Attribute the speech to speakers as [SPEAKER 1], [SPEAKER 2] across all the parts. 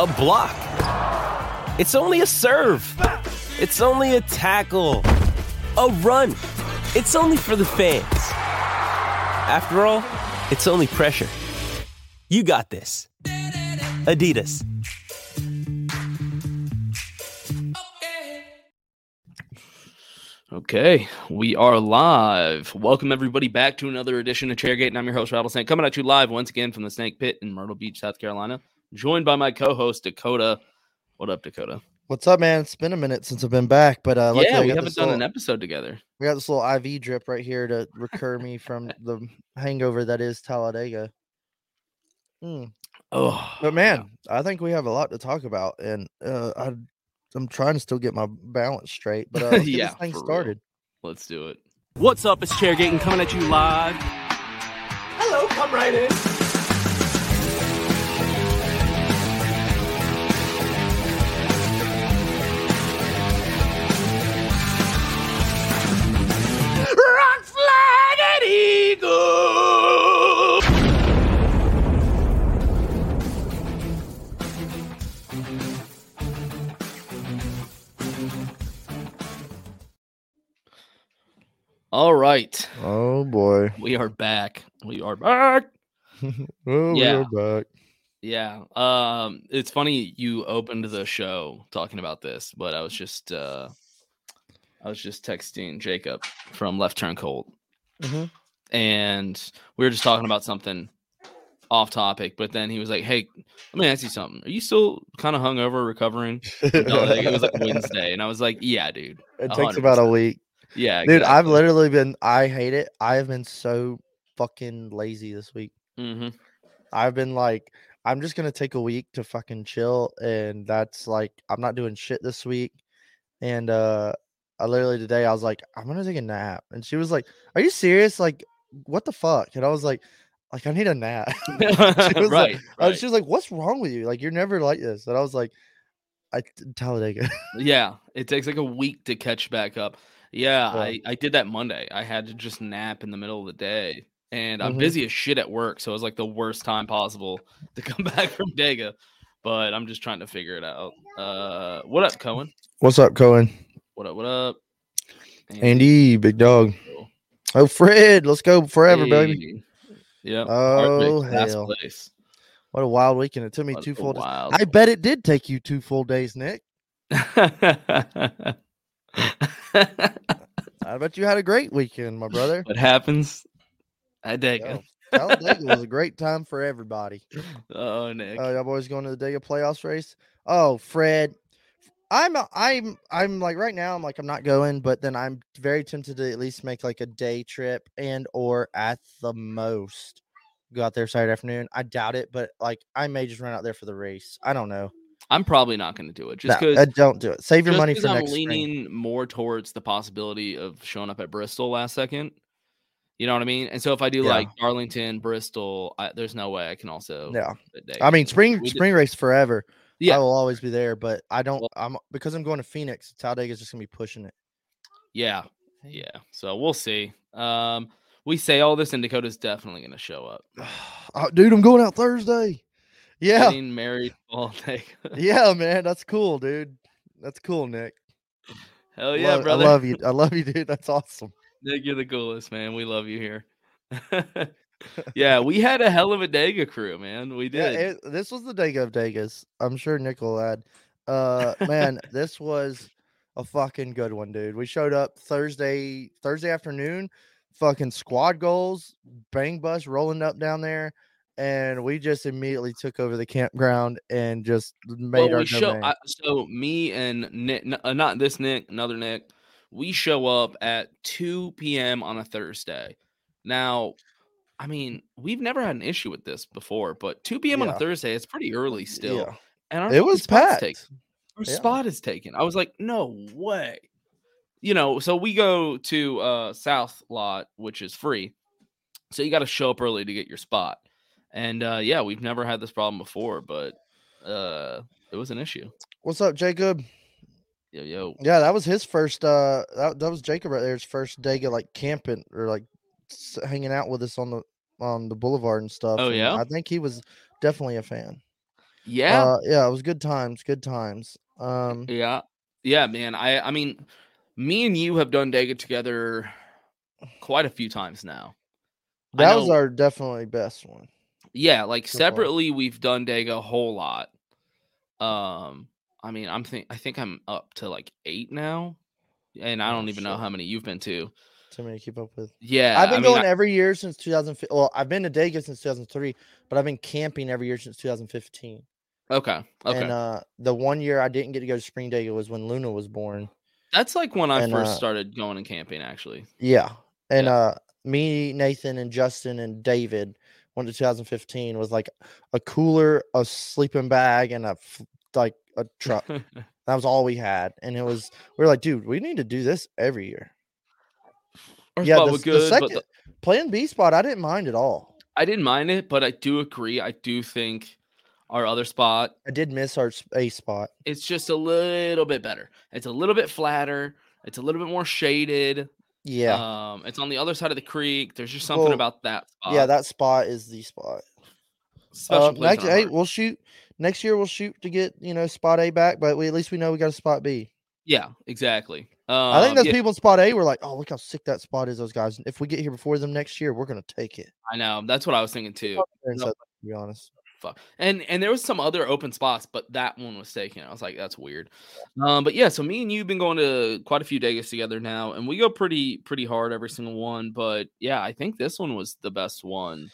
[SPEAKER 1] a block. It's only a serve. It's only a tackle, a run. It's only for the fans. After all, it's only pressure. You got this. Adidas.
[SPEAKER 2] Okay, we are live. Welcome everybody back to another edition of Chairgate, and I'm your host Rattlesnake, coming at you live once again from the Snake Pit in Myrtle Beach, South Carolina. Joined by my co-host Dakota. What up, Dakota?
[SPEAKER 3] What's up, man? It's been a minute since I've been back, but uh, luckily
[SPEAKER 2] yeah,
[SPEAKER 3] I
[SPEAKER 2] we
[SPEAKER 3] got
[SPEAKER 2] haven't
[SPEAKER 3] this
[SPEAKER 2] done
[SPEAKER 3] little,
[SPEAKER 2] an episode together.
[SPEAKER 3] We got this little IV drip right here to recur me from the hangover that is Talladega. Mm.
[SPEAKER 2] Oh,
[SPEAKER 3] But man, I think we have a lot to talk about, and uh, I, I'm trying to still get my balance straight. But uh, let's get
[SPEAKER 2] Yeah,
[SPEAKER 3] this thing
[SPEAKER 2] for real.
[SPEAKER 3] started.
[SPEAKER 2] let's do it.
[SPEAKER 1] What's up? It's Chairgate and coming at you live. Hello, come right in. Rock flag and eagle.
[SPEAKER 2] All right,
[SPEAKER 3] Oh boy,
[SPEAKER 2] we are back. We are back.
[SPEAKER 3] oh,
[SPEAKER 2] Yeah.
[SPEAKER 3] we're back.
[SPEAKER 2] Yeah. Um it's funny you opened the show talking about this, but I was just uh I was just texting Jacob from Left Turn Cold.
[SPEAKER 3] Mhm.
[SPEAKER 2] And we were just talking about something off topic, but then he was like, "Hey, let me ask you something. Are you still kind of hungover recovering?" No, like, it was like Wednesday, and I was like, "Yeah, dude.
[SPEAKER 3] it takes about a
[SPEAKER 2] 100%.
[SPEAKER 3] week,
[SPEAKER 2] Yeah,
[SPEAKER 3] dude. I've literally been. I hate it. I have been so fucking lazy this week.
[SPEAKER 2] hmm
[SPEAKER 3] I've been like, I'm just gonna take a week to fucking chill, and that's like, I'm not doing shit this week. And uh, I literally today I was like, I'm gonna take a nap, and she was like, Are you serious? Like, what the fuck? And I was like, Like, I need a nap. She was
[SPEAKER 2] right,
[SPEAKER 3] like-
[SPEAKER 2] right.
[SPEAKER 3] uh, She was like, What's wrong with you? Like, you're never like this. And I was like, I Talladega.
[SPEAKER 2] Yeah, it takes like a week to catch back up. Yeah,
[SPEAKER 3] Yeah.
[SPEAKER 2] I, I did that Monday. I had to just nap in the middle of the day. And I'm
[SPEAKER 3] Mhm.
[SPEAKER 2] busy as shit at work, so it was like the worst time possible to come back from Dega. But I'm just trying to figure it out. Uh what up, Cohen?
[SPEAKER 3] What's up, Cohen?
[SPEAKER 2] What up, what up?
[SPEAKER 3] Andy, big dog. Oh, Fred, let's go forever, baby.
[SPEAKER 2] Yeah.
[SPEAKER 3] Oh, hell.
[SPEAKER 2] place.
[SPEAKER 3] What a wild weekend! It took me
[SPEAKER 2] What
[SPEAKER 3] two
[SPEAKER 2] a
[SPEAKER 3] full. days.
[SPEAKER 2] wild
[SPEAKER 3] I bet it did take you two full days, Nick. I bet you had a great weekend, my brother.
[SPEAKER 2] what happens at Dega?
[SPEAKER 3] Yo, Talladega was a great time for everybody.
[SPEAKER 2] Oh, Nick.
[SPEAKER 3] Uh, y'all boys going to the Dega playoffs race? Oh, Fred, I'm I'm I'm like right now. I'm like I'm not going, but then I'm very tempted to at least make like a day trip and or at the most go out there Saturday afternoon. I doubt it, but like I may just run out there for the race. I don't know.
[SPEAKER 2] I'm probably not going to do it just
[SPEAKER 3] No,
[SPEAKER 2] because
[SPEAKER 3] uh, don't do it. Save your
[SPEAKER 2] Just
[SPEAKER 3] money
[SPEAKER 2] because
[SPEAKER 3] for
[SPEAKER 2] I'm
[SPEAKER 3] next spring.
[SPEAKER 2] leaning more towards the possibility of showing up at Bristol last second. You know what I mean? And so if I do
[SPEAKER 3] Yeah.
[SPEAKER 2] like Darlington, Bristol, I, there's no way I can also.
[SPEAKER 3] Yeah,
[SPEAKER 2] that day.
[SPEAKER 3] I mean spring
[SPEAKER 2] We did-
[SPEAKER 3] spring race forever.
[SPEAKER 2] Yeah.
[SPEAKER 3] I will always be there, but I don't.
[SPEAKER 2] Well-
[SPEAKER 3] I'm because I'm going to Phoenix. Talladega's just gonna be pushing it.
[SPEAKER 2] yeah, yeah. So we'll see. Um, we say all this, and Dakota's definitely going to show up.
[SPEAKER 3] Oh, dude, I'm going out Thursday. Yeah,
[SPEAKER 2] Getting married all day.
[SPEAKER 3] yeah, man, that's cool, dude. That's cool, Nick.
[SPEAKER 2] Hell Oh, yeah,
[SPEAKER 3] Love-
[SPEAKER 2] brother!
[SPEAKER 3] I love you. I love you, dude. That's awesome.
[SPEAKER 2] Nick, you're the coolest, man. We love you here. yeah, we had a hell of a Dega crew, man. We
[SPEAKER 3] Yeah,
[SPEAKER 2] did.
[SPEAKER 3] it- this was the Dago of Dagas. I'm sure Nick will add. Uh, man, this was a fucking good one, dude. We showed up Thursday Thursday afternoon, fucking squad goals, bang bus rolling up down there, and we just immediately took over the campground and just made
[SPEAKER 2] well,
[SPEAKER 3] our
[SPEAKER 2] we show,
[SPEAKER 3] domain.
[SPEAKER 2] I, so me and Nick, n- uh, not this Nick, another Nick, we show up at 2 p.m. on a Thursday. Now, I mean, we've never had an issue with this before, but 2 p.m. on a
[SPEAKER 3] Yeah.
[SPEAKER 2] Thursday, it's pretty early still.
[SPEAKER 3] Yeah.
[SPEAKER 2] And our
[SPEAKER 3] It
[SPEAKER 2] fucking
[SPEAKER 3] was
[SPEAKER 2] spot's
[SPEAKER 3] packed.
[SPEAKER 2] taken. Our
[SPEAKER 3] Yeah.
[SPEAKER 2] spot is taken. I was like, no way. You know, so we go to uh South Lot, which is free. So you got to show up early to get your spot. And uh yeah, we've never had this problem before, but uh it was an issue.
[SPEAKER 3] What's up, Jacob?
[SPEAKER 2] Yo yo.
[SPEAKER 3] Yeah, that was his first. Uh, that, that was Jacob right there's first day of like camping or like s- hanging out with us on the on the boulevard and stuff.
[SPEAKER 2] Oh,
[SPEAKER 3] and
[SPEAKER 2] yeah?
[SPEAKER 3] I think he was definitely a fan.
[SPEAKER 2] Yeah.
[SPEAKER 3] uh, yeah, it was good times, good times. Um,
[SPEAKER 2] Yeah. Yeah, man. I I mean, me and you have done Dega together quite a few times now. I
[SPEAKER 3] that was
[SPEAKER 2] know-
[SPEAKER 3] our definitely best one.
[SPEAKER 2] Yeah, like
[SPEAKER 3] so far.
[SPEAKER 2] separately we've done Dega a whole lot. Um I mean, I'm think I think I'm up to like 8 now. And I
[SPEAKER 3] Oh,
[SPEAKER 2] don't even know
[SPEAKER 3] shit.
[SPEAKER 2] how many you've been to.
[SPEAKER 3] Too many to keep up with.
[SPEAKER 2] Yeah.
[SPEAKER 3] I've been
[SPEAKER 2] I mean,
[SPEAKER 3] going
[SPEAKER 2] I-
[SPEAKER 3] every year since 2015. Well, I've been to Dega since 2003, but I've been camping every year since 2015.
[SPEAKER 2] okay. Okay.
[SPEAKER 3] And uh, the one year I didn't get to go to Spring Dega was when Luna was born.
[SPEAKER 2] That's like when I
[SPEAKER 3] and,
[SPEAKER 2] first
[SPEAKER 3] uh,
[SPEAKER 2] started going and camping actually.
[SPEAKER 3] Yeah. And
[SPEAKER 2] Yeah.
[SPEAKER 3] uh me, Nathan, and Justin and David went to 2015 with like a cooler, a sleeping bag, and a f- like a truck. that was all we had. And it was we were like, dude, we need to do this every year.
[SPEAKER 2] Our
[SPEAKER 3] yeah,
[SPEAKER 2] spot
[SPEAKER 3] the,
[SPEAKER 2] was
[SPEAKER 3] s- the
[SPEAKER 2] good, but
[SPEAKER 3] second
[SPEAKER 2] the-
[SPEAKER 3] playing B spot, I didn't mind at all.
[SPEAKER 2] I didn't mind it, but I do agree. I do think our other spot
[SPEAKER 3] I did miss our s- A spot.
[SPEAKER 2] it's just a little bit better. It's a little bit flatter. It's a little bit more shaded.
[SPEAKER 3] Yeah.
[SPEAKER 2] Um, it's on the other side of the creek. There's just something
[SPEAKER 3] Well,
[SPEAKER 2] about that spot.
[SPEAKER 3] yeah, that spot is the spot.
[SPEAKER 2] uh, special
[SPEAKER 3] Uh,
[SPEAKER 2] place in
[SPEAKER 3] next,
[SPEAKER 2] our
[SPEAKER 3] hey,
[SPEAKER 2] heart.
[SPEAKER 3] we'll shoot next year. We'll shoot to get you know spot A back, but we at least we know we got a spot B.
[SPEAKER 2] Yeah, exactly. Um,
[SPEAKER 3] I think those
[SPEAKER 2] yeah,
[SPEAKER 3] people in spot A were like, "Oh, look how sick that spot is." Those guys. If we get here before them next year, we're gonna take it.
[SPEAKER 2] I know. That's what I was thinking too.
[SPEAKER 3] And
[SPEAKER 2] No.
[SPEAKER 3] so, to be honest,
[SPEAKER 2] Fuck. And and there was some other open spots, but that one was taken. I was like, that's weird. Um, but yeah, so me and you've been going to quite a few Degas together now, and we go pretty pretty hard every single one. But yeah, I think this one was the best one.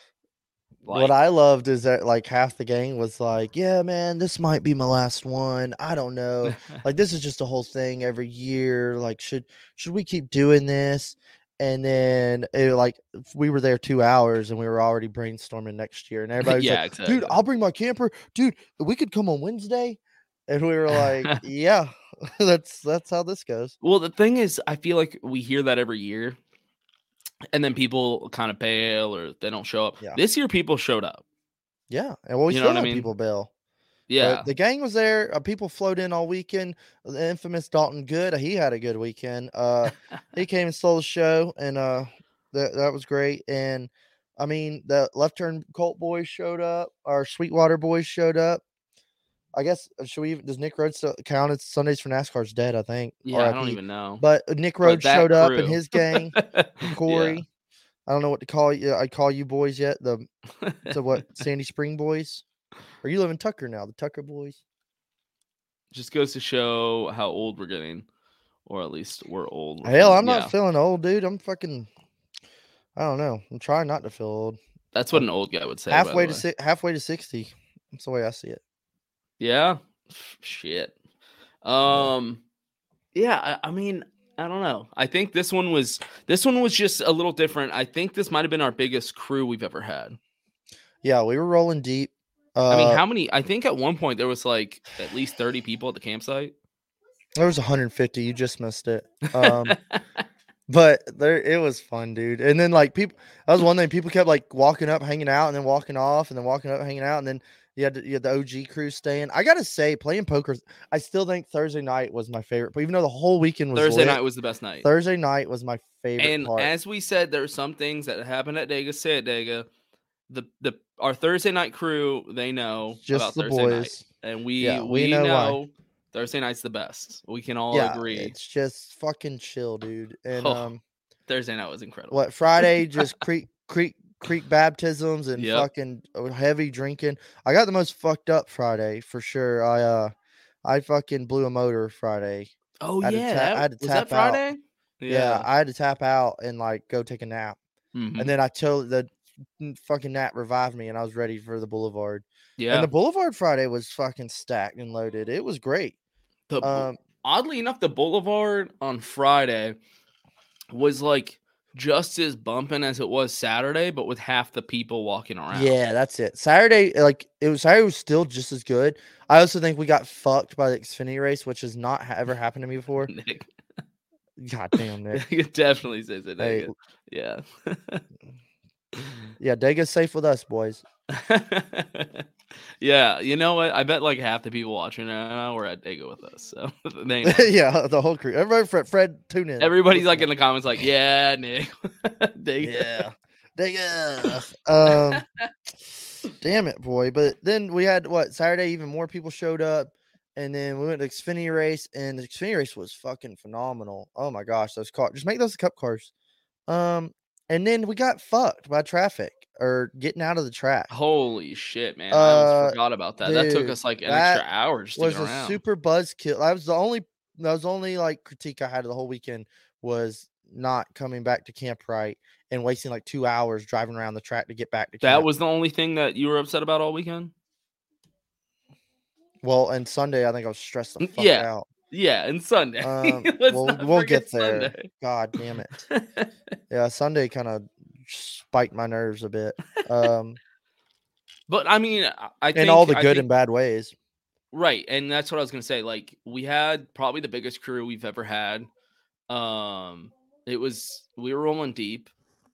[SPEAKER 3] what I loved is that like half the gang was like, "Yeah, man, this might be my last one. I don't know. like this is just a whole thing every year. Like should should we keep doing this?" And then it, like we were there two hours and we were already brainstorming next year, and everybody was
[SPEAKER 2] yeah,
[SPEAKER 3] like,
[SPEAKER 2] exactly.
[SPEAKER 3] "Dude, I'll bring my camper. Dude, we could come on Wednesday." And we were like, "Yeah, that's that's how this goes."
[SPEAKER 2] Well, the thing is, I feel like we hear that every year, and then people kind of bail or they don't show up.
[SPEAKER 3] Yeah.
[SPEAKER 2] This year, people showed up.
[SPEAKER 3] Yeah, and well, we
[SPEAKER 2] You know
[SPEAKER 3] still
[SPEAKER 2] what I
[SPEAKER 3] had
[SPEAKER 2] mean?
[SPEAKER 3] people bail. but
[SPEAKER 2] Yeah,
[SPEAKER 3] the gang was there. Uh, people flowed in all weekend. uh, The infamous Dalton Good, uh, he had a good weekend. Uh, he came and stole the show, and uh, that that was great. And I mean, the left turn Colt boys showed up. Our Sweetwater boys showed up. I guess uh, should we? Even, does Nick Rhodes still count? It's Sundays for NASCAR's dead, I think.
[SPEAKER 2] yeah. I don't
[SPEAKER 3] RIP.
[SPEAKER 2] even know.
[SPEAKER 3] But uh, Nick Rhodes
[SPEAKER 2] that
[SPEAKER 3] showed up
[SPEAKER 2] crew.
[SPEAKER 3] and his gang,
[SPEAKER 2] Yeah.
[SPEAKER 3] Corey. I don't know what to call you. I call you boys yet. The so what Sandy Spring boys? Or you live in Tucker now, the Tucker boys.
[SPEAKER 2] Just goes to show how old we're getting, or at least we're old. we're
[SPEAKER 3] Hell,
[SPEAKER 2] feeling-
[SPEAKER 3] I'm not
[SPEAKER 2] yeah,
[SPEAKER 3] feeling old, dude. I'm fucking I don't know. I'm trying not to feel old.
[SPEAKER 2] that's what an old guy would say. by the
[SPEAKER 3] halfway to
[SPEAKER 2] way.
[SPEAKER 3] si- halfway to sixty. That's the way I see it.
[SPEAKER 2] Yeah. Shit. Um yeah, I, I mean, I don't know. I think this one was this one was just a little different. I think this might have been our biggest crew we've ever had.
[SPEAKER 3] Yeah, we were rolling deep. Uh,
[SPEAKER 2] I mean, how many I think at one point there was like at least 30 people at the campsite.
[SPEAKER 3] there was 150. You just missed it. Um, but there, it was fun, dude. And then like people, that was one thing. People kept like walking up, hanging out, and then walking off, and then walking up, hanging out, and then you had, to, you had the OG crew staying. I gotta say, playing poker, I still think Thursday night was my favorite. But even though the whole weekend was
[SPEAKER 2] Thursday
[SPEAKER 3] lit,
[SPEAKER 2] night was the best night.
[SPEAKER 3] Thursday night was my favorite
[SPEAKER 2] and
[SPEAKER 3] part.
[SPEAKER 2] as we said, there are some things that happened at Dega Say at Dega. The the our Thursday night crew, they know about
[SPEAKER 3] Just the
[SPEAKER 2] Thursday night.
[SPEAKER 3] boys.
[SPEAKER 2] And we
[SPEAKER 3] Yeah,
[SPEAKER 2] we,
[SPEAKER 3] we
[SPEAKER 2] know,
[SPEAKER 3] know why.
[SPEAKER 2] Thursday night's the best. We can all
[SPEAKER 3] yeah,
[SPEAKER 2] agree.
[SPEAKER 3] it's just fucking chill, dude. And
[SPEAKER 2] Oh.
[SPEAKER 3] um,
[SPEAKER 2] Thursday night was incredible.
[SPEAKER 3] what Friday just creek creek creek baptisms and
[SPEAKER 2] Yep.
[SPEAKER 3] fucking uh, heavy drinking. I got the most fucked up Friday for sure. I uh I fucking blew a motor Friday.
[SPEAKER 2] Oh
[SPEAKER 3] I had to
[SPEAKER 2] yeah,
[SPEAKER 3] ta-
[SPEAKER 2] that,
[SPEAKER 3] I had to
[SPEAKER 2] was that
[SPEAKER 3] tap out.
[SPEAKER 2] Friday?
[SPEAKER 3] Yeah. I had to tap out and like go take a nap.
[SPEAKER 2] Mhm.
[SPEAKER 3] And then I told the n- fucking nap revived me and I was ready for the boulevard.
[SPEAKER 2] yeah.
[SPEAKER 3] And the boulevard Friday was fucking stacked and loaded. It was great.
[SPEAKER 2] The bu-
[SPEAKER 3] Um
[SPEAKER 2] oddly enough, the Boulevard on Friday was like just as bumping as it was Saturday, but with half the people walking around.
[SPEAKER 3] Um, Yeah, that's it. Saturday, like it was Saturday was still just as good. I also think we got fucked by the Xfinity race, which has not ha- ever happened to me before.
[SPEAKER 2] Nick,
[SPEAKER 3] God damn Nick.
[SPEAKER 2] it definitely says it.
[SPEAKER 3] Hey,
[SPEAKER 2] Nick. Yeah.
[SPEAKER 3] yeah, Dega's safe with us, boys.
[SPEAKER 2] yeah, you know what? I bet like half the people watching right now were at Dago with us. So they know.
[SPEAKER 3] yeah, the whole crew. Everybody, Fred, Fred tune in.
[SPEAKER 2] everybody's like in the comments, like, yeah, Nick. Dago.
[SPEAKER 3] yeah, Dega. um, damn it, boy. But then we had what Saturday? Even more people showed up, and then we went to Xfinity race, and the Xfinity race was fucking phenomenal. Oh my gosh, those cars! Just make those the cup cars. Um, and then we got fucked by traffic or getting out of the track.
[SPEAKER 2] Holy shit, man. I almost
[SPEAKER 3] Uh,
[SPEAKER 2] forgot about that. that took
[SPEAKER 3] dude,
[SPEAKER 2] us like an
[SPEAKER 3] that
[SPEAKER 2] extra hour just to
[SPEAKER 3] was
[SPEAKER 2] get
[SPEAKER 3] a
[SPEAKER 2] around.
[SPEAKER 3] super buzz kill. That was the only that was the only like critique I had of the whole weekend was not coming back to camp right and wasting like two hours driving around the track to get back to
[SPEAKER 2] that
[SPEAKER 3] camp.
[SPEAKER 2] was the only thing that you were upset about all weekend?
[SPEAKER 3] well and Sunday I think I was stressed the fuck
[SPEAKER 2] Yeah.
[SPEAKER 3] out.
[SPEAKER 2] Yeah, and Sunday.
[SPEAKER 3] Um,
[SPEAKER 2] Let's
[SPEAKER 3] we'll-
[SPEAKER 2] not
[SPEAKER 3] we'll
[SPEAKER 2] forget
[SPEAKER 3] get there.
[SPEAKER 2] Sunday.
[SPEAKER 3] God damn it. Yeah, Sunday kind of spiked my nerves a bit. Um
[SPEAKER 2] but I mean, I- I think
[SPEAKER 3] in all the
[SPEAKER 2] I
[SPEAKER 3] good
[SPEAKER 2] think-
[SPEAKER 3] and bad ways.
[SPEAKER 2] Right, and that's what I was gonna say. Like we had probably the biggest crew we've ever had. Um, it was we were rolling deep,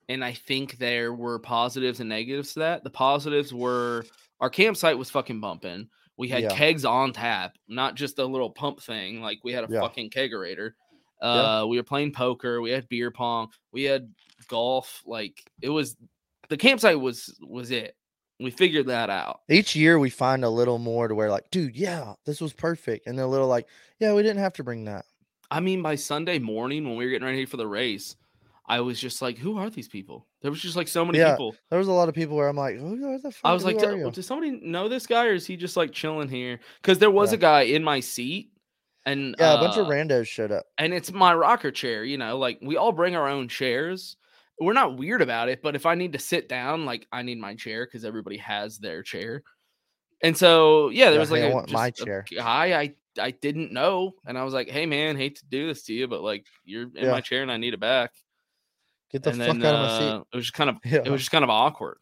[SPEAKER 2] and I think there were positives and negatives to that. The positives were our campsite was fucking bumping. We had
[SPEAKER 3] Yeah.
[SPEAKER 2] kegs on tap, not just a little pump thing. Like we had a
[SPEAKER 3] Yeah.
[SPEAKER 2] fucking kegerator. Uh, we were playing poker. We had beer pong. We had golf. Like it was the campsite was was it. We figured that out.
[SPEAKER 3] Each year we find a little more to where like, dude, yeah, this was perfect. And then a little like, yeah, we didn't have to bring that.
[SPEAKER 2] I mean, by Sunday morning when we were getting ready for the race, I was just like, "Who are these people?" There was just like so many
[SPEAKER 3] Yeah,
[SPEAKER 2] people.
[SPEAKER 3] There was a lot of people where I'm like, who the fuck?
[SPEAKER 2] I was like,
[SPEAKER 3] who are you?"
[SPEAKER 2] "Do- "Does somebody know this guy, or is he just like chilling here?" Because there was
[SPEAKER 3] Yeah.
[SPEAKER 2] a guy in my seat, and
[SPEAKER 3] Yeah, a bunch of
[SPEAKER 2] uh,
[SPEAKER 3] randos showed up.
[SPEAKER 2] and it's my rocker chair. You know, like we all bring our own chairs. We're not weird about it, but if I need to sit down, like I need my chair because everybody has their chair. And so, yeah, there
[SPEAKER 3] Yeah,
[SPEAKER 2] was like
[SPEAKER 3] hey, I
[SPEAKER 2] a,
[SPEAKER 3] want my
[SPEAKER 2] just a
[SPEAKER 3] chair.
[SPEAKER 2] guy I I didn't know, and I was like, "Hey, man, hate to do this to you, but like you're in
[SPEAKER 3] Yeah.
[SPEAKER 2] my chair and I need it back."
[SPEAKER 3] Get the
[SPEAKER 2] and
[SPEAKER 3] fuck
[SPEAKER 2] then
[SPEAKER 3] out of my
[SPEAKER 2] uh, it was just kind of
[SPEAKER 3] seat. Yeah.
[SPEAKER 2] it was just kind of awkward.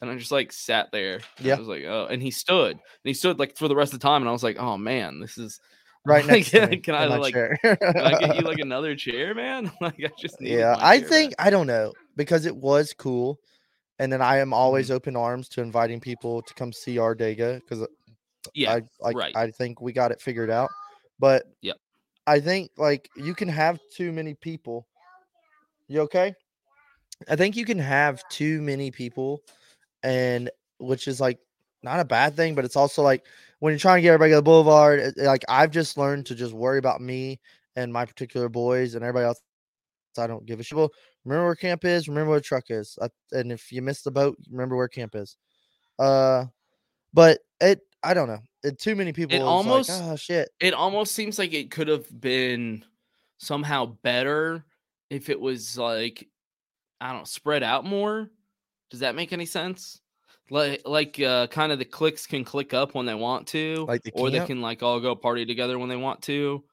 [SPEAKER 2] And I just like sat there. and
[SPEAKER 3] Yeah.
[SPEAKER 2] I was like, oh, and he stood. And he stood like for the rest of the time. And I was like, oh man, this is
[SPEAKER 3] right
[SPEAKER 2] like,
[SPEAKER 3] next to me
[SPEAKER 2] can I,
[SPEAKER 3] in my
[SPEAKER 2] like-
[SPEAKER 3] chair.
[SPEAKER 2] can I get you like another chair, man? Like I just needed
[SPEAKER 3] yeah,
[SPEAKER 2] my
[SPEAKER 3] I
[SPEAKER 2] chair
[SPEAKER 3] think
[SPEAKER 2] back."
[SPEAKER 3] I don't know because it was cool, and then I am always
[SPEAKER 2] Mm-hmm.
[SPEAKER 3] open arms to inviting people to come see our Dega because
[SPEAKER 2] yeah,
[SPEAKER 3] I like
[SPEAKER 2] right.
[SPEAKER 3] I think we got it figured out, but
[SPEAKER 2] Yep.
[SPEAKER 3] I think like you can have too many people. You okay? I think you can have too many people, and which is like not a bad thing, but it's also like when you're trying to get everybody to the boulevard. it- Like I've just learned to just worry about me and my particular boys and everybody else. I don't give a shit. Well, Remember where camp is. Remember where truck is. I, and if you miss the boat, remember where camp is. Uh, but it. I don't know. It, too many people. is like,
[SPEAKER 2] almost-
[SPEAKER 3] oh shit.
[SPEAKER 2] it almost seems like it could have been somehow better if it was like I don't know, spread out more. Does that make any sense? Like like uh kind of the clicks can click up when they want to
[SPEAKER 3] Like the
[SPEAKER 2] or they
[SPEAKER 3] camp?
[SPEAKER 2] can like all go party together when they want to.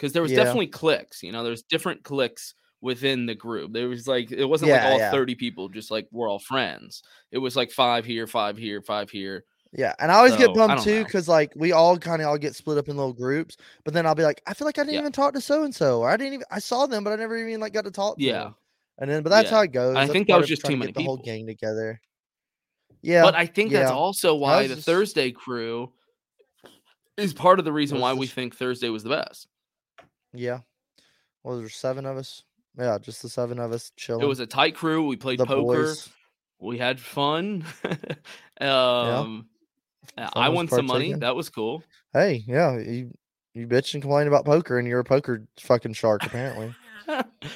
[SPEAKER 2] Cuz there was
[SPEAKER 3] Yeah.
[SPEAKER 2] definitely clicks, you know, there's different clicks within the group. There was like it wasn't like
[SPEAKER 3] Yeah,
[SPEAKER 2] all
[SPEAKER 3] yeah.
[SPEAKER 2] 30 people just like we're all friends. It was like 5 here, 5 here, 5 here.
[SPEAKER 3] Yeah, and I always
[SPEAKER 2] So, I
[SPEAKER 3] get bummed
[SPEAKER 2] don't
[SPEAKER 3] too
[SPEAKER 2] know.
[SPEAKER 3] because like we all kind of all get split up in little groups, but then I'll be like, I feel like I didn't
[SPEAKER 2] Yeah.
[SPEAKER 3] even talk to so and so, or I didn't even I saw them, but I never even like got to talk. To
[SPEAKER 2] Yeah.
[SPEAKER 3] them. and then but that's
[SPEAKER 2] Yeah.
[SPEAKER 3] how it goes.
[SPEAKER 2] I
[SPEAKER 3] that's
[SPEAKER 2] think that
[SPEAKER 3] part
[SPEAKER 2] was
[SPEAKER 3] of
[SPEAKER 2] just
[SPEAKER 3] trying
[SPEAKER 2] too
[SPEAKER 3] to
[SPEAKER 2] many
[SPEAKER 3] get the whole
[SPEAKER 2] people.
[SPEAKER 3] gang together. Yeah,
[SPEAKER 2] But I think that's
[SPEAKER 3] yeah.
[SPEAKER 2] also why
[SPEAKER 3] was
[SPEAKER 2] the
[SPEAKER 3] just-
[SPEAKER 2] Thursday crew is part of the reason
[SPEAKER 3] was
[SPEAKER 2] why
[SPEAKER 3] just-
[SPEAKER 2] we think Thursday was the best.
[SPEAKER 3] yeah. Well, there's seven of us. Yeah, just the seven of us chilling.
[SPEAKER 2] It was a tight crew. We played
[SPEAKER 3] the
[SPEAKER 2] poker.
[SPEAKER 3] boys.
[SPEAKER 2] We had fun. um, uh, I
[SPEAKER 3] Someone's
[SPEAKER 2] won some money.
[SPEAKER 3] partaking.
[SPEAKER 2] That was cool.
[SPEAKER 3] Hey, yeah, you you bitch and complain about poker, and you're a poker fucking shark apparently.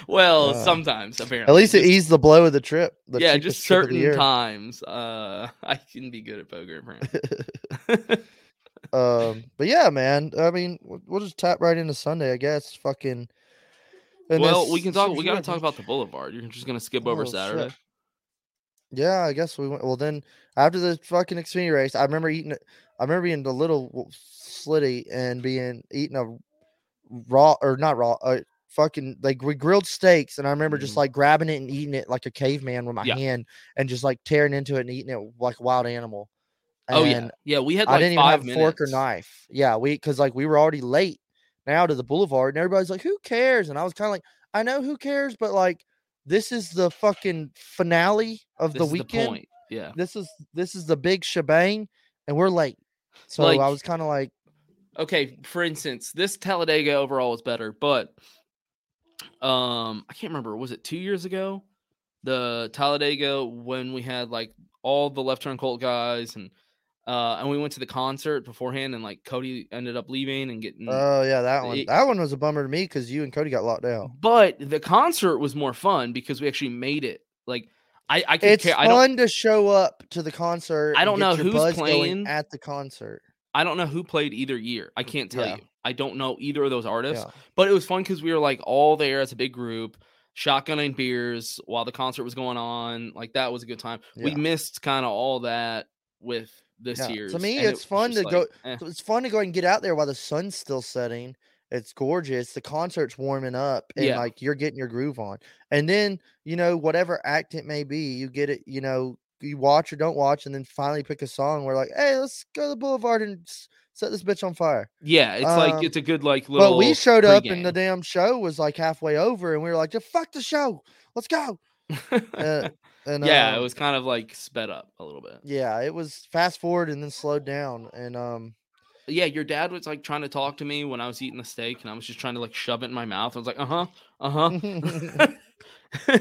[SPEAKER 2] well,
[SPEAKER 3] Yeah.
[SPEAKER 2] sometimes apparently.
[SPEAKER 3] At least it eased the blow of the trip. The
[SPEAKER 2] yeah,
[SPEAKER 3] cheapest
[SPEAKER 2] just
[SPEAKER 3] trip of the
[SPEAKER 2] certain
[SPEAKER 3] year.
[SPEAKER 2] times. Uh, I can be good at poker. Apparently.
[SPEAKER 3] Um, but yeah, man. I mean, we'll, we'll just tap right into Sunday, I guess. Fucking. and
[SPEAKER 2] well,
[SPEAKER 3] it's
[SPEAKER 2] we can talk.
[SPEAKER 3] super
[SPEAKER 2] We got to
[SPEAKER 3] short,
[SPEAKER 2] talk
[SPEAKER 3] dude.
[SPEAKER 2] about the Boulevard. You're just gonna skip over
[SPEAKER 3] Oh, shit.
[SPEAKER 2] Saturday.
[SPEAKER 3] Yeah, I guess we went. Well, then after the fucking Xfinity race, I remember eating. I remember being the little w- slitty and being eating a raw or not raw, a fucking like we grilled steaks, and I remember
[SPEAKER 2] Mhm.
[SPEAKER 3] just like grabbing it and eating it like a caveman with my
[SPEAKER 2] Yeah.
[SPEAKER 3] hand, and just like tearing into it and eating it like a wild animal.
[SPEAKER 2] Oh yeah,
[SPEAKER 3] And
[SPEAKER 2] yeah. We had
[SPEAKER 3] I
[SPEAKER 2] like
[SPEAKER 3] didn't even
[SPEAKER 2] five
[SPEAKER 3] have a
[SPEAKER 2] minutes.
[SPEAKER 3] fork or knife. Yeah, we because like we were already late now to the boulevard, and everybody's like, "Who cares?" And I was kind of like, "I know who cares, but like, this is the fucking finale of
[SPEAKER 2] This
[SPEAKER 3] the
[SPEAKER 2] is
[SPEAKER 3] weekend.
[SPEAKER 2] point. Yeah.
[SPEAKER 3] This is this is the big shebang, and we're late." So
[SPEAKER 2] Like-
[SPEAKER 3] I was kind of like,
[SPEAKER 2] Okay. For instance, this Talladega overall was better, but um, I can't remember. Was it two years ago? The Talladega when we had like all the left turn cult guys and uh, and we went to the concert beforehand, and like Cody ended up leaving and getting.
[SPEAKER 3] "Oh yeah, that one.
[SPEAKER 2] It-
[SPEAKER 3] that one was a bummer to me because you and Cody got locked out."
[SPEAKER 2] but the concert was more fun because we actually made it. Like I, I could
[SPEAKER 3] It's
[SPEAKER 2] care. I don't.
[SPEAKER 3] fun to show up to the concert.
[SPEAKER 2] I
[SPEAKER 3] and
[SPEAKER 2] don't
[SPEAKER 3] get
[SPEAKER 2] know
[SPEAKER 3] your
[SPEAKER 2] who's
[SPEAKER 3] buzz going
[SPEAKER 2] playing.
[SPEAKER 3] at the concert.
[SPEAKER 2] I don't know who played either year. I can't tell
[SPEAKER 3] Mm, Yeah.
[SPEAKER 2] you. I don't know either of those artists.
[SPEAKER 3] Yeah.
[SPEAKER 2] but it was fun because we were like all there as a big group, shotgunning beers while the concert was going on. Like that was a good time. We
[SPEAKER 3] Yeah.
[SPEAKER 2] missed kind of all that with this
[SPEAKER 3] Yeah. To
[SPEAKER 2] year's.
[SPEAKER 3] me,
[SPEAKER 2] and it
[SPEAKER 3] it's
[SPEAKER 2] was
[SPEAKER 3] fun
[SPEAKER 2] just
[SPEAKER 3] to
[SPEAKER 2] like, eh.
[SPEAKER 3] So it's fun to go and get out there while the sun's still setting. It's gorgeous. The concert's warming up and
[SPEAKER 2] Yeah.
[SPEAKER 3] like you're getting your groove on. And then, you know, whatever act it may be, you get it, you know, you watch or don't watch, and then finally pick a song where like, hey, let's go to the boulevard and s- set this bitch on fire.
[SPEAKER 2] Yeah, it's like
[SPEAKER 3] um,
[SPEAKER 2] it's a good like little.
[SPEAKER 3] but we showed up and the
[SPEAKER 2] pregame.
[SPEAKER 3] damn show was like halfway over and we were like, "Just fuck the show. Let's go. Uh, and
[SPEAKER 2] yeah,
[SPEAKER 3] uh,
[SPEAKER 2] it was kind of like sped up a little bit.
[SPEAKER 3] yeah, it was fast forward and then slowed down. And um
[SPEAKER 2] Yeah, your dad was like trying to talk to me when I was eating the steak, and I was just trying to like shove it in my mouth. I was like, uh huh, uh huh.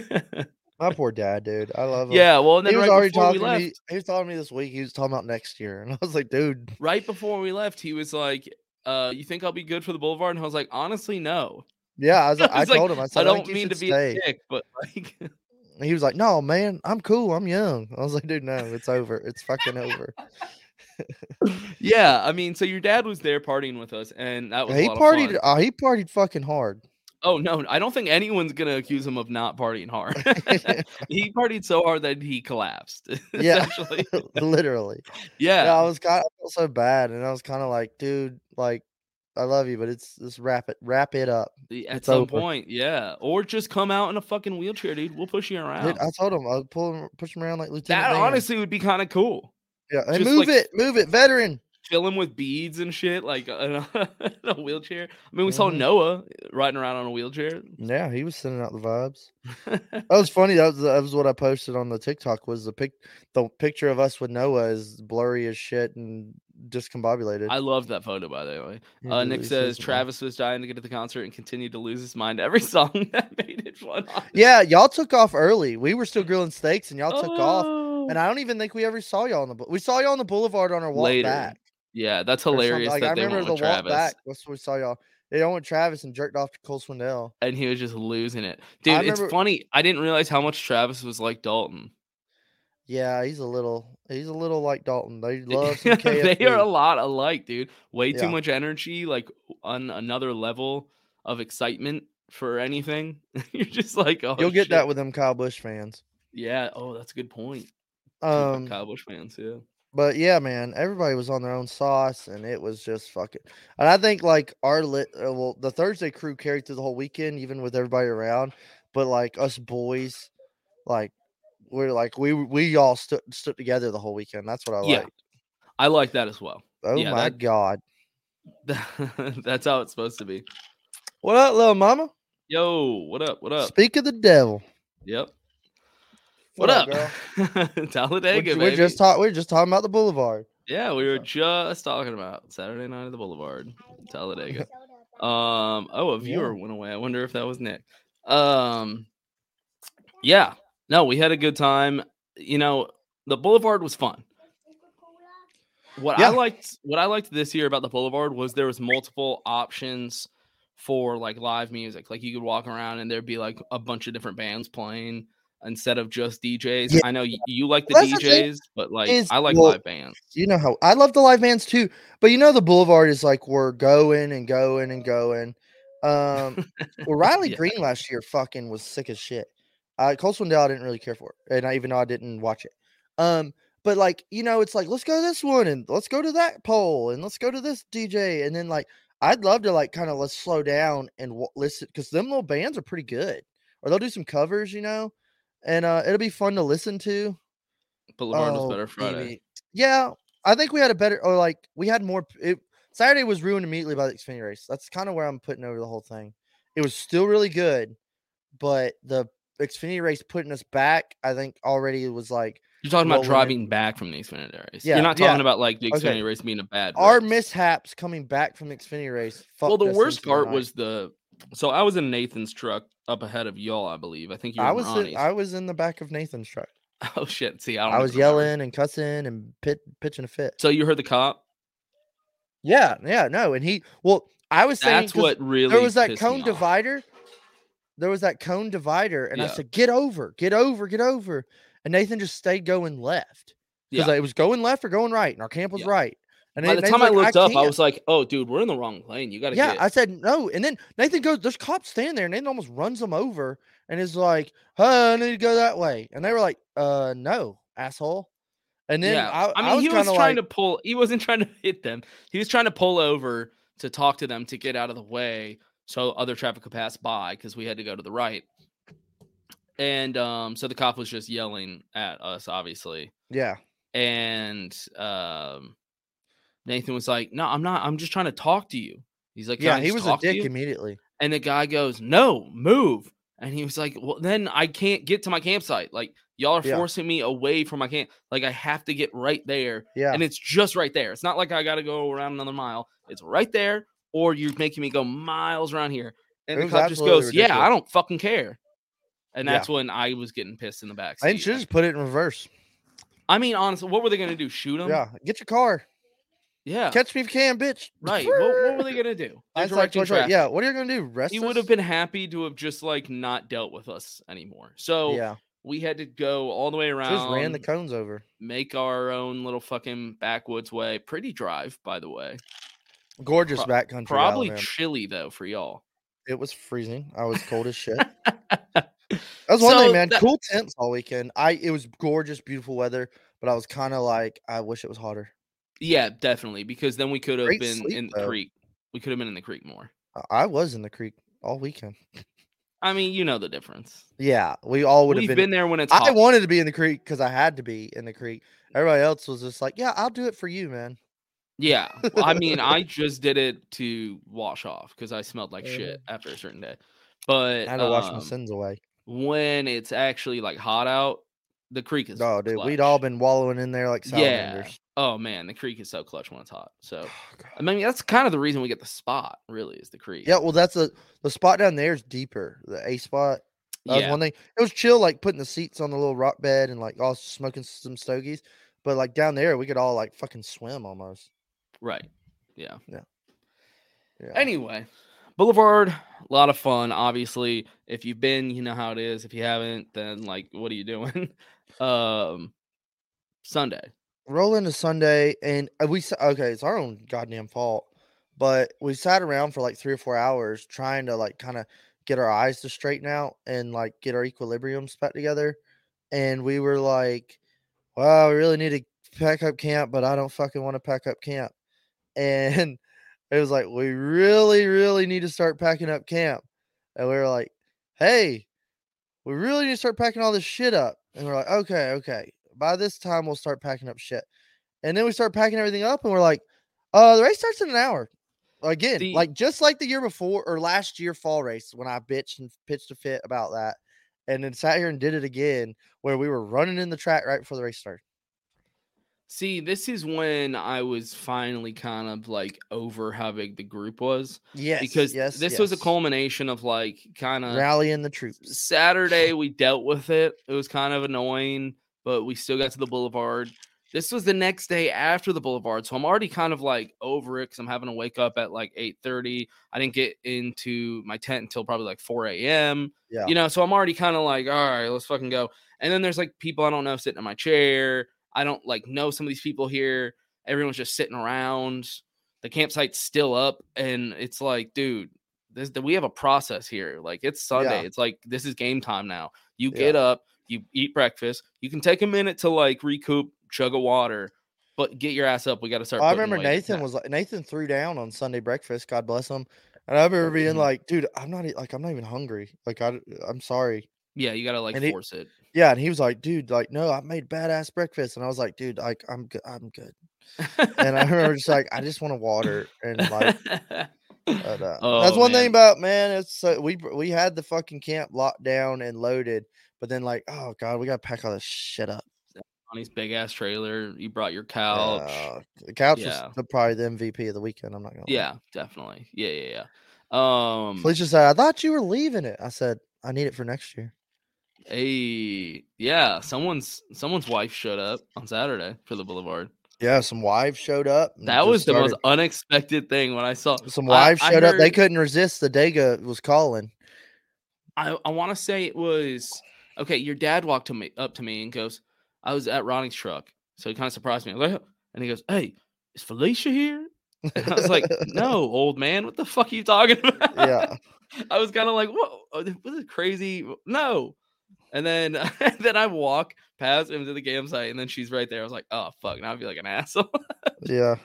[SPEAKER 3] my poor dad, dude. I love him.
[SPEAKER 2] yeah, well, and then
[SPEAKER 3] Mm. he was
[SPEAKER 2] right
[SPEAKER 3] already
[SPEAKER 2] before we
[SPEAKER 3] talking to
[SPEAKER 2] left,
[SPEAKER 3] me. He was talking to me this week. He was talking about next year, and I was like, dude,
[SPEAKER 2] right before we left, he was like, uh, you think I'll be good for the boulevard? And I was like, honestly, no.
[SPEAKER 3] yeah. I was. Like,
[SPEAKER 2] I
[SPEAKER 3] I,
[SPEAKER 2] was like,
[SPEAKER 3] told him. I said,
[SPEAKER 2] I don't
[SPEAKER 3] think you
[SPEAKER 2] mean to
[SPEAKER 3] should
[SPEAKER 2] be
[SPEAKER 3] stay.
[SPEAKER 2] a dick, but like
[SPEAKER 3] And he was like, no, man, I'm cool. I'm young. I was like, dude, no, it's over. It's fucking over.
[SPEAKER 2] Yeah, I mean, so your dad was there partying with us, and that was a
[SPEAKER 3] he
[SPEAKER 2] lot Of
[SPEAKER 3] partied.
[SPEAKER 2] fun.
[SPEAKER 3] Uh, he partied fucking hard.
[SPEAKER 2] Oh no, I don't think anyone's gonna accuse him of not partying hard. he partied so hard that he collapsed.
[SPEAKER 3] Yeah.
[SPEAKER 2] essentially.
[SPEAKER 3] Literally.
[SPEAKER 2] Yeah.
[SPEAKER 3] Yeah. I was kind. I felt so bad, and I was kind of like, dude, like, I love you, but it's just wrap it, wrap it up.
[SPEAKER 2] the- At
[SPEAKER 3] it's
[SPEAKER 2] some
[SPEAKER 3] over.
[SPEAKER 2] point, yeah. Or just come out in a fucking wheelchair, dude. We'll push you around.
[SPEAKER 3] Dude, I told him I would pull him, push him around like Lieutenant.
[SPEAKER 2] that
[SPEAKER 3] Dan.
[SPEAKER 2] honestly would be kind of cool.
[SPEAKER 3] yeah. Hey,
[SPEAKER 2] just
[SPEAKER 3] move
[SPEAKER 2] like-
[SPEAKER 3] it, move it, veteran.
[SPEAKER 2] Fill him with beads and shit, like in a, in a wheelchair. I mean, we saw
[SPEAKER 3] Mhm.
[SPEAKER 2] Noah eh, riding around on a wheelchair.
[SPEAKER 3] Yeah, he was sending out the vibes. That was funny. That was, that was what I posted on the TikTok was the pic the picture of us with Noah is blurry as shit and discombobulated.
[SPEAKER 2] I love that photo, by the way.
[SPEAKER 3] He
[SPEAKER 2] Uh,
[SPEAKER 3] literally
[SPEAKER 2] Nick says
[SPEAKER 3] that.
[SPEAKER 2] Travis was dying to get to the concert and continued to lose his mind every song that made it fun.
[SPEAKER 3] Yeah, y'all took off early. We were still grilling steaks and y'all took off.
[SPEAKER 2] Oh.
[SPEAKER 3] And I don't even think we ever saw y'all on the bou- we saw y'all on the boulevard on our walk
[SPEAKER 2] Later.
[SPEAKER 3] back.
[SPEAKER 2] yeah, that's
[SPEAKER 3] or something.
[SPEAKER 2] hilarious
[SPEAKER 3] Like,
[SPEAKER 2] that
[SPEAKER 3] I
[SPEAKER 2] they
[SPEAKER 3] remember
[SPEAKER 2] went
[SPEAKER 3] the
[SPEAKER 2] with
[SPEAKER 3] walk
[SPEAKER 2] Travis
[SPEAKER 3] back. That's where we saw y'all. They all went Travis and jerked off to Cole Swindell.
[SPEAKER 2] and he was just losing it. Dude,
[SPEAKER 3] remember-
[SPEAKER 2] it's funny. I didn't realize how much Travis was like Dalton.
[SPEAKER 3] Yeah, he's a little he's a little like Dalton. They love some
[SPEAKER 2] they are a
[SPEAKER 3] KFC.
[SPEAKER 2] lot alike, dude. Way too
[SPEAKER 3] Yeah.
[SPEAKER 2] much energy, like on another level of excitement for anything. You're just like, oh,
[SPEAKER 3] You'll get
[SPEAKER 2] shit.
[SPEAKER 3] that with them Kyle Bush fans.
[SPEAKER 2] yeah. Oh, that's a good point.
[SPEAKER 3] Um,
[SPEAKER 2] Kyle Busch fans, yeah.
[SPEAKER 3] But yeah, man, everybody was on their own sauce, and it was just fucking. And I think like our lit, uh, well, the Thursday crew carried through the whole weekend, even with everybody around. But like us boys, like we're like we we all stood stood together the whole weekend. That's what I
[SPEAKER 2] Yeah.
[SPEAKER 3] like.
[SPEAKER 2] I like that as well.
[SPEAKER 3] Oh
[SPEAKER 2] Yeah,
[SPEAKER 3] my
[SPEAKER 2] that-
[SPEAKER 3] god,
[SPEAKER 2] that's how it's supposed to be.
[SPEAKER 3] what up, little mama?
[SPEAKER 2] Yo, what up? What up?
[SPEAKER 3] Speak of the devil.
[SPEAKER 2] Yep. What, up?
[SPEAKER 3] We're,
[SPEAKER 2] Talladega,
[SPEAKER 3] ju-
[SPEAKER 2] we
[SPEAKER 3] we're just talking. We're just talking about the Boulevard.
[SPEAKER 2] yeah, we were just talking about Saturday night at the Boulevard, Talladega. um, oh, a viewer went away. I wonder if that was Nick. Um, yeah, no, we had a good time. You know, the Boulevard was fun. What
[SPEAKER 3] Yeah.
[SPEAKER 2] I liked, what I liked this year about the Boulevard was there was multiple options for like live music. Like you could walk around and there'd be like a bunch of different bands playing instead of just DJs.
[SPEAKER 3] Yeah.
[SPEAKER 2] I know you, you like the
[SPEAKER 3] Well, that's the thing
[SPEAKER 2] DJs, but like
[SPEAKER 3] is-
[SPEAKER 2] I like
[SPEAKER 3] well,
[SPEAKER 2] live bands.
[SPEAKER 3] you know how I love the live bands too, but you know the Boulevard is like we're going and going and going. Um, well, Riley
[SPEAKER 2] Yeah.
[SPEAKER 3] Green last year fucking was sick as shit. Uh, Cole Swindell, I didn't really care for, it, and I even though I didn't watch it. Um, but like you know, it's like let's go to this one and let's go to that poll and let's go to this DJ, and then like I'd love to like kind of let's slow down and w- listen because them little bands are pretty good, or they'll do some covers, you know, and uh, it'll be fun to listen to.
[SPEAKER 2] But Lamar
[SPEAKER 3] Oh,
[SPEAKER 2] was better Friday.
[SPEAKER 3] BB. Yeah, I think we had a better or like we had more. p- It, Saturday was ruined immediately by the Xfinity race. That's kind of where I'm putting over the whole thing. It was still really good, but the Xfinity race putting us back, I think already was like
[SPEAKER 2] You're talking
[SPEAKER 3] Well,
[SPEAKER 2] about
[SPEAKER 3] when it-
[SPEAKER 2] driving back from the Xfinity race.
[SPEAKER 3] Yeah,
[SPEAKER 2] You're not
[SPEAKER 3] yeah.
[SPEAKER 2] talking about like the Xfinity
[SPEAKER 3] Okay.
[SPEAKER 2] race being a bad.
[SPEAKER 3] our
[SPEAKER 2] race.
[SPEAKER 3] mishaps coming back from the Xfinity race.
[SPEAKER 2] Well,
[SPEAKER 3] fucked
[SPEAKER 2] the
[SPEAKER 3] us
[SPEAKER 2] worst
[SPEAKER 3] into
[SPEAKER 2] part
[SPEAKER 3] night.
[SPEAKER 2] was the. So I was in Nathan's truck up ahead of y'all, I believe. I think you were
[SPEAKER 3] I was
[SPEAKER 2] Ronnie's.
[SPEAKER 3] in, I was in the back of Nathan's truck.
[SPEAKER 2] oh shit! See, I, don't
[SPEAKER 3] I
[SPEAKER 2] even
[SPEAKER 3] was
[SPEAKER 2] remember.
[SPEAKER 3] yelling and cussing and pit, pitching a fit.
[SPEAKER 2] So you heard the cop.
[SPEAKER 3] yeah, yeah, no, and he well, I was saying
[SPEAKER 2] That's what really.
[SPEAKER 3] there was that
[SPEAKER 2] pissed me
[SPEAKER 3] cone
[SPEAKER 2] off.
[SPEAKER 3] divider. There was that cone divider, and I
[SPEAKER 2] Yeah.
[SPEAKER 3] said, "Get over, get over, get over," and Nathan just stayed going left because
[SPEAKER 2] Yeah.
[SPEAKER 3] it was going left or going right, and our camp was
[SPEAKER 2] Yeah.
[SPEAKER 3] right. And
[SPEAKER 2] By
[SPEAKER 3] then
[SPEAKER 2] the
[SPEAKER 3] Nathan's
[SPEAKER 2] time I
[SPEAKER 3] like,
[SPEAKER 2] looked up, I
[SPEAKER 3] can't."
[SPEAKER 2] was like, "Oh, dude, we're in the wrong lane. You got to
[SPEAKER 3] Yeah,
[SPEAKER 2] get."
[SPEAKER 3] I said no, and then Nathan goes. There's cops standing there, and Nathan almost runs them over, and is like, "Huh, I need to go that way," and they were like, "Uh, no, asshole." And then
[SPEAKER 2] yeah,
[SPEAKER 3] I,
[SPEAKER 2] mean,
[SPEAKER 3] I was
[SPEAKER 2] he was
[SPEAKER 3] kind of
[SPEAKER 2] trying
[SPEAKER 3] like,
[SPEAKER 2] to pull. He wasn't trying to hit them. He was trying to pull over to talk to them to get out of the way so other traffic could pass by because we had to go to the right. And um, so the cop was just yelling at us, obviously.
[SPEAKER 3] "Yeah,
[SPEAKER 2] And um, Nathan was like, "No, I'm not. I'm just trying to talk to you." He's like, "Can
[SPEAKER 3] yeah."
[SPEAKER 2] I
[SPEAKER 3] He
[SPEAKER 2] just
[SPEAKER 3] was a
[SPEAKER 2] talk to
[SPEAKER 3] dick
[SPEAKER 2] you?"
[SPEAKER 3] immediately.
[SPEAKER 2] And the guy goes, No, move. And he was like, Well, then I can't get to my campsite. Like, y'all are
[SPEAKER 3] Yeah.
[SPEAKER 2] forcing me away from my camp. Like, I have to get right there.
[SPEAKER 3] Yeah,
[SPEAKER 2] And it's just right there. It's not like I got to go around another mile. It's right there, or you're making me go miles around here. And
[SPEAKER 3] It
[SPEAKER 2] the
[SPEAKER 3] was
[SPEAKER 2] cop just
[SPEAKER 3] absolutely
[SPEAKER 2] goes, Yeah, I
[SPEAKER 3] ridiculous.
[SPEAKER 2] don't fucking care. And
[SPEAKER 3] Yeah.
[SPEAKER 2] that's when I was getting pissed in the back.
[SPEAKER 3] and should just put it in reverse.
[SPEAKER 2] I mean, honestly, what were they going to do? Shoot him?
[SPEAKER 3] Yeah, get your car.
[SPEAKER 2] Um Yeah.
[SPEAKER 3] Catch me if you can, bitch.
[SPEAKER 2] Right. what, what were they going to do? They're
[SPEAKER 3] I was like,
[SPEAKER 2] directing
[SPEAKER 3] "George, right,
[SPEAKER 2] traffic.
[SPEAKER 3] yeah, what are you gonna do? Rest?
[SPEAKER 2] He
[SPEAKER 3] us?"
[SPEAKER 2] would have been happy to have just like not dealt with us anymore. So
[SPEAKER 3] yeah,
[SPEAKER 2] we had to go all the way around,
[SPEAKER 3] just ran the cones over.
[SPEAKER 2] make our own little fucking backwoods way. Pretty drive, by the way.
[SPEAKER 3] Gorgeous
[SPEAKER 2] Pro-
[SPEAKER 3] backcountry.
[SPEAKER 2] Probably
[SPEAKER 3] Alabama.
[SPEAKER 2] chilly though for y'all.
[SPEAKER 3] it was freezing. I was cold as shit. That was one
[SPEAKER 2] So
[SPEAKER 3] thing, man.
[SPEAKER 2] that-
[SPEAKER 3] cool temps all weekend. I it was gorgeous, beautiful weather, but I was kind of like, I wish it was hotter.
[SPEAKER 2] Yeah, definitely. Because then we could have
[SPEAKER 3] Great
[SPEAKER 2] been
[SPEAKER 3] sleep,
[SPEAKER 2] in the
[SPEAKER 3] though.
[SPEAKER 2] creek. We could have been in the creek more.
[SPEAKER 3] I- I was in the creek all weekend.
[SPEAKER 2] I mean, you know the difference.
[SPEAKER 3] Yeah, we all would
[SPEAKER 2] We've
[SPEAKER 3] have
[SPEAKER 2] been,
[SPEAKER 3] been.
[SPEAKER 2] there when it's hot.
[SPEAKER 3] I wanted to be in the creek because I had to be in the creek. Everybody else was just like, "Yeah, I'll do it for you, man."
[SPEAKER 2] Yeah. Well, I mean, I just did it to wash off because I smelled like
[SPEAKER 3] Mhm.
[SPEAKER 2] shit after a certain day.
[SPEAKER 3] I
[SPEAKER 2] But
[SPEAKER 3] had to wash my
[SPEAKER 2] um,
[SPEAKER 3] sins away.
[SPEAKER 2] when it's actually like hot out, the creek is
[SPEAKER 3] No, dude,
[SPEAKER 2] clutch.
[SPEAKER 3] we'd all been wallowing in there like
[SPEAKER 2] Yeah.
[SPEAKER 3] salamanders.
[SPEAKER 2] Oh man, the creek is so clutch when it's hot. So
[SPEAKER 3] Oh, God.
[SPEAKER 2] I mean, that's kind of the reason we get the spot. Really, is the creek.
[SPEAKER 3] Yeah, well, that's a the spot down there is deeper. The A spot. That was
[SPEAKER 2] Yeah.
[SPEAKER 3] one thing. It was chill, like putting the seats on the little rock bed and like all smoking some stogies. But like down there, we could all like fucking swim almost.
[SPEAKER 2] Right. Yeah.
[SPEAKER 3] Yeah.
[SPEAKER 2] Anyway, Boulevard, a lot of fun. Obviously, if you've been, you know how it is. If you haven't, then like, what are you doing? um, Sunday.
[SPEAKER 3] roll into Sunday, and uh, we s- okay, it's our own goddamn fault, but we sat around for like three or four hours trying to like kind of get our eyes to straighten out and like get our equilibriums back together, and we were like, "Well, we really need to pack up camp, but I don't fucking want to pack up camp," and it was like, "We really, really need to start packing up camp," and we were like, "Hey." We really need to start packing all this shit up. And we're like, okay, okay. By this time, we'll start packing up shit. And then we start packing everything up, and we're like, uh, the race starts in an hour. Again,
[SPEAKER 2] The-
[SPEAKER 3] like just like the year before or last year fall race when I bitched and pitched a fit about that, and then sat here and did it again where we were running in the track right before the race started.
[SPEAKER 2] See, this is when I was finally kind of like over how big the group was
[SPEAKER 3] Yes,
[SPEAKER 2] because
[SPEAKER 3] yes,
[SPEAKER 2] this was a
[SPEAKER 3] yes.
[SPEAKER 2] culmination of like kind of
[SPEAKER 3] rallying the troops.
[SPEAKER 2] Saturday we dealt with it. It was kind of annoying, but we still got to the boulevard. This was the next day after the boulevard, so I'm already kind of like over it because I'm having to wake up at like 8:30. I didn't get into my tent until probably like 4 a.m.
[SPEAKER 3] Yeah.
[SPEAKER 2] You know, so I'm already kind of like, all right, let's fucking go. And then there's like people I don't know sitting in my chair. I don't like know some of these people here. Everyone's just sitting around. The campsite's still up, and it's like, dude, this that we have a process here. Like it's Sunday.
[SPEAKER 3] Yeah.
[SPEAKER 2] It's like this is game time now. You
[SPEAKER 3] Yeah.
[SPEAKER 2] get up, you eat breakfast, you can take a minute to like recoup, chug a water, But get your ass up. We got to start.
[SPEAKER 3] I
[SPEAKER 2] putting
[SPEAKER 3] remember
[SPEAKER 2] weight-
[SPEAKER 3] Nathan
[SPEAKER 2] nah,
[SPEAKER 3] was like Nathan threw down on Sunday breakfast. God bless him. And I remember being
[SPEAKER 2] Mhm.
[SPEAKER 3] like, dude, I'm not e- like I'm not even hungry. Like I I'm sorry.
[SPEAKER 2] Yeah, you got to like
[SPEAKER 3] and he-
[SPEAKER 2] force it.
[SPEAKER 3] Yeah, and he was like, dude, like no, I made badass breakfast, and I was like, dude, like I'm good, I'm good. And I remember just like I just want a water, and like but, uh, that's
[SPEAKER 2] Oh,
[SPEAKER 3] one
[SPEAKER 2] man.
[SPEAKER 3] thing about man. It's so we br- we had the fucking camp locked down and loaded, but then like oh god, we gotta pack all this shit up.
[SPEAKER 2] Bonnie's big ass trailer. You brought your couch.
[SPEAKER 3] Uh, the couch
[SPEAKER 2] Yeah.
[SPEAKER 3] was the- probably the MVP of the weekend. I'm not gonna. lie.
[SPEAKER 2] yeah, definitely. Yeah, yeah, yeah. Um,
[SPEAKER 3] Felicia said, I thought you were leaving it. I said, I need it for next year.
[SPEAKER 2] hey, yeah. Someone's someone's wife showed up on Saturday for the Boulevard.
[SPEAKER 3] Yeah, some wives showed up. and
[SPEAKER 2] That
[SPEAKER 3] just
[SPEAKER 2] was the most
[SPEAKER 3] started-
[SPEAKER 2] unexpected thing when I saw
[SPEAKER 3] Some
[SPEAKER 2] I-
[SPEAKER 3] wives
[SPEAKER 2] I
[SPEAKER 3] showed up. They
[SPEAKER 2] heard-
[SPEAKER 3] couldn't resist. The Daga was calling.
[SPEAKER 2] I, I want to say it was okay. Your dad walked to me up to me and goes, "I was at Ronnie's truck," so he kind of surprised me. I was like, "Oh," and he goes, "Hey, is Felicia here?" And I was like, "No, old man. What the fuck are you talking about?"
[SPEAKER 3] Yeah.
[SPEAKER 2] I was kind of like, "Whoa, oh, this was crazy." No, and then then I walk past him to the campsite, and then she's right there. I was like, "Oh fuck!" Now I feel like an asshole.
[SPEAKER 3] Yeah.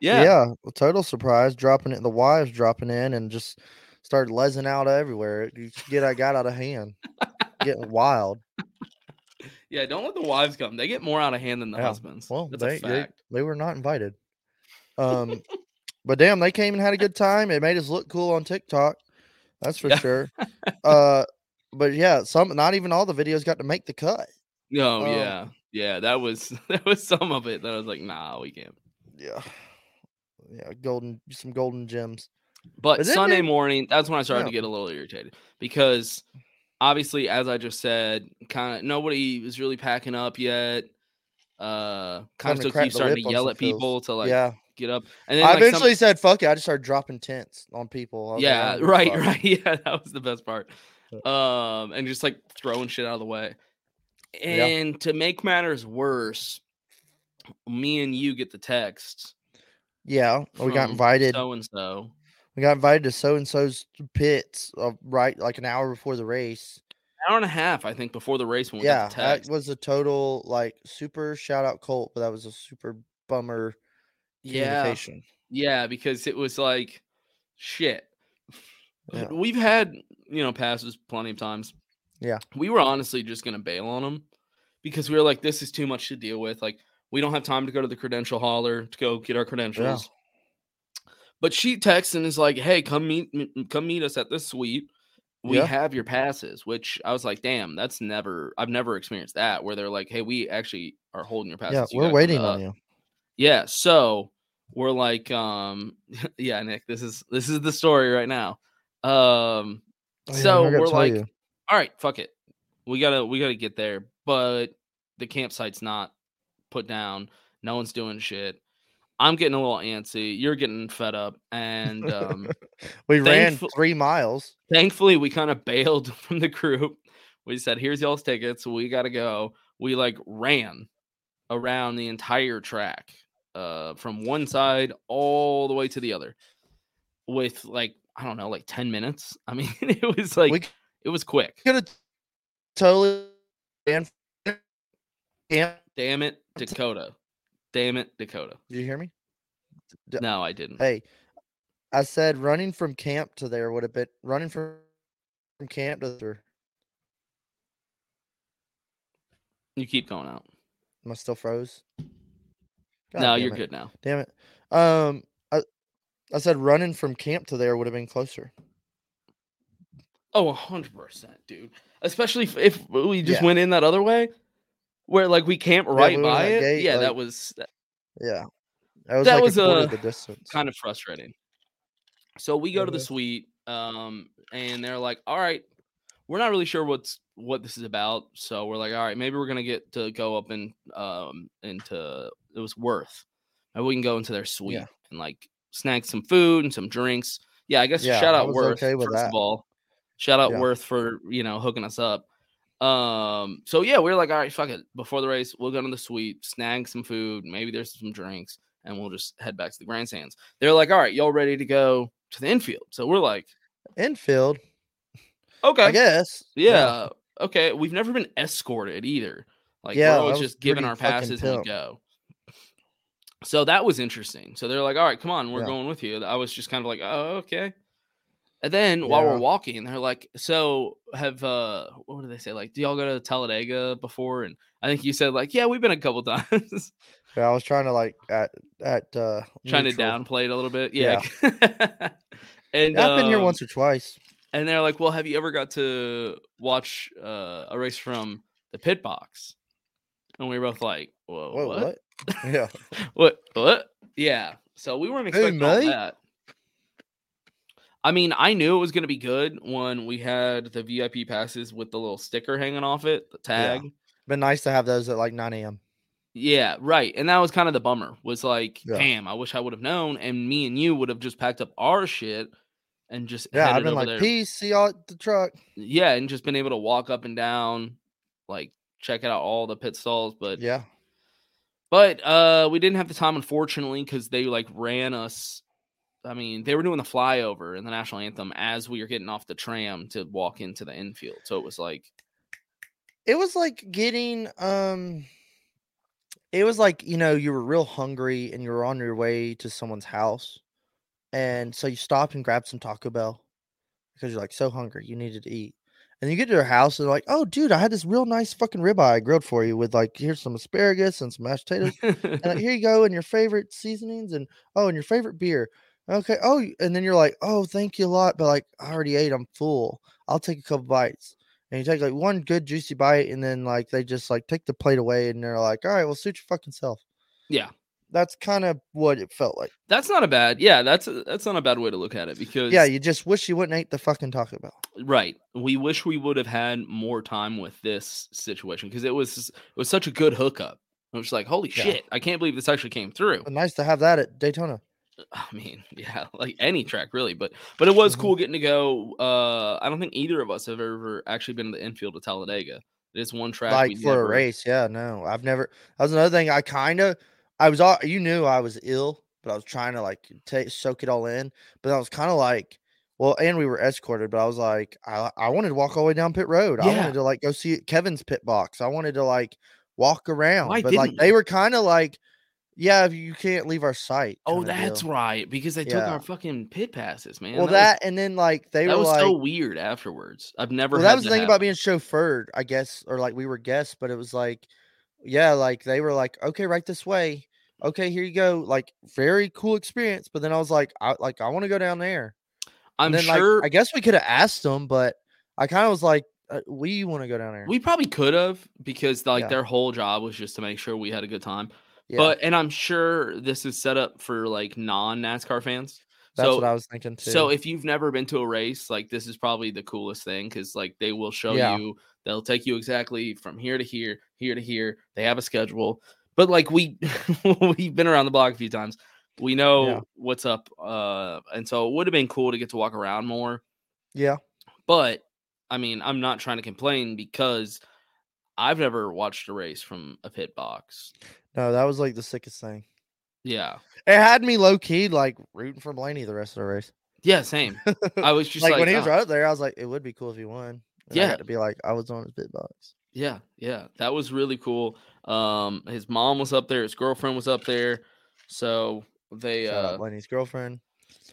[SPEAKER 2] yeah,
[SPEAKER 3] well, total surprise. Dropping it. The wives dropping in and just started lezzing out everywhere. It you get I got out of hand. Getting wild.
[SPEAKER 2] yeah. Don't let the wives come. They get more out of hand than the
[SPEAKER 3] Yeah.
[SPEAKER 2] husbands.
[SPEAKER 3] Well,
[SPEAKER 2] That's
[SPEAKER 3] they,
[SPEAKER 2] a
[SPEAKER 3] they,
[SPEAKER 2] fact.
[SPEAKER 3] they were not invited. Um, but damn, they came and had a good time. It made us look cool on TikTok. That's for
[SPEAKER 2] Yeah.
[SPEAKER 3] sure. Uh, but yeah, some not even all the videos got to make the cut.
[SPEAKER 2] No,
[SPEAKER 3] Um,
[SPEAKER 2] yeah, yeah. That was that was some of it that I was like, nah, we can't.
[SPEAKER 3] Yeah, yeah, golden some golden gems.
[SPEAKER 2] But
[SPEAKER 3] But then
[SPEAKER 2] Sunday
[SPEAKER 3] they-
[SPEAKER 2] morning, that's when I started
[SPEAKER 3] Yeah.
[SPEAKER 2] to get a little irritated because obviously, as I just said, kind of nobody was really packing up yet. Uh,
[SPEAKER 3] Time to
[SPEAKER 2] Consto
[SPEAKER 3] crack
[SPEAKER 2] keeps
[SPEAKER 3] the
[SPEAKER 2] starting
[SPEAKER 3] lip
[SPEAKER 2] to
[SPEAKER 3] on
[SPEAKER 2] yell
[SPEAKER 3] some
[SPEAKER 2] at
[SPEAKER 3] feels.
[SPEAKER 2] people to like
[SPEAKER 3] yeah,
[SPEAKER 2] get up, and then
[SPEAKER 3] I
[SPEAKER 2] like, some-
[SPEAKER 3] eventually said fuck it. I just started dropping tents on people. I was like, "I
[SPEAKER 2] yeah,
[SPEAKER 3] don't give a
[SPEAKER 2] right,
[SPEAKER 3] fuck."
[SPEAKER 2] right, yeah, that was the best part. Um, and just like throwing shit out of the way.
[SPEAKER 3] Yeah.
[SPEAKER 2] And to make matters worse, me and you get the text.
[SPEAKER 3] Yeah, we got
[SPEAKER 2] from
[SPEAKER 3] invited.
[SPEAKER 2] So and so.
[SPEAKER 3] We got invited to so and so's pits uh, right like an hour before the race.
[SPEAKER 2] hour and a half, I think, before the race when we
[SPEAKER 3] yeah,
[SPEAKER 2] got the
[SPEAKER 3] that
[SPEAKER 2] text.
[SPEAKER 3] was a total like super shout out Colt, but that was a super bummer
[SPEAKER 2] yeah,
[SPEAKER 3] communication.
[SPEAKER 2] yeah, because it was like, shit.
[SPEAKER 3] Yeah.
[SPEAKER 2] We've had you know passes plenty of times.
[SPEAKER 3] Yeah.
[SPEAKER 2] we were honestly just gonna bail on them because we were like, this is too much to deal with. Like, we don't have time to go to the credential hauler to go get our credentials. But she texts and is like, "Hey, come meet, m- m- come meet us at this suite. We
[SPEAKER 3] Yeah.
[SPEAKER 2] have your passes." Which I was like, "Damn, that's never. I've never experienced that where they're like, "Hey, we actually are holding your passes.
[SPEAKER 3] Yeah,
[SPEAKER 2] You
[SPEAKER 3] we're
[SPEAKER 2] gotta come to
[SPEAKER 3] waiting
[SPEAKER 2] us."
[SPEAKER 3] on you.
[SPEAKER 2] Yeah, so we're like, um, yeah, Nick, this is this is the story right now. Um,
[SPEAKER 3] Oh, yeah, I
[SPEAKER 2] So
[SPEAKER 3] forgot to
[SPEAKER 2] we're
[SPEAKER 3] tell
[SPEAKER 2] like-
[SPEAKER 3] you.
[SPEAKER 2] all right, fuck it, we gotta we gotta get there, but the campsite's not put down. No one's doing shit. I'm getting a little antsy. You're getting fed up, and um,
[SPEAKER 3] we ran
[SPEAKER 2] thankful-
[SPEAKER 3] three miles.
[SPEAKER 2] thankfully we kind of bailed from the group we said here's y'all's tickets we gotta go we like ran around the entire track uh from one side all the way to the other with like i don't know like 10 minutes i mean it was like
[SPEAKER 3] we
[SPEAKER 2] it was quick
[SPEAKER 3] could have totally ran. Damn,
[SPEAKER 2] damn it dakota damn it dakota
[SPEAKER 3] did you hear me? D-
[SPEAKER 2] no i didn't
[SPEAKER 3] Hey, I said running from camp to there would have been running from from camp to there.
[SPEAKER 2] you keep going out
[SPEAKER 3] Am I still froze? God
[SPEAKER 2] no
[SPEAKER 3] damn
[SPEAKER 2] you're
[SPEAKER 3] it.
[SPEAKER 2] good now
[SPEAKER 3] Damn it. Um, I I said running from camp to there would have been closer.
[SPEAKER 2] Oh, 100%, dude. Especially if, if we just
[SPEAKER 3] Yeah.
[SPEAKER 2] went in that other way where like we camp right
[SPEAKER 3] we went in
[SPEAKER 2] by
[SPEAKER 3] that
[SPEAKER 2] it.
[SPEAKER 3] gate,
[SPEAKER 2] yeah,
[SPEAKER 3] like-
[SPEAKER 2] that was that-
[SPEAKER 3] Yeah, that was
[SPEAKER 2] That
[SPEAKER 3] like
[SPEAKER 2] was uh,
[SPEAKER 3] a quarter
[SPEAKER 2] a
[SPEAKER 3] of the distance.
[SPEAKER 2] kind of frustrating. So we go to the
[SPEAKER 3] Yeah.
[SPEAKER 2] suite um and they're like, "All right, we're not really sure what's what this is about." So we're like, "All right, maybe we're going to get to go up and um into it was Worth. Maybe we can go into their suite and like snag some food and some drinks." Yeah, I guess
[SPEAKER 3] Yeah,
[SPEAKER 2] shout
[SPEAKER 3] I
[SPEAKER 2] out
[SPEAKER 3] was
[SPEAKER 2] Worth
[SPEAKER 3] okay with
[SPEAKER 2] first
[SPEAKER 3] that.
[SPEAKER 2] of all. Shout out
[SPEAKER 3] Yeah.
[SPEAKER 2] Worth for you know hooking us up. Um, so yeah, we were like, all right, fuck it. Before the race, we'll go to the suite, snag some food, maybe there's some drinks, and we'll just head back to the grandstands. They're like, all right, y'all ready to go to the infield? So we're like,
[SPEAKER 3] Infield, I
[SPEAKER 2] okay,
[SPEAKER 3] guess.
[SPEAKER 2] yeah, okay. We've never been escorted either. Like
[SPEAKER 3] Yeah,
[SPEAKER 2] we're
[SPEAKER 3] that
[SPEAKER 2] always
[SPEAKER 3] was
[SPEAKER 2] just given
[SPEAKER 3] pretty
[SPEAKER 2] our
[SPEAKER 3] fucking
[SPEAKER 2] passes and we
[SPEAKER 3] pimp.
[SPEAKER 2] go. So that was interesting. So they're like, all right, come on, we're
[SPEAKER 3] Yeah.
[SPEAKER 2] going with you. I was just kind of like, oh, okay. And then while we're
[SPEAKER 3] Yeah.
[SPEAKER 2] walking, they're like, so have uh what do they say? Like, do y'all go to Talladega before? And I think you said like, yeah, we've been a couple times.
[SPEAKER 3] Yeah, I was trying to like at at uh
[SPEAKER 2] Trying to
[SPEAKER 3] neutral.
[SPEAKER 2] downplay it a little bit. Yeah. and
[SPEAKER 3] Yeah, I've been here
[SPEAKER 2] um,
[SPEAKER 3] once or twice.
[SPEAKER 2] and they're like, "Well, have you ever got to watch uh, a race from the pit box?" And we were both like, "Whoa,
[SPEAKER 3] Whoa,
[SPEAKER 2] what? What?
[SPEAKER 3] what? yeah.
[SPEAKER 2] What? Yeah." So we weren't
[SPEAKER 3] Hey,
[SPEAKER 2] expecting all
[SPEAKER 3] mate.
[SPEAKER 2] that. I mean, I knew it was going to be good when we had the VIP passes with the little sticker hanging off it, the
[SPEAKER 3] Yeah.
[SPEAKER 2] tag.
[SPEAKER 3] Been nice to have those at like 9 a.m.
[SPEAKER 2] Yeah, right. And that was kind of the bummer. Was like,
[SPEAKER 3] Yeah.
[SPEAKER 2] damn, I wish I would have known. And me and you would have just packed up our shit and just
[SPEAKER 3] Yeah,
[SPEAKER 2] headed
[SPEAKER 3] I've been
[SPEAKER 2] over
[SPEAKER 3] like,
[SPEAKER 2] there.
[SPEAKER 3] peace, see y'all at the truck.
[SPEAKER 2] yeah, and just been able to walk up and down, like check out all the pit stalls. But
[SPEAKER 3] Yeah.
[SPEAKER 2] but uh we didn't have the time unfortunately because they like ran us. I mean, they were doing the flyover and the national anthem as we were getting off the tram to walk into the infield. So it was like
[SPEAKER 3] It was like getting um it was like, you know, you were real hungry and you were on your way to someone's house. And so you stopped and grabbed some Taco Bell because you're like so hungry, you needed to eat. And you get to their house and they're like, oh dude, I had this real nice fucking ribeye I grilled for you with like here's some asparagus and some mashed potatoes. and like, here you go, and your favorite seasonings, and oh, and your favorite beer. Okay. Oh, y- and then you're like, oh, thank you a lot, but like, I already ate. I'm full. I'll take a couple bites. And you take like one good juicy bite, and then like they just like take the plate away, and they're like, all right, well, suit your fucking self.
[SPEAKER 2] Yeah.
[SPEAKER 3] That's kind of what it felt like.
[SPEAKER 2] that's not a bad yeah, that's a, that's not a bad way to look at it because
[SPEAKER 3] Yeah, you just wish you wouldn't eat the fucking Taco Bell.
[SPEAKER 2] Right. We wish we would have had more time with this situation because it was it was such a good hookup. I was like, holy
[SPEAKER 3] Yeah.
[SPEAKER 2] shit, I can't believe this actually came through.
[SPEAKER 3] But nice to have that at Daytona.
[SPEAKER 2] I mean, yeah, like any track really, but but it was
[SPEAKER 3] Mhm.
[SPEAKER 2] cool getting to go. Uh I don't think either of us have ever actually been to the infield of Talladega. It is one track
[SPEAKER 3] like
[SPEAKER 2] we've
[SPEAKER 3] for
[SPEAKER 2] never-
[SPEAKER 3] a race. Yeah, no, I've never. That was another thing. I kind of, I was all you knew I was ill, but I was trying to like take soak it all in. But I was kind of like, well, and we were escorted, but I was like, I I wanted to walk all the way down pit road. I
[SPEAKER 2] Yeah.
[SPEAKER 3] wanted to like go see Kevin's pit box. I wanted to like walk around,
[SPEAKER 2] Why
[SPEAKER 3] but like
[SPEAKER 2] didn't
[SPEAKER 3] they
[SPEAKER 2] you?
[SPEAKER 3] were kind of like, yeah, you can't leave our site.
[SPEAKER 2] Oh,
[SPEAKER 3] kinda
[SPEAKER 2] that's
[SPEAKER 3] deal.
[SPEAKER 2] right, because they took
[SPEAKER 3] Yeah.
[SPEAKER 2] our fucking pit passes, man.
[SPEAKER 3] well that, and then like they
[SPEAKER 2] was, that
[SPEAKER 3] were
[SPEAKER 2] was
[SPEAKER 3] like.
[SPEAKER 2] so weird afterwards. I've never.
[SPEAKER 3] well, that
[SPEAKER 2] had
[SPEAKER 3] was the
[SPEAKER 2] that
[SPEAKER 3] thing
[SPEAKER 2] happen.
[SPEAKER 3] about being chauffeured, I guess, or like we were guests, but it was like, yeah, like they were like, okay, right this way, okay, here you go, like very cool experience. But then I was like, I like I want to go down there.
[SPEAKER 2] I'm
[SPEAKER 3] And then
[SPEAKER 2] sure
[SPEAKER 3] like I guess we could have asked them, but I kind of was like, uh, we want to go down there.
[SPEAKER 2] We probably could have because like
[SPEAKER 3] Yeah.
[SPEAKER 2] their whole job was just to make sure we had a good time.
[SPEAKER 3] yeah,
[SPEAKER 2] But and I'm sure this is set up for like non NASCAR fans.
[SPEAKER 3] that's
[SPEAKER 2] so
[SPEAKER 3] what I was thinking too.
[SPEAKER 2] so if you've never been to a race, like this is probably the coolest thing because like they will show
[SPEAKER 3] Yeah.
[SPEAKER 2] you, they'll take you exactly from here to here, here to here. They have a schedule. But like we we've been around the block a few times. We know
[SPEAKER 3] Yeah.
[SPEAKER 2] what's up. Uh and so it would have been cool to get to walk around more.
[SPEAKER 3] yeah,
[SPEAKER 2] But I mean, I'm not trying to complain because I've never watched a race from a pit box.
[SPEAKER 3] no, that was like the sickest thing.
[SPEAKER 2] Yeah.
[SPEAKER 3] It had me low key like rooting for Blaney the rest of the race.
[SPEAKER 2] Yeah, same. I was just
[SPEAKER 3] like,
[SPEAKER 2] like,
[SPEAKER 3] when he was
[SPEAKER 2] "Oh,
[SPEAKER 3] right up there, I was like, it would be cool if he won. And I
[SPEAKER 2] Yeah.
[SPEAKER 3] got to be like, I was on his bit box.
[SPEAKER 2] Yeah, yeah. That was really cool. Um his mom was up there, his girlfriend was up there. So they
[SPEAKER 3] Shout out
[SPEAKER 2] uh
[SPEAKER 3] Blaney's girlfriend.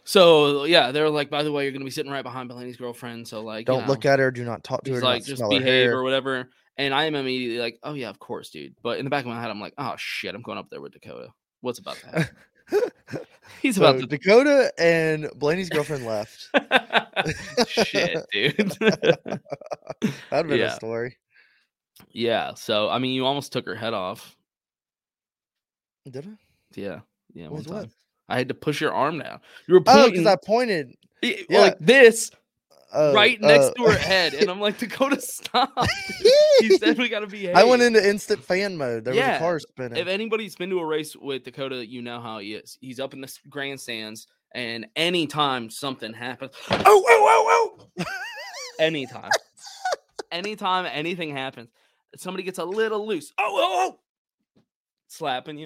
[SPEAKER 2] so yeah, they're like, by the way, you're gonna be sitting right behind Bellini's girlfriend. So like you
[SPEAKER 3] Don't
[SPEAKER 2] know,
[SPEAKER 3] look at her. Do not talk to her.
[SPEAKER 2] He's
[SPEAKER 3] do not
[SPEAKER 2] like, just
[SPEAKER 3] smell her
[SPEAKER 2] behave
[SPEAKER 3] hair."
[SPEAKER 2] or whatever. And I am immediately like, oh yeah, of course, dude. But in the back of my head, I'm like, oh shit, I'm going up there with Dakota. What's about to happen? He's
[SPEAKER 3] so
[SPEAKER 2] about to
[SPEAKER 3] Dakota and Blaney's girlfriend left.
[SPEAKER 2] shit, dude.
[SPEAKER 3] That'd been
[SPEAKER 2] Yeah.
[SPEAKER 3] a story.
[SPEAKER 2] yeah. So I mean, you almost took her head off.
[SPEAKER 3] Did I?
[SPEAKER 2] Yeah. Yeah. One
[SPEAKER 3] With
[SPEAKER 2] time.
[SPEAKER 3] what?
[SPEAKER 2] I had to push your arm down. You were
[SPEAKER 3] Oh, because
[SPEAKER 2] pointing
[SPEAKER 3] I pointed
[SPEAKER 2] i-
[SPEAKER 3] yeah.
[SPEAKER 2] like this
[SPEAKER 3] oh,
[SPEAKER 2] right next
[SPEAKER 3] oh.
[SPEAKER 2] to her head, and I'm like, Dakota, stop. you said we gotta behave.
[SPEAKER 3] I went into instant fan mode. There was
[SPEAKER 2] Yeah,
[SPEAKER 3] a car
[SPEAKER 2] if
[SPEAKER 3] spinning.
[SPEAKER 2] anybody's been to a race with Dakota, you know how he is. He's up in the s- grandstands, and anytime something happens, oh, oh, oh, oh, anytime, anytime anything happens, somebody gets a little loose, oh, oh, oh, slapping you.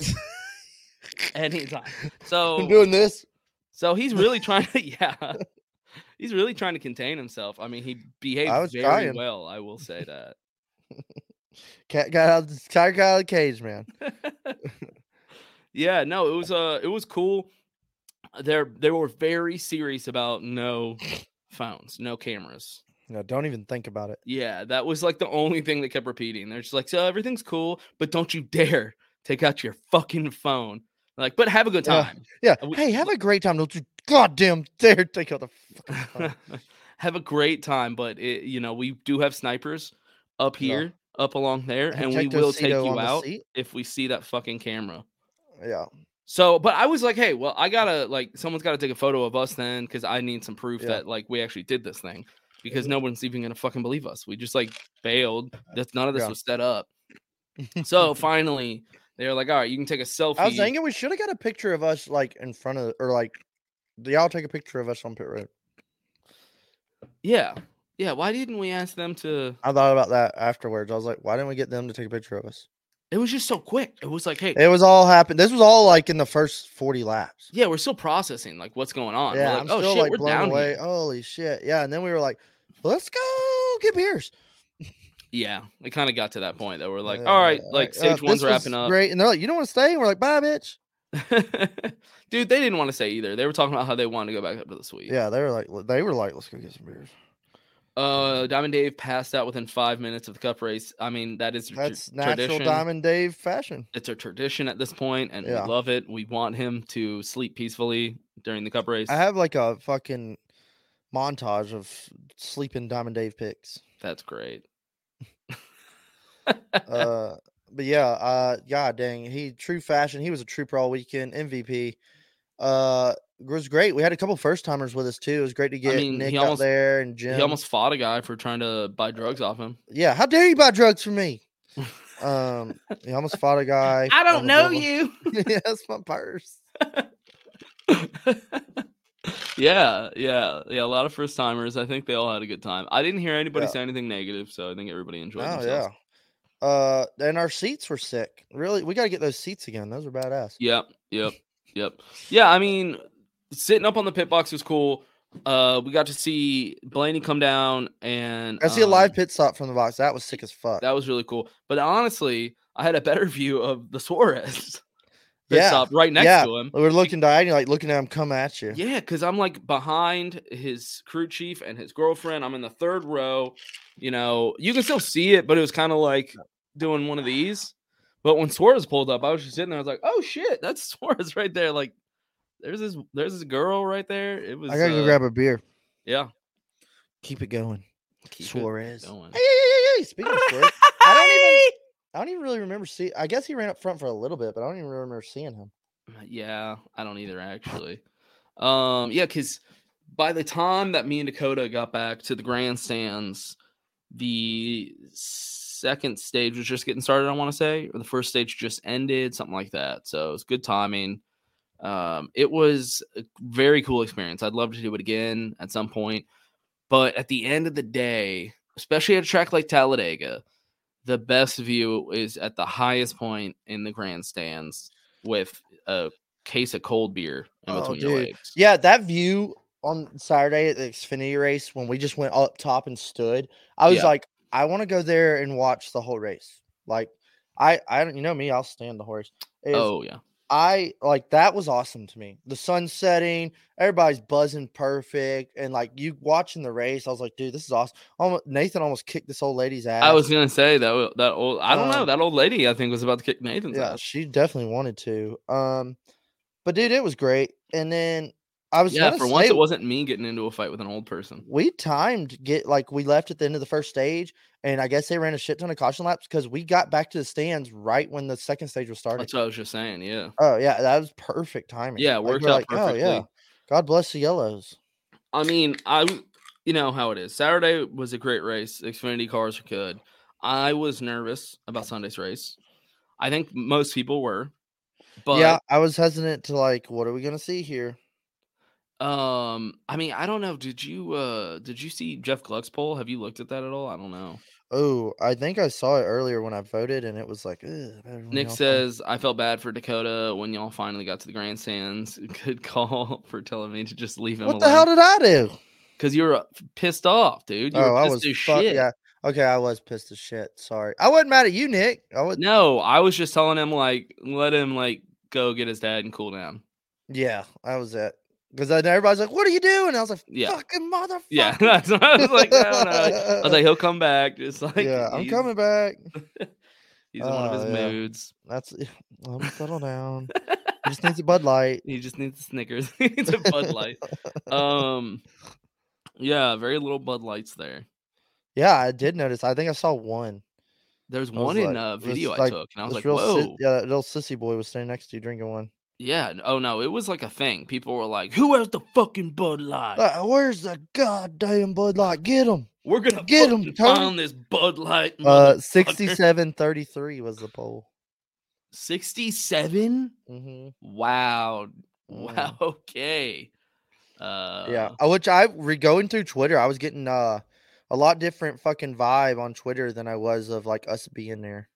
[SPEAKER 2] anytime.
[SPEAKER 3] I'm
[SPEAKER 2] So,
[SPEAKER 3] doing this.
[SPEAKER 2] so he's really trying to, yeah. He's really trying to contain himself. I mean, he behaved
[SPEAKER 3] was
[SPEAKER 2] very
[SPEAKER 3] trying.
[SPEAKER 2] well. I will say that.
[SPEAKER 3] Cat got out. Tiger got out of the cage, man.
[SPEAKER 2] yeah, no, it was uh it was cool. They're they were very serious about no phones, no cameras.
[SPEAKER 3] No, don't even think about it.
[SPEAKER 2] Yeah, that was like the only thing they kept repeating. They're just like, so everything's cool, but don't you dare take out your fucking phone. Like, but have a good
[SPEAKER 3] Yeah.
[SPEAKER 2] time.
[SPEAKER 3] Yeah.
[SPEAKER 2] Uh, we-
[SPEAKER 3] hey, have a great time. Don't you goddamn dare take out the fucking phone.
[SPEAKER 2] have a great time, but it, you know we do have snipers up
[SPEAKER 3] Yeah.
[SPEAKER 2] here, up along there,
[SPEAKER 3] Hey,
[SPEAKER 2] and we will take
[SPEAKER 3] Tocedo on
[SPEAKER 2] you
[SPEAKER 3] the
[SPEAKER 2] out
[SPEAKER 3] seat.
[SPEAKER 2] if we see that fucking camera.
[SPEAKER 3] Yeah.
[SPEAKER 2] So, but I was like, hey, well, I gotta like someone's gotta take a photo of us then, because I need some proof
[SPEAKER 3] Yeah. Mm-hmm.
[SPEAKER 2] that like we actually did this thing, because no one's even gonna fucking believe us. We just like failed. That's none of this
[SPEAKER 3] Yeah.
[SPEAKER 2] was set up. So finally, they're like, all right, you can take a selfie.
[SPEAKER 3] I was thinking we should have got a picture of us like in front of or like do y'all take a picture of us on pit road?
[SPEAKER 2] yeah, yeah. Why didn't we ask them to?
[SPEAKER 3] I thought about that afterwards. I was like, why didn't we get them to take a picture of us?
[SPEAKER 2] It was just so quick. It was like, hey,
[SPEAKER 3] It was all happened. This was all like in the first 40 laps.
[SPEAKER 2] yeah, we're still processing like what's going on. We're
[SPEAKER 3] Yeah,
[SPEAKER 2] like,
[SPEAKER 3] I'm
[SPEAKER 2] oh
[SPEAKER 3] still
[SPEAKER 2] shit,
[SPEAKER 3] like
[SPEAKER 2] we're
[SPEAKER 3] blown
[SPEAKER 2] down
[SPEAKER 3] away.
[SPEAKER 2] here.
[SPEAKER 3] Holy shit. Yeah. And then we were like, let's go get beers.
[SPEAKER 2] Yeah, it kind of got to that point that we're like,
[SPEAKER 3] Yeah,
[SPEAKER 2] all right,
[SPEAKER 3] yeah,
[SPEAKER 2] like
[SPEAKER 3] uh,
[SPEAKER 2] stage one's
[SPEAKER 3] this was
[SPEAKER 2] wrapping up.
[SPEAKER 3] Great. And they're like, you don't want to stay? And we're like, bye, bitch.
[SPEAKER 2] Dude, they didn't want to say either. They were talking about how they wanted to go back up to the suite.
[SPEAKER 3] Yeah, they were like, they were like, let's go get some beers.
[SPEAKER 2] Uh, Diamond Dave passed out within five minutes of the cup race. I mean, that is a tr-
[SPEAKER 3] That's natural
[SPEAKER 2] tradition.
[SPEAKER 3] Diamond Dave fashion.
[SPEAKER 2] It's a tradition at this point, and
[SPEAKER 3] Yeah.
[SPEAKER 2] we love it. We want him to sleep peacefully during the cup race.
[SPEAKER 3] I have like a fucking montage of sleeping Diamond Dave picks.
[SPEAKER 2] That's great.
[SPEAKER 3] uh, but yeah, uh, god dang, he true fashion. He was a true pro all weekend MVP. Uh, it was great. We had a couple first timers with us too. It was great to get
[SPEAKER 2] mean, he
[SPEAKER 3] Nick
[SPEAKER 2] almost-
[SPEAKER 3] out there and Jim.
[SPEAKER 2] He almost fought a guy for trying to buy drugs off him.
[SPEAKER 3] yeah, how dare you buy drugs from me? Um, he almost fought a guy.
[SPEAKER 2] I don't
[SPEAKER 3] on the
[SPEAKER 2] know
[SPEAKER 3] billboard.
[SPEAKER 2] you.
[SPEAKER 3] yeah, that's my purse.
[SPEAKER 2] yeah, yeah, yeah. A lot of first timers. I think they all had a good time. I didn't hear anybody
[SPEAKER 3] Yeah.
[SPEAKER 2] say anything negative, so I think everybody enjoyed.
[SPEAKER 3] Oh
[SPEAKER 2] themselves.
[SPEAKER 3] yeah. Uh, and our seats were sick. Really, we got to get those seats again. Those are badass.
[SPEAKER 2] Yep, yep, yep. Yeah, I mean, sitting up on the pit box was cool. Uh, we got to see Blaney come down, and
[SPEAKER 3] I see a live
[SPEAKER 2] um,
[SPEAKER 3] pit stop from the box. That was sick as fuck.
[SPEAKER 2] That was really cool. But honestly, I had a better view of the Suarez. pit
[SPEAKER 3] Yeah,
[SPEAKER 2] stop right next
[SPEAKER 3] yeah.
[SPEAKER 2] to him.
[SPEAKER 3] we were looking diagonally, like looking at him come at you.
[SPEAKER 2] Yeah, because I'm like behind his crew chief and his girlfriend. I'm in the third row. You know, you can still see it, but it was kind of like doing one of these. But when Suarez pulled up, I was just sitting there. I was like, "Oh shit, that's Suarez right there!" Like, there's this, there's this girl right there. It was.
[SPEAKER 3] I gotta
[SPEAKER 2] uh,
[SPEAKER 3] go grab a beer.
[SPEAKER 2] Yeah.
[SPEAKER 3] Keep it going,
[SPEAKER 2] keep it
[SPEAKER 3] Suarez.
[SPEAKER 2] going.
[SPEAKER 3] Hey, hey, hey, hey, Speaking of Suarez, I don't even. I don't even really remember see. I guess he ran up front for a little bit, but I don't even remember seeing him.
[SPEAKER 2] Yeah, I don't either actually. Um, yeah, because by the time that me and Dakota got back to the grandstands, the second stage was just getting started. I want to say, or the first stage just ended, something like that. So it was good timing. Um, it was a very cool experience. I'd love to do it again at some point. But at the end of the day, especially at a track like Talladega, the best view is at the highest point in the grandstands with a case of cold beer in
[SPEAKER 3] Oh,
[SPEAKER 2] between your
[SPEAKER 3] dude.
[SPEAKER 2] legs.
[SPEAKER 3] Yeah, that view on Saturday at the Xfinity race when we just went up top and stood, I was
[SPEAKER 2] Yeah.
[SPEAKER 3] like, I want to go there and watch the whole race. Like, I, I don't, you know me, I'll stand the horse. Is
[SPEAKER 2] Oh yeah.
[SPEAKER 3] I like that was awesome to me. The sun setting, everybody's buzzing perfect, and like you watching the race, I was like, dude, this is awesome. Almost, Nathan almost kicked this old lady's ass.
[SPEAKER 2] I was gonna say that o- that old. I don't know.
[SPEAKER 3] Um,
[SPEAKER 2] That old lady, I think, was about to kick Nathan's
[SPEAKER 3] yeah,
[SPEAKER 2] ass.
[SPEAKER 3] she definitely wanted to. Um, but dude, it was great. And then I was
[SPEAKER 2] Yeah,
[SPEAKER 3] gonna
[SPEAKER 2] for once
[SPEAKER 3] say-
[SPEAKER 2] it wasn't me getting into a fight with an old person.
[SPEAKER 3] we timed get like we left at the end of the first stage, and I guess they ran a shit ton of caution laps because we got back to the stands right when the second stage was starting.
[SPEAKER 2] That's what I was just saying. Yeah,
[SPEAKER 3] Oh yeah, that was perfect timing.
[SPEAKER 2] Yeah, it
[SPEAKER 3] Like,
[SPEAKER 2] worked
[SPEAKER 3] we're
[SPEAKER 2] out
[SPEAKER 3] Oh yeah,
[SPEAKER 2] perfectly.
[SPEAKER 3] God bless the yellows.
[SPEAKER 2] I mean, I w- you know how it is. Saturday was a great race. Xfinity cars are good. I was nervous about Sunday's race. I think most people were, but
[SPEAKER 3] yeah, I was hesitant to like, what are we gonna see here?
[SPEAKER 2] um, I mean, I don't know. Did you uh did you see Jeff Gluck's poll? Have you looked at that at all? I don't know.
[SPEAKER 3] Oh, I think I saw it earlier when I voted, and it was like, "Ugh, everyone
[SPEAKER 2] Nick
[SPEAKER 3] else on."
[SPEAKER 2] says, I felt bad for Dakota when y'all finally got to the grandstands. Good call for telling me to just leave him
[SPEAKER 3] "What
[SPEAKER 2] alone.
[SPEAKER 3] the hell did I do?"
[SPEAKER 2] Because you were pissed off, dude. You
[SPEAKER 3] Oh,
[SPEAKER 2] were
[SPEAKER 3] I
[SPEAKER 2] pissed
[SPEAKER 3] was
[SPEAKER 2] as
[SPEAKER 3] fuck-
[SPEAKER 2] shit.
[SPEAKER 3] yeah. Okay, I was pissed as shit. Sorry, I wasn't mad at you, Nick. I was.
[SPEAKER 2] No, I was just telling him, like, let him, like, go get his dad and cool down.
[SPEAKER 3] Yeah, that was it. Because then everybody's like, "What are you doing?" I was like,
[SPEAKER 2] Yeah.
[SPEAKER 3] "Fucking motherfucker!"
[SPEAKER 2] Yeah, that's what I was like, I don't know. I was like, he'll come back. Just like
[SPEAKER 3] yeah, I'm
[SPEAKER 2] he's-
[SPEAKER 3] coming back.
[SPEAKER 2] He's in one of
[SPEAKER 3] Oh,
[SPEAKER 2] his
[SPEAKER 3] yeah.
[SPEAKER 2] moods.
[SPEAKER 3] That's I'm settle down. Just needs a Bud Light.
[SPEAKER 2] He just needs a Snickers. he needs a Bud Light. Um, yeah, very little Bud Lights there.
[SPEAKER 3] Yeah, I did notice. I think I saw one.
[SPEAKER 2] There's
[SPEAKER 3] was
[SPEAKER 2] one in
[SPEAKER 3] like-
[SPEAKER 2] a
[SPEAKER 3] it was
[SPEAKER 2] video I
[SPEAKER 3] like-
[SPEAKER 2] took, and I was like,
[SPEAKER 3] This real
[SPEAKER 2] "Whoa,
[SPEAKER 3] si- yeah, that little sissy boy was standing next to you drinking one.
[SPEAKER 2] yeah. n- Oh no, it was like a thing. People were like, "Who has the fucking Bud Light?
[SPEAKER 3] "Uh, where's the goddamn Bud Light? Get him.
[SPEAKER 2] We're gonna
[SPEAKER 3] get 'em,
[SPEAKER 2] fucking
[SPEAKER 3] Tony."
[SPEAKER 2] find this Bud Light."
[SPEAKER 3] Uh, sixty-seven thirty-three was the poll.
[SPEAKER 2] Sixty-seven.
[SPEAKER 3] hmm
[SPEAKER 2] Wow.
[SPEAKER 3] Mm.
[SPEAKER 2] Wow. Okay. Uh,
[SPEAKER 3] yeah, uh, which I re going through Twitter, I was getting uh a lot different fucking vibe on Twitter than I was of like us being there.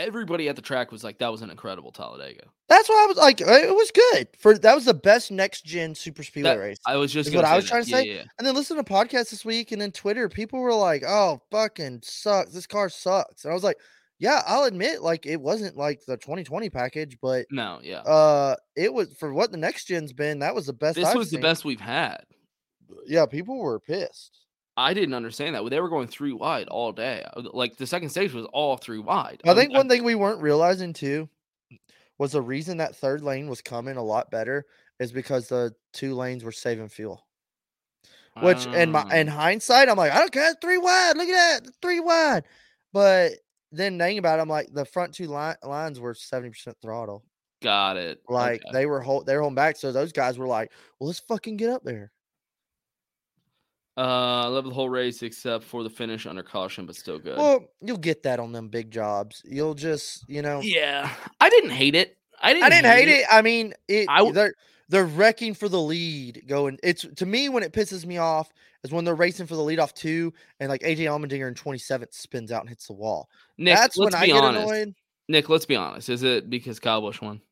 [SPEAKER 2] Everybody at the track was like, "That was an incredible Talladega."
[SPEAKER 3] That's why I was like, uh, it was good for that was the best next gen super speedway
[SPEAKER 2] That-
[SPEAKER 3] race.
[SPEAKER 2] I was just
[SPEAKER 3] Is
[SPEAKER 2] gonna
[SPEAKER 3] what I
[SPEAKER 2] say
[SPEAKER 3] was
[SPEAKER 2] that.
[SPEAKER 3] trying to
[SPEAKER 2] Yeah,
[SPEAKER 3] say.
[SPEAKER 2] yeah, yeah.
[SPEAKER 3] And then listen to podcasts this week, and then Twitter, people were like, "Oh, fucking sucks. This car sucks." And I was like, "Yeah, I'll admit, like it wasn't like the 2020 package, but
[SPEAKER 2] No, yeah.
[SPEAKER 3] uh, it was for what the next gen's been. That was the best.
[SPEAKER 2] this
[SPEAKER 3] I've
[SPEAKER 2] was
[SPEAKER 3] seen.
[SPEAKER 2] the best we've had.
[SPEAKER 3] Yeah, people were pissed.
[SPEAKER 2] I didn't understand that. They were going three wide all day. I- Like the second stage was all three wide.
[SPEAKER 3] I think
[SPEAKER 2] one
[SPEAKER 3] one thing we weren't realizing too was the reason that third lane was coming a lot better is because the two lanes were saving fuel. Which in
[SPEAKER 2] um,
[SPEAKER 3] my
[SPEAKER 2] Ah.
[SPEAKER 3] in hindsight, I'm like, I don't care, three wide. Look at that, three wide. But then thinking about it, I'm like, the front two li- lines were seventy percent throttle.
[SPEAKER 2] got it.
[SPEAKER 3] Like
[SPEAKER 2] Okay.
[SPEAKER 3] they were hold they were holding back. So those guys were like, well, let's fucking get up there.
[SPEAKER 2] uh, I love the whole race except for the finish under caution, but still good.
[SPEAKER 3] Well, you'll get that on them big jobs. You'll just, you know,
[SPEAKER 2] yeah, I didn't hate it. I didn't.
[SPEAKER 3] um, I didn't hate it. I mean, it
[SPEAKER 2] I w-
[SPEAKER 3] they're they're wrecking for the lead. Going, it's to me when it pisses me off is when they're racing for the lead off two, and like AJ Allmendinger in twenty seventh spins out and hits the wall.
[SPEAKER 2] Nick,
[SPEAKER 3] That's
[SPEAKER 2] let's
[SPEAKER 3] when I
[SPEAKER 2] be
[SPEAKER 3] get
[SPEAKER 2] honest.
[SPEAKER 3] annoyed.
[SPEAKER 2] Nick, let's be honest. Is it because Kyle Busch won?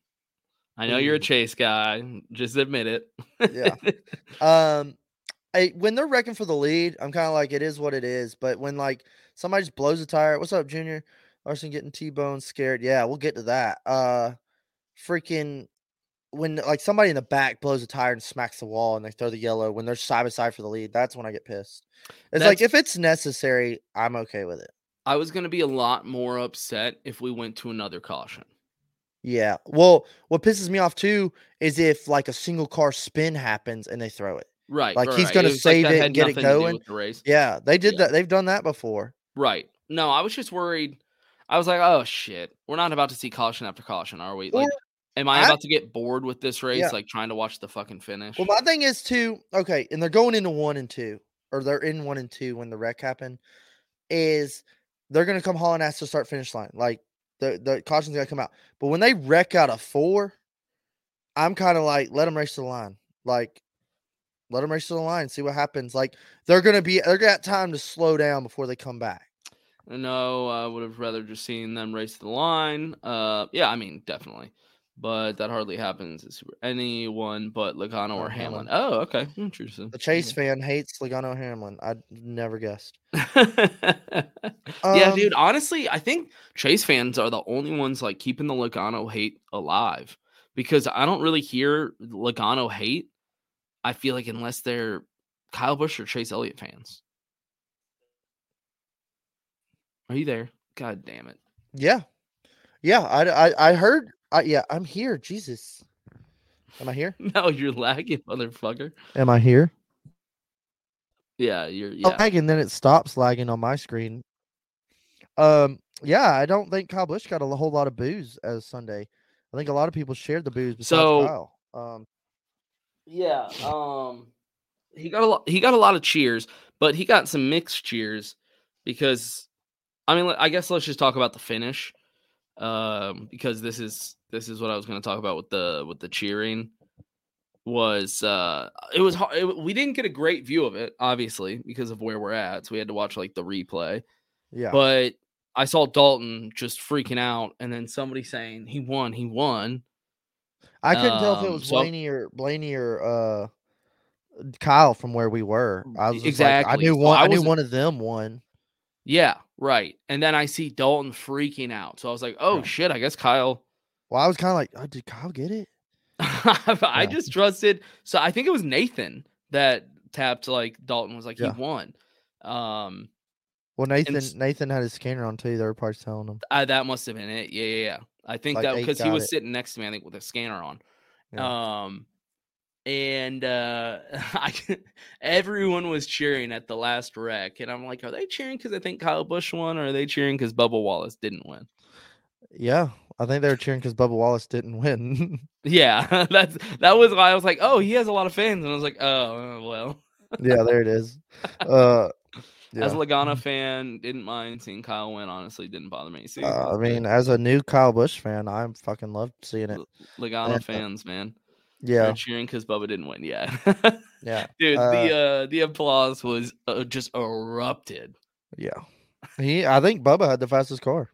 [SPEAKER 2] I know you're a chase guy. Just admit it.
[SPEAKER 3] Mm. Yeah. Um, I, when they're wrecking for the lead, I'm kind of like it is what it is. But when like somebody just blows a tire, what's up, Junior? Larson getting T-bone scared. Yeah, we'll get to that. Uh, freaking when like somebody in the back blows a tire and smacks the wall and they throw the yellow when they're side by side for the lead, that's when I get pissed. It's like
[SPEAKER 2] That's-
[SPEAKER 3] if it's necessary, I'm okay with it.
[SPEAKER 2] I was gonna be a lot more upset if we went to another caution.
[SPEAKER 3] Yeah. Well, what pisses me off too is if like a single car spin happens and they throw it.
[SPEAKER 2] Right.
[SPEAKER 3] Like,
[SPEAKER 2] right,
[SPEAKER 3] he's
[SPEAKER 2] right.
[SPEAKER 3] gonna
[SPEAKER 2] was like
[SPEAKER 3] save
[SPEAKER 2] that
[SPEAKER 3] it and
[SPEAKER 2] had
[SPEAKER 3] get it
[SPEAKER 2] nothing to do
[SPEAKER 3] going.
[SPEAKER 2] with the race.
[SPEAKER 3] Yeah, they did
[SPEAKER 2] Yeah.
[SPEAKER 3] that. They've done that before.
[SPEAKER 2] Right. No, I was just worried. I was like, oh shit, we're not about to see caution after caution, are we? Like, am I
[SPEAKER 3] I-
[SPEAKER 2] about to get bored with this race?
[SPEAKER 3] Yeah.
[SPEAKER 2] Like trying to watch the fucking finish.
[SPEAKER 3] Well, my thing is too. Okay, and they're going into one and two, or they're in one and two when the wreck happened. Is they're gonna come hauling ass to start finish line? Like the the caution's gonna come out. But when they wreck out of four, I'm kind of like let them race to the line. Like let them race to the line, see what happens. Like they're gonna be they're gonna have time to slow down before they come back.
[SPEAKER 2] no, I would have rather just seen them race to the line. Uh, yeah, I mean definitely, but that hardly happens to super- anyone but Logano
[SPEAKER 3] Or
[SPEAKER 2] or Hamlin. Oh, okay, interesting.
[SPEAKER 3] The
[SPEAKER 2] Mm-hmm.
[SPEAKER 3] Chase fan hates Logano Hamlin. I never guessed.
[SPEAKER 2] yeah,
[SPEAKER 3] Um,
[SPEAKER 2] dude. Honestly, I think Chase fans are the only ones like keeping the Logano hate alive because I don't really hear Logano hate. I feel like unless they're Kyle Busch or Chase Elliott fans. Are you there? God damn it!
[SPEAKER 3] Yeah, yeah. I I, I heard. I, yeah, I'm here. Jesus, am I here?
[SPEAKER 2] No, you're lagging, motherfucker.
[SPEAKER 3] Am I here?
[SPEAKER 2] Yeah, you're.
[SPEAKER 3] Yeah.
[SPEAKER 2] Yeah,
[SPEAKER 3] Lag and then it stops lagging on my screen. Um. Yeah, I don't think Kyle Busch got a whole lot of booze as Sunday. I think a lot of people shared the booze. Besides
[SPEAKER 2] So-
[SPEAKER 3] Kyle. Um.
[SPEAKER 2] yeah. Um, he got a lot. He got a lot of cheers, but he got some mixed cheers because, I mean, I guess let's just talk about the finish. um, because this is this is what I was going to talk about with the with the cheering was uh it was hard we didn't get a great view of it obviously because of where we're at so we had to watch like the replay
[SPEAKER 3] Yeah.
[SPEAKER 2] but i saw dalton just freaking out and then somebody saying he won he won
[SPEAKER 3] I couldn't tell if it
[SPEAKER 2] um,
[SPEAKER 3] was
[SPEAKER 2] so-
[SPEAKER 3] Blaney or Blaney or uh Kyle from where we were. I was just like, I
[SPEAKER 2] Mm, e, Exactly.
[SPEAKER 3] knew
[SPEAKER 2] So
[SPEAKER 3] one.
[SPEAKER 2] I
[SPEAKER 3] I, knew
[SPEAKER 2] wasn't-
[SPEAKER 3] one of them won.
[SPEAKER 2] yeah right and then i see dalton freaking out so i was like oh
[SPEAKER 3] Right.
[SPEAKER 2] shit i guess kyle
[SPEAKER 3] Well, I was kind of like, oh, did Kyle get it?
[SPEAKER 2] I
[SPEAKER 3] Yeah.
[SPEAKER 2] just trusted. So I think it was Nathan that tapped like Dalton was like
[SPEAKER 3] Yeah.
[SPEAKER 2] he won. Um,
[SPEAKER 3] Well, Nathan
[SPEAKER 2] s-
[SPEAKER 3] Nathan had his scanner on too. They were probably telling him.
[SPEAKER 2] I, that must have been it. Yeah, yeah, yeah. I think
[SPEAKER 3] Like,
[SPEAKER 2] that
[SPEAKER 3] eight
[SPEAKER 2] because he
[SPEAKER 3] got
[SPEAKER 2] was
[SPEAKER 3] it.
[SPEAKER 2] sitting next to me, I think with a scanner on. Um, and uh, I everyone was cheering at the last wreck, and I'm like, are they cheering because I think Kyle Bush won, or are they cheering because Bubba Wallace didn't win?
[SPEAKER 3] Yeah, I think they were cheering because Bubba Wallace didn't win.
[SPEAKER 2] Yeah, that's that was why I was like, oh, he has a lot of fans, and I was like, oh, uh, well,
[SPEAKER 3] yeah, there it is. Uh,
[SPEAKER 2] as a
[SPEAKER 3] yeah. Mm-hmm.
[SPEAKER 2] Lagana fan, didn't mind seeing Kyle win. Honestly, didn't bother me. See,
[SPEAKER 3] Uh, I mean, as a new Kyle Bush fan, I'm fucking loved seeing it.
[SPEAKER 2] Logano
[SPEAKER 3] uh,
[SPEAKER 2] fans, man, they're
[SPEAKER 3] Yeah,
[SPEAKER 2] cheering because Bubba didn't win. Yeah,
[SPEAKER 3] yeah,
[SPEAKER 2] dude, the uh, the applause was uh, just erupted.
[SPEAKER 3] yeah. He, I think Bubba had the fastest car.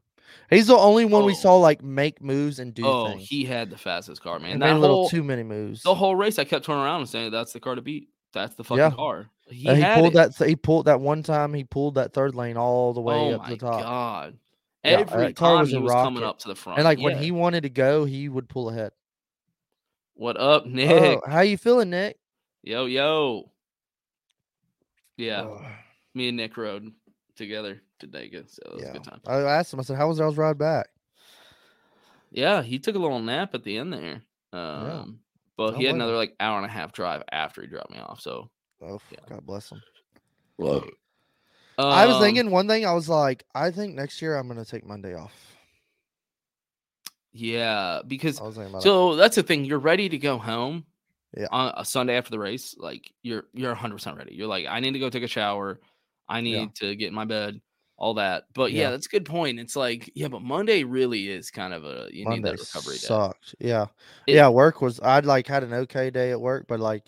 [SPEAKER 3] He's the only one we
[SPEAKER 2] Oh.
[SPEAKER 3] saw like make moves and do
[SPEAKER 2] Oh,
[SPEAKER 3] things.
[SPEAKER 2] he had the fastest car,
[SPEAKER 3] He
[SPEAKER 2] man.
[SPEAKER 3] made
[SPEAKER 2] That
[SPEAKER 3] a little
[SPEAKER 2] whole
[SPEAKER 3] too many moves.
[SPEAKER 2] the whole race, I kept turning around and saying, "That's the car to beat. That's the fucking
[SPEAKER 3] Yeah.
[SPEAKER 2] car." He,
[SPEAKER 3] And Uh, he
[SPEAKER 2] had
[SPEAKER 3] pulled
[SPEAKER 2] it.
[SPEAKER 3] that. He pulled that one time. He pulled that third lane all the way
[SPEAKER 2] Oh
[SPEAKER 3] up
[SPEAKER 2] my
[SPEAKER 3] the top.
[SPEAKER 2] god!
[SPEAKER 3] Yeah,
[SPEAKER 2] Every
[SPEAKER 3] that car
[SPEAKER 2] time
[SPEAKER 3] was
[SPEAKER 2] he
[SPEAKER 3] a
[SPEAKER 2] was coming
[SPEAKER 3] rocket.
[SPEAKER 2] up to the front,
[SPEAKER 3] And like when
[SPEAKER 2] Yeah.
[SPEAKER 3] he wanted to go, he would pull ahead.
[SPEAKER 2] what up, Nick?
[SPEAKER 3] Oh, how you feeling, Nick?
[SPEAKER 2] Yo, yo. Yeah,
[SPEAKER 3] Ugh,
[SPEAKER 2] me and Nick rode together to Dega, so that was
[SPEAKER 3] yeah.
[SPEAKER 2] a good time.
[SPEAKER 3] I asked him. I said, "How was y'all's ride back?"
[SPEAKER 2] Yeah, he took a little nap at the end there. Um, but
[SPEAKER 3] I
[SPEAKER 2] he had
[SPEAKER 3] blame
[SPEAKER 2] another
[SPEAKER 3] him.
[SPEAKER 2] like hour and a half drive after he dropped me off. So
[SPEAKER 3] Oh,
[SPEAKER 2] Yeah.
[SPEAKER 3] God bless him. I
[SPEAKER 2] Um,
[SPEAKER 3] was thinking one thing. I was like, I think next year I'm gonna take Monday off.
[SPEAKER 2] yeah, because
[SPEAKER 3] I was thinking about it.
[SPEAKER 2] so that's the thing. You're ready to go home.
[SPEAKER 3] Yeah.
[SPEAKER 2] On a Sunday after the race, like you're you're 100 percent ready. You're like, I need to go take a shower. I need
[SPEAKER 3] Yeah.
[SPEAKER 2] to get in my bed. All that, but yeah.
[SPEAKER 3] Yeah.
[SPEAKER 2] that's a good point. It's like, yeah, but Monday really is kind of a you need
[SPEAKER 3] Monday
[SPEAKER 2] that recovery day.
[SPEAKER 3] sucked. Yeah,
[SPEAKER 2] It-
[SPEAKER 3] yeah. Work was. I'd like had an okay day at work, but like,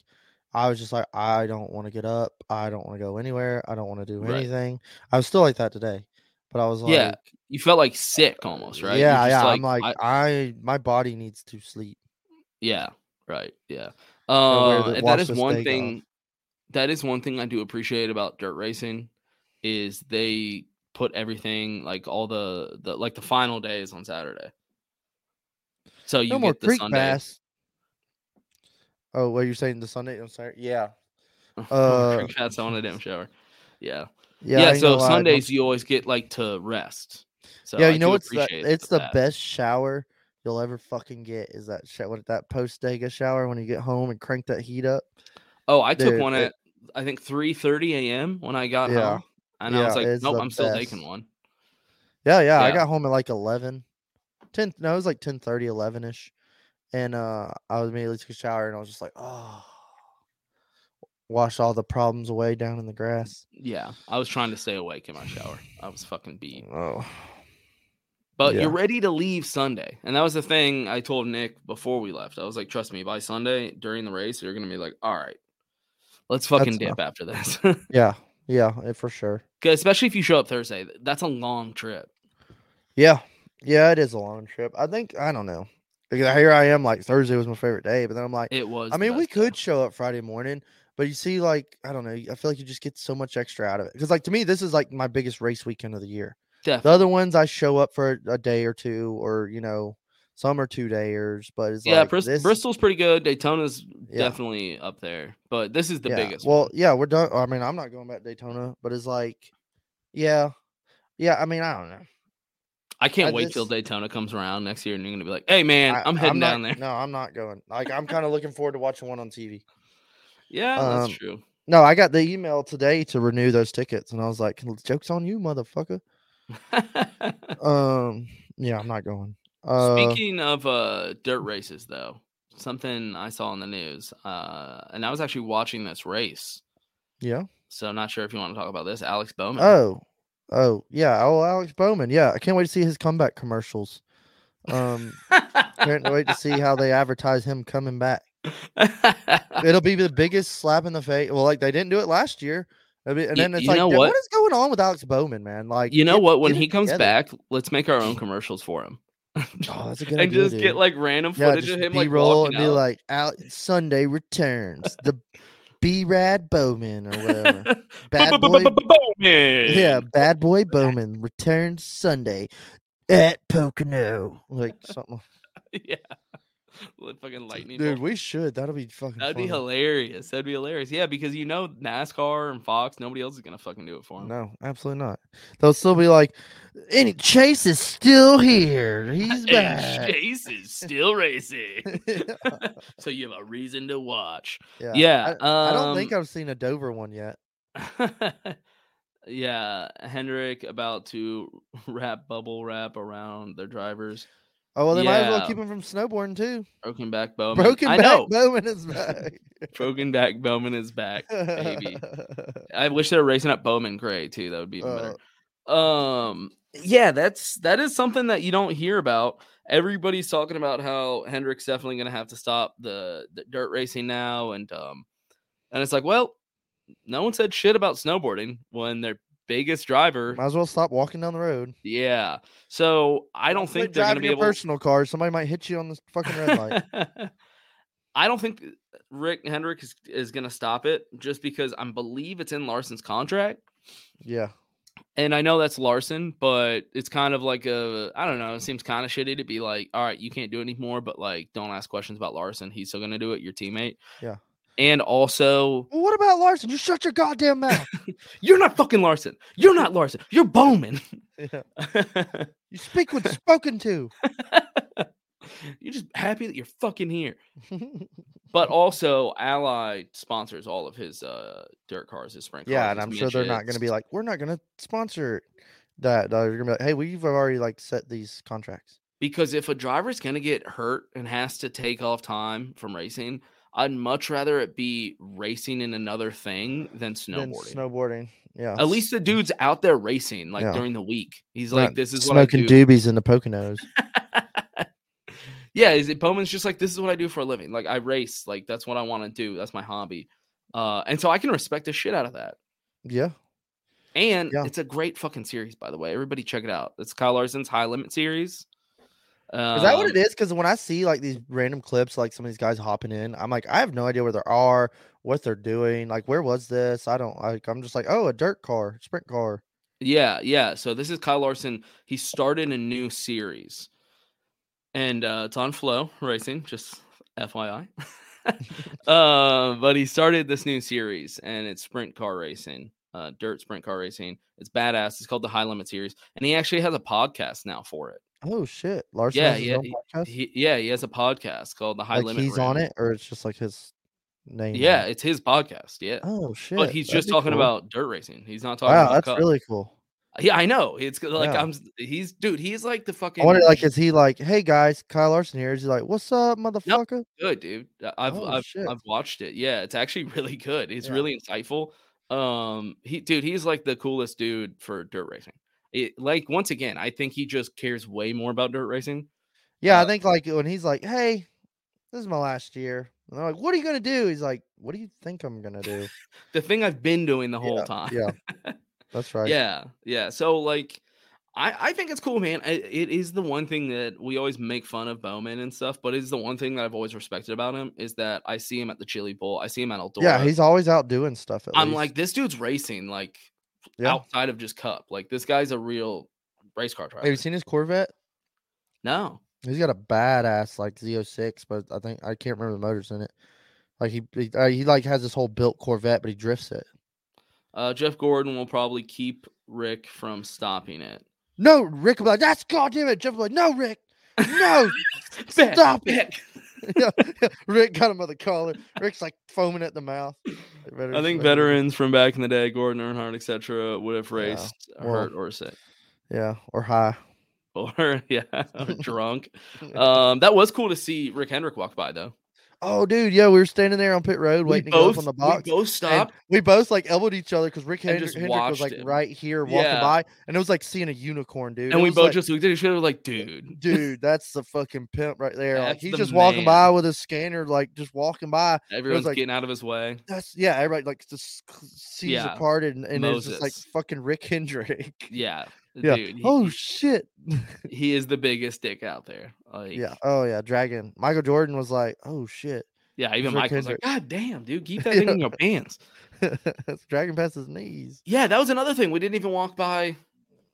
[SPEAKER 3] I was just like, I don't want to get up. I don't want to go anywhere. I don't want to do
[SPEAKER 2] Right.
[SPEAKER 3] anything. I was still like that today, but I was like,
[SPEAKER 2] Yeah, you felt like sick almost, right? You're
[SPEAKER 3] Yeah,
[SPEAKER 2] just
[SPEAKER 3] yeah. I'm like,
[SPEAKER 2] I-
[SPEAKER 3] I, my body needs to sleep.
[SPEAKER 2] yeah, right, yeah.
[SPEAKER 3] Gotta wear
[SPEAKER 2] Uh,
[SPEAKER 3] the-
[SPEAKER 2] and
[SPEAKER 3] wash
[SPEAKER 2] that is
[SPEAKER 3] this
[SPEAKER 2] one
[SPEAKER 3] thing
[SPEAKER 2] thing.
[SPEAKER 3] off.
[SPEAKER 2] That is one thing I do appreciate about dirt racing, is they put everything like all the the like the final days on Saturday. So you
[SPEAKER 3] no
[SPEAKER 2] get
[SPEAKER 3] more
[SPEAKER 2] the
[SPEAKER 3] creek
[SPEAKER 2] Sunday.
[SPEAKER 3] bass. Oh, well, you're saying the Sunday? I'm sorry. Yeah,
[SPEAKER 2] Oh,
[SPEAKER 3] Uh,
[SPEAKER 2] creek bass on a damn shower. Yeah,
[SPEAKER 3] yeah.
[SPEAKER 2] yeah.
[SPEAKER 3] I ain't
[SPEAKER 2] so
[SPEAKER 3] gonna lie, I don't-
[SPEAKER 2] Sundays you always get like to rest. So
[SPEAKER 3] yeah,
[SPEAKER 2] I
[SPEAKER 3] you know
[SPEAKER 2] do
[SPEAKER 3] what's the,
[SPEAKER 2] appreciate
[SPEAKER 3] it's the
[SPEAKER 2] that.
[SPEAKER 3] best shower you'll ever fucking get is that shower that post Dega shower when you get home and crank that heat up.
[SPEAKER 2] Oh, I took
[SPEAKER 3] Dude,
[SPEAKER 2] one
[SPEAKER 3] it-
[SPEAKER 2] at I think three thirty a.m. when I got
[SPEAKER 3] Yeah.
[SPEAKER 2] home, and I
[SPEAKER 3] Yeah,
[SPEAKER 2] was like,
[SPEAKER 3] it's
[SPEAKER 2] "Nope,
[SPEAKER 3] the
[SPEAKER 2] I'm still taking
[SPEAKER 3] best.
[SPEAKER 2] one."
[SPEAKER 3] Yeah, yeah. I
[SPEAKER 2] Yeah.
[SPEAKER 3] got home at like 11, 10, no, it was like 10 30, 11 ish. And uh, I was immediately took a shower and I was just like, oh, wash all the problems away down in the grass.
[SPEAKER 2] Yeah, I was trying to stay awake in my shower. I was fucking beat,
[SPEAKER 3] Oh,
[SPEAKER 2] but
[SPEAKER 3] Yeah.
[SPEAKER 2] you're ready to leave Sunday, and that was the thing I told Nick before we left. I was like, "Trust me, by Sunday during the race, you're gonna be like, all right, let's fucking
[SPEAKER 3] That's
[SPEAKER 2] dip after this."
[SPEAKER 3] yeah, yeah, eh, for sure.
[SPEAKER 2] 'Cause Especially if you show up Thursday, th- that's a long trip.
[SPEAKER 3] Yeah, yeah, it is a long trip. I think, I don't know. Because Here I am, like Thursday was my favorite day, but then I'm like,
[SPEAKER 2] It was.
[SPEAKER 3] I
[SPEAKER 2] the
[SPEAKER 3] mean, we
[SPEAKER 2] best day.
[SPEAKER 3] could show up Friday morning, but you see, like, I don't know. I feel like you just get so much extra out of it. Because, like, to me, this is like my biggest race weekend of the year. The
[SPEAKER 2] Definitely.
[SPEAKER 3] other ones, I show up for a day or two, or, you know, some are two dayers, but it's
[SPEAKER 2] Yeah,
[SPEAKER 3] like,
[SPEAKER 2] Brist-
[SPEAKER 3] this,
[SPEAKER 2] Bristol's pretty good. Daytona's
[SPEAKER 3] Yeah.
[SPEAKER 2] definitely up there, but this is the
[SPEAKER 3] yeah.
[SPEAKER 2] biggest.
[SPEAKER 3] Well,
[SPEAKER 2] one.
[SPEAKER 3] yeah, we're done. I mean, I'm not going back to Daytona, but it's like, yeah. Yeah, I mean, I don't know.
[SPEAKER 2] I can't
[SPEAKER 3] I
[SPEAKER 2] wait till
[SPEAKER 3] just-
[SPEAKER 2] Daytona comes around next year, and you're gonna be like, "Hey, man,
[SPEAKER 3] I,
[SPEAKER 2] I, am heading
[SPEAKER 3] not-
[SPEAKER 2] down there."
[SPEAKER 3] No, I'm not going. Like, I'm kind of looking forward to watching one on TV.
[SPEAKER 2] Yeah,
[SPEAKER 3] Um,
[SPEAKER 2] that's true.
[SPEAKER 3] No, I got the email today to renew those tickets, and I was like, "Jokes on you, motherfucker." Um, yeah, I'm not going. Uh,
[SPEAKER 2] Speaking of uh, dirt races, though, something I saw in the news, uh, and I was actually watching this race,
[SPEAKER 3] yeah.
[SPEAKER 2] so not sure if you want to talk about this, Alex Bowman.
[SPEAKER 3] Oh, oh, yeah. Oh, Alex Bowman. Yeah, I can't wait to see his comeback commercials. Um, can't wait to see how they advertise him coming back. It'll be the biggest slap in the face. Well, like they didn't do it last year. I mean, and
[SPEAKER 2] Y-
[SPEAKER 3] then it's
[SPEAKER 2] you
[SPEAKER 3] like,
[SPEAKER 2] know
[SPEAKER 3] "Dad,
[SPEAKER 2] what?
[SPEAKER 3] what is going on with Alex Bowman, man? Like,
[SPEAKER 2] you know
[SPEAKER 3] get-
[SPEAKER 2] what? When
[SPEAKER 3] get it
[SPEAKER 2] he comes
[SPEAKER 3] together.
[SPEAKER 2] back, let's make our own commercials for him.
[SPEAKER 3] oh, that's a good
[SPEAKER 2] and
[SPEAKER 3] idea,
[SPEAKER 2] just
[SPEAKER 3] dude.
[SPEAKER 2] get like random
[SPEAKER 3] yeah,
[SPEAKER 2] footage
[SPEAKER 3] just
[SPEAKER 2] of him
[SPEAKER 3] B
[SPEAKER 2] like
[SPEAKER 3] roll
[SPEAKER 2] walking
[SPEAKER 3] and be
[SPEAKER 2] out.
[SPEAKER 3] like, "Alex Sunday returns the B Rad Bowman or whatever." Bad boy-
[SPEAKER 2] Bowman.
[SPEAKER 3] Yeah, Bad Boy Bowman returns Sunday. at Pocono, like something.
[SPEAKER 2] yeah. Let Fucking lightning.
[SPEAKER 3] Dude,
[SPEAKER 2] bolt.
[SPEAKER 3] we should. That'll be fucking.
[SPEAKER 2] That'd be
[SPEAKER 3] funny.
[SPEAKER 2] hilarious. That'd be hilarious. Yeah, because you know NASCAR and Fox, nobody else is gonna fucking do it for him.
[SPEAKER 3] No, absolutely not. They'll still be like, any Chase is still here. He's back.
[SPEAKER 2] Chase is still racing, so you have a reason to watch.
[SPEAKER 3] yeah.
[SPEAKER 2] Yeah,
[SPEAKER 3] I, I don't think
[SPEAKER 2] um,
[SPEAKER 3] I've seen a Dover one yet.
[SPEAKER 2] yeah, Hendrick about to wrap bubble wrap around their drivers.
[SPEAKER 3] Oh well, they might as well
[SPEAKER 2] yeah.
[SPEAKER 3] keep him from snowboarding too.
[SPEAKER 2] Broken back Bowman.
[SPEAKER 3] Broken
[SPEAKER 2] I
[SPEAKER 3] back
[SPEAKER 2] know.
[SPEAKER 3] Bowman is back.
[SPEAKER 2] Broken back Bowman is back. Baby. I wish they were racing up Bowman Gray too. That would be even better.
[SPEAKER 3] Uh, Oh.
[SPEAKER 2] um yeah that's that is something that you don't hear about everybody's talking about how hendrick's definitely going to have to stop the, the dirt racing now and um and it's like well no one said shit about snowboarding when their biggest driver
[SPEAKER 3] might as well stop walking down the road.
[SPEAKER 2] yeah so i don't
[SPEAKER 3] Quit
[SPEAKER 2] think they're going to
[SPEAKER 3] driving
[SPEAKER 2] be
[SPEAKER 3] your
[SPEAKER 2] able
[SPEAKER 3] personal car. Somebody might hit you on the fucking red light.
[SPEAKER 2] I don't think Rick Hendrick is, is going to stop it just because I believe it's in Larson's contract.
[SPEAKER 3] Yeah.
[SPEAKER 2] And I know that's Larson, but it's kind of like a I don't know. It seems kind of shitty to be like, all right, you can't do it anymore, but like, don't ask questions about Larson. He's still gonna do it. Your teammate.
[SPEAKER 3] Yeah.
[SPEAKER 2] And also,
[SPEAKER 3] Well, what about Larson? You shut your goddamn mouth.
[SPEAKER 2] you're not fucking Larson. You're not Larson. You're Bowman.
[SPEAKER 3] yeah. You speak when spoken to.
[SPEAKER 2] you're just happy that you're fucking here. But also, Ally sponsors all of his uh, dirt cars, his sprint
[SPEAKER 3] yeah,
[SPEAKER 2] cars,
[SPEAKER 3] and
[SPEAKER 2] his
[SPEAKER 3] I'm sure they're not
[SPEAKER 2] midgets.
[SPEAKER 3] going to be like, we're not going to sponsor that. They're going to be like, hey, we've already like set these contracts.
[SPEAKER 2] because if a driver's going to get hurt and has to take off time from racing, I'd much rather it be racing in another thing than
[SPEAKER 3] Then
[SPEAKER 2] snowboarding.
[SPEAKER 3] snowboarding. Yeah.
[SPEAKER 2] At least the dude's out there racing like
[SPEAKER 3] Yeah.
[SPEAKER 2] during the week. He's
[SPEAKER 3] Not
[SPEAKER 2] like, this is what I
[SPEAKER 3] smoking
[SPEAKER 2] do.
[SPEAKER 3] doobies in the Poconos.
[SPEAKER 2] yeah, is it Bowman's just like, this is what I do for a living. Like I race, like that's what I want to do. That's my hobby. Uh, and so I can respect the shit out of that.
[SPEAKER 3] yeah.
[SPEAKER 2] And
[SPEAKER 3] Yeah.
[SPEAKER 2] it's a great fucking series, by the way. Everybody check it out. It's Kyle Larson's High Limit series.
[SPEAKER 3] Is that what it
[SPEAKER 2] Um,
[SPEAKER 3] is? Because when I see like these random clips, like some of these guys hopping in, I'm like, I have no idea where they are, what they're doing. Like, where was this? I don't like, I'm just like, oh, a dirt car, sprint car.
[SPEAKER 2] Yeah, yeah. So this is Kyle Larson. He started a new series, and uh, it's on Flow Racing. Just FYI. uh, but he started this new series, and it's sprint car racing, uh, dirt sprint car racing. It's badass. It's called the High Limit Series, and he actually has a podcast now for it.
[SPEAKER 3] Oh, shit. Larson
[SPEAKER 2] Yeah,
[SPEAKER 3] has his
[SPEAKER 2] yeah,
[SPEAKER 3] own podcast?
[SPEAKER 2] He, yeah, he has a podcast called the High
[SPEAKER 3] like
[SPEAKER 2] Limit.
[SPEAKER 3] he's on
[SPEAKER 2] Rim.
[SPEAKER 3] it, or it's just like his name. on
[SPEAKER 2] Yeah,
[SPEAKER 3] it?
[SPEAKER 2] it's his podcast. Yeah,
[SPEAKER 3] Oh shit.
[SPEAKER 2] but he's
[SPEAKER 3] that'd
[SPEAKER 2] just
[SPEAKER 3] be
[SPEAKER 2] talking
[SPEAKER 3] cool.
[SPEAKER 2] about dirt racing. He's not talking
[SPEAKER 3] Wow,
[SPEAKER 2] about
[SPEAKER 3] that's
[SPEAKER 2] cup.
[SPEAKER 3] really cool.
[SPEAKER 2] Yeah, I know. It's like
[SPEAKER 3] Yeah.
[SPEAKER 2] I'm. s- He's dude. He's like the fucking.
[SPEAKER 3] I wonder, like, is he like, hey guys, Kyle Larson here? Is he like, what's up, motherfucker?
[SPEAKER 2] good, dude. Uh, I've
[SPEAKER 3] Oh,
[SPEAKER 2] I've,
[SPEAKER 3] shit.
[SPEAKER 2] I've watched it. Yeah, it's actually really good. It's
[SPEAKER 3] Yeah.
[SPEAKER 2] really insightful. Um, he dude, he's like the coolest dude for dirt racing. It, like once again, I think he just cares way more about dirt racing.
[SPEAKER 3] Yeah, I
[SPEAKER 2] Uh,
[SPEAKER 3] think like when he's like, hey, this is my last year. And they're like, what are you gonna do? He's like, what do you think I'm gonna do?
[SPEAKER 2] The thing I've been doing the whole time.
[SPEAKER 3] yeah, that's right.
[SPEAKER 2] Yeah, yeah. So like, I I think it's cool, man. I it is the one thing that we always make fun of Bowman and stuff, but it's the one thing that I've always respected about him is that I see him at the Chili Bowl, I see him at Eldora.
[SPEAKER 3] yeah, he's always out doing stuff. At
[SPEAKER 2] I'm
[SPEAKER 3] least.
[SPEAKER 2] like this dude's racing like
[SPEAKER 3] yeah.
[SPEAKER 2] outside of just Cup. Like this guy's a real race car driver.
[SPEAKER 3] Have you seen his Corvette?
[SPEAKER 2] No.
[SPEAKER 3] He's got a badass like Z06, but I think I can't remember the motors in it. Like he he, uh, he like has this whole built Corvette, but he drifts it.
[SPEAKER 2] Uh, Jeff Gordon will probably keep Rick from stopping it.
[SPEAKER 3] No, Rick. I'm like, that's goddamn it. Jeff was like, no, Rick. No,
[SPEAKER 2] Back,
[SPEAKER 3] Stop it.
[SPEAKER 2] back.
[SPEAKER 3] Yeah, yeah, Rick got him by the collar. Rick's like foaming at the mouth.
[SPEAKER 2] I think veterans from back in the day, Gordon Earnhardt, etc., would have
[SPEAKER 3] Yeah,
[SPEAKER 2] raced
[SPEAKER 3] well-
[SPEAKER 2] hurt or sick
[SPEAKER 3] Yeah, or high.
[SPEAKER 2] or yeah, or drunk. Um, that was cool to see Rick Hendrick walk by though.
[SPEAKER 3] oh, dude, yeah, we were standing there on pit road
[SPEAKER 2] We
[SPEAKER 3] waiting to go
[SPEAKER 2] both,
[SPEAKER 3] up on the
[SPEAKER 2] we
[SPEAKER 3] box.
[SPEAKER 2] both
[SPEAKER 3] and
[SPEAKER 2] stopped.
[SPEAKER 3] we both like elbowed each other because Rick Hendrick,
[SPEAKER 2] just
[SPEAKER 3] Hendrick was
[SPEAKER 2] watched
[SPEAKER 3] like
[SPEAKER 2] him.
[SPEAKER 3] right here walking
[SPEAKER 2] Yeah.
[SPEAKER 3] by, and it was like seeing a unicorn, dude.
[SPEAKER 2] And,
[SPEAKER 3] It
[SPEAKER 2] we
[SPEAKER 3] was
[SPEAKER 2] both
[SPEAKER 3] like,
[SPEAKER 2] just looked at each other like, dude.
[SPEAKER 3] dude, that's the fucking pimp right there. Like,
[SPEAKER 2] That's
[SPEAKER 3] he's
[SPEAKER 2] the
[SPEAKER 3] just walking
[SPEAKER 2] man.
[SPEAKER 3] by with his scanner, like just walking by.
[SPEAKER 2] Everyone's
[SPEAKER 3] like-
[SPEAKER 2] getting out of his way.
[SPEAKER 3] That's yeah, everybody like just c- sees
[SPEAKER 2] Yeah,
[SPEAKER 3] apart, and, and it's just like
[SPEAKER 2] Moses.
[SPEAKER 3] fucking Rick Hendrick.
[SPEAKER 2] Yeah.
[SPEAKER 3] Yeah.
[SPEAKER 2] Dude, he,
[SPEAKER 3] Oh
[SPEAKER 2] he-
[SPEAKER 3] shit.
[SPEAKER 2] he is the biggest dick out there. Like,
[SPEAKER 3] Yeah. Oh yeah. Dragon. Michael Jordan was like, oh shit.
[SPEAKER 2] yeah. Even
[SPEAKER 3] Rick
[SPEAKER 2] Mike was like,
[SPEAKER 3] Hendrick.
[SPEAKER 2] "God damn, dude, keep that
[SPEAKER 3] Yeah.
[SPEAKER 2] thing in your pants."
[SPEAKER 3] Dragon past his knees.
[SPEAKER 2] Yeah, that was another thing. We didn't even walk by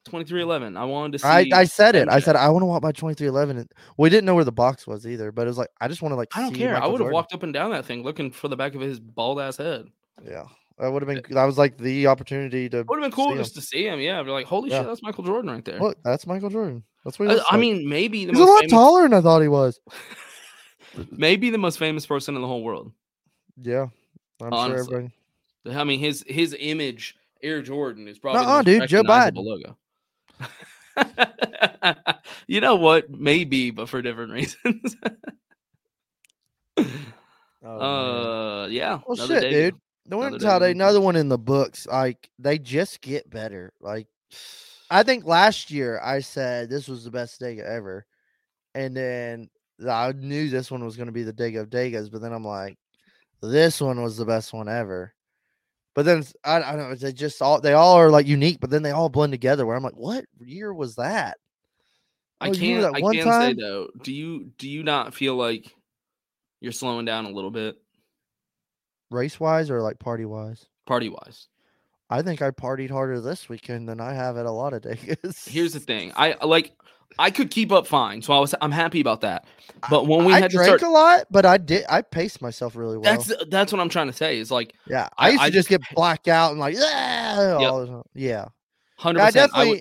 [SPEAKER 2] 2311. I wanted to see.
[SPEAKER 3] I, I said it. I
[SPEAKER 2] MJ.
[SPEAKER 3] said I want to walk by twenty three eleven. And we didn't know where the box was either, but it was like I just want to like.
[SPEAKER 2] I don't
[SPEAKER 3] see
[SPEAKER 2] care. I
[SPEAKER 3] Michael
[SPEAKER 2] would have
[SPEAKER 3] Jordan.
[SPEAKER 2] walked up and down that thing looking for the back of his bald ass head.
[SPEAKER 3] Yeah, that would have been. That was like the opportunity to.
[SPEAKER 2] Would have been cool
[SPEAKER 3] see him.
[SPEAKER 2] just to see him. Yeah, I'd be like, holy
[SPEAKER 3] Yeah.
[SPEAKER 2] shit, that's Michael Jordan right there.
[SPEAKER 3] Look, that's Michael Jordan. That's what he
[SPEAKER 2] I,
[SPEAKER 3] looks
[SPEAKER 2] I
[SPEAKER 3] like.
[SPEAKER 2] mean, maybe the
[SPEAKER 3] he's a lot
[SPEAKER 2] most famous,
[SPEAKER 3] taller than I thought he was.
[SPEAKER 2] maybe the most famous person in the whole world.
[SPEAKER 3] Yeah, I'm
[SPEAKER 2] Honestly.
[SPEAKER 3] sure everybody.
[SPEAKER 2] I mean, his his image, Air Jordan, is probably
[SPEAKER 3] Nuh-uh,
[SPEAKER 2] the most
[SPEAKER 3] dude, Joe
[SPEAKER 2] recognizable logo. you know what? Maybe, but for different reasons.
[SPEAKER 3] Oh, man.
[SPEAKER 2] uh, yeah.
[SPEAKER 3] well,
[SPEAKER 2] another
[SPEAKER 3] shit,
[SPEAKER 2] day.
[SPEAKER 3] dude. No one
[SPEAKER 2] another day
[SPEAKER 3] how
[SPEAKER 2] to
[SPEAKER 3] they
[SPEAKER 2] leave
[SPEAKER 3] another one in the books. Like they just get better. Like I think last year I said this was the best Dega ever, and then th- I knew this one was going to be the Dega of Degas, but then I'm like, this one was the best one ever. But then it's- I, I don't know. They just all they all are like unique, but then they all blend together. Where I'm like, what year was that?
[SPEAKER 2] I
[SPEAKER 3] Oh, you
[SPEAKER 2] can't.
[SPEAKER 3] remember that
[SPEAKER 2] I
[SPEAKER 3] one
[SPEAKER 2] can
[SPEAKER 3] time?
[SPEAKER 2] say though. Do you do you not feel like you're slowing down a little bit
[SPEAKER 3] Race wise or like party wise?
[SPEAKER 2] party wise?
[SPEAKER 3] I think I partied harder this weekend than I have at a lot of Degas.
[SPEAKER 2] Here's the thing. I like. I could keep up fine, so I was. I'm happy about that. But when we
[SPEAKER 3] I
[SPEAKER 2] had to
[SPEAKER 3] drank
[SPEAKER 2] start,
[SPEAKER 3] a lot, but I did. I paced myself really well.
[SPEAKER 2] that's that's what I'm trying to say. Is like
[SPEAKER 3] yeah,
[SPEAKER 2] I-
[SPEAKER 3] I used
[SPEAKER 2] I
[SPEAKER 3] to just get blacked out and like, yeah,
[SPEAKER 2] Yep.
[SPEAKER 3] all the time. yeah.
[SPEAKER 2] hundred
[SPEAKER 3] I
[SPEAKER 2] percent. I,
[SPEAKER 3] definitely.
[SPEAKER 2] would-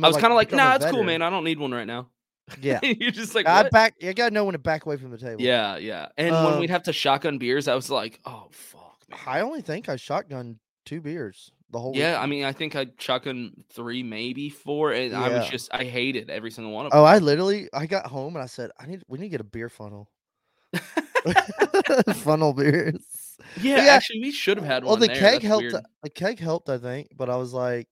[SPEAKER 3] mean,
[SPEAKER 2] I was kind of like,
[SPEAKER 3] becoming
[SPEAKER 2] nah, it's cool,
[SPEAKER 3] better."
[SPEAKER 2] man. I don't need one right now.
[SPEAKER 3] Yeah,
[SPEAKER 2] You're just like,
[SPEAKER 3] I
[SPEAKER 2] "What?"
[SPEAKER 3] back. You gotta know when to back away from the table.
[SPEAKER 2] yeah, yeah. And when
[SPEAKER 3] Um,
[SPEAKER 2] we'd have to shotgun beers, I was like, oh fuck. man."
[SPEAKER 3] I only think I shotgunned two beers the whole.
[SPEAKER 2] Yeah, I
[SPEAKER 3] weekend.
[SPEAKER 2] mean, I think I shotgun three, maybe four, and I was
[SPEAKER 3] Yeah.
[SPEAKER 2] just I hated every single one of them.
[SPEAKER 3] Oh, I literally. I got home and I said, I need. We need to get a beer funnel. funnel beers.
[SPEAKER 2] Yeah,
[SPEAKER 3] But yeah,
[SPEAKER 2] actually, we should have had
[SPEAKER 3] Well,
[SPEAKER 2] one.
[SPEAKER 3] the
[SPEAKER 2] there.
[SPEAKER 3] keg
[SPEAKER 2] That's
[SPEAKER 3] helped. uh,
[SPEAKER 2] weird.
[SPEAKER 3] The keg helped, I think. But I was like,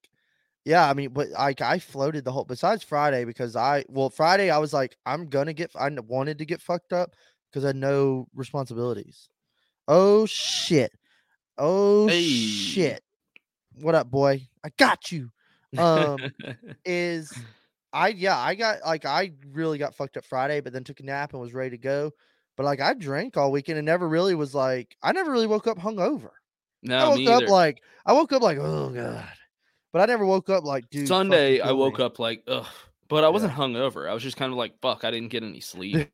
[SPEAKER 3] yeah, I mean, but like I floated the whole. Besides Friday, because I well Friday I was like, I'm gonna get. I kn- wanted to get fucked up because I had no responsibilities. Oh shit! Oh
[SPEAKER 2] Hey.
[SPEAKER 3] shit! What up, boy? I got you. Um, is I yeah, I got like I really got fucked up Friday, but then took a nap and was ready to go. But like I drank all weekend and never really was like I never really woke up hungover. I
[SPEAKER 2] no,
[SPEAKER 3] woke
[SPEAKER 2] me
[SPEAKER 3] up
[SPEAKER 2] either.
[SPEAKER 3] like I woke up like oh god, but I never woke up like dude. fucking
[SPEAKER 2] Sunday, I
[SPEAKER 3] kill
[SPEAKER 2] woke
[SPEAKER 3] me."
[SPEAKER 2] up like ugh, but I wasn't hungover. I was just kind of like, fuck, I didn't get any sleep.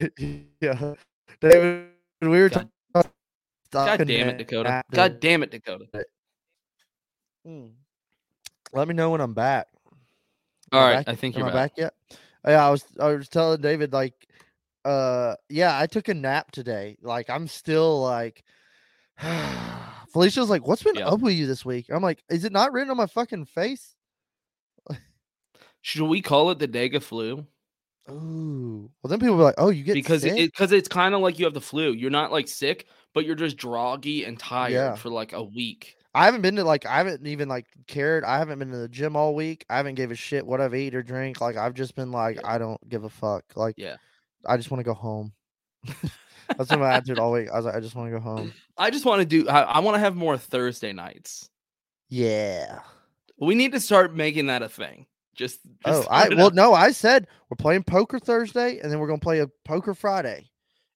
[SPEAKER 3] yeah, David, we were
[SPEAKER 2] God-
[SPEAKER 3] talking.
[SPEAKER 2] God damn it, Dakota.
[SPEAKER 3] after-
[SPEAKER 2] God damn it, Dakota.
[SPEAKER 3] Mm. Let me know when I'm back. Am
[SPEAKER 2] All
[SPEAKER 3] I
[SPEAKER 2] right,
[SPEAKER 3] back-
[SPEAKER 2] I think
[SPEAKER 3] am
[SPEAKER 2] you're
[SPEAKER 3] I
[SPEAKER 2] back.
[SPEAKER 3] back yet? Yeah, I was I was telling David like uh yeah, I took a nap today. Like I'm still like Felicia's like, what's been
[SPEAKER 2] Yeah.
[SPEAKER 3] up with you this week? I'm like, is it not written on my fucking face?
[SPEAKER 2] Should we call it the Dega flu?
[SPEAKER 3] Ooh. Well then people were like, Oh, you get
[SPEAKER 2] Because it
[SPEAKER 3] sick?
[SPEAKER 2] because it's kind of like you have the flu. You're not like sick, but you're just groggy and tired
[SPEAKER 3] Yeah.
[SPEAKER 2] for like a week.
[SPEAKER 3] I haven't been to like I haven't even like cared. I haven't been to the gym all week. I haven't gave a shit what I've eat or drink. Like I've just been like, I don't give a fuck. Like
[SPEAKER 2] Yeah.
[SPEAKER 3] I just want to go home. That's what my attitude all week. I was like, I just want to go home.
[SPEAKER 2] I just want to do. I, I want to have more Thursday nights.
[SPEAKER 3] Yeah.
[SPEAKER 2] We need to start making that a thing. Just,
[SPEAKER 3] Oh,
[SPEAKER 2] just
[SPEAKER 3] I
[SPEAKER 2] throwing it
[SPEAKER 3] well,
[SPEAKER 2] out-
[SPEAKER 3] no, I said we're playing poker Thursday, and then we're gonna play a poker Friday.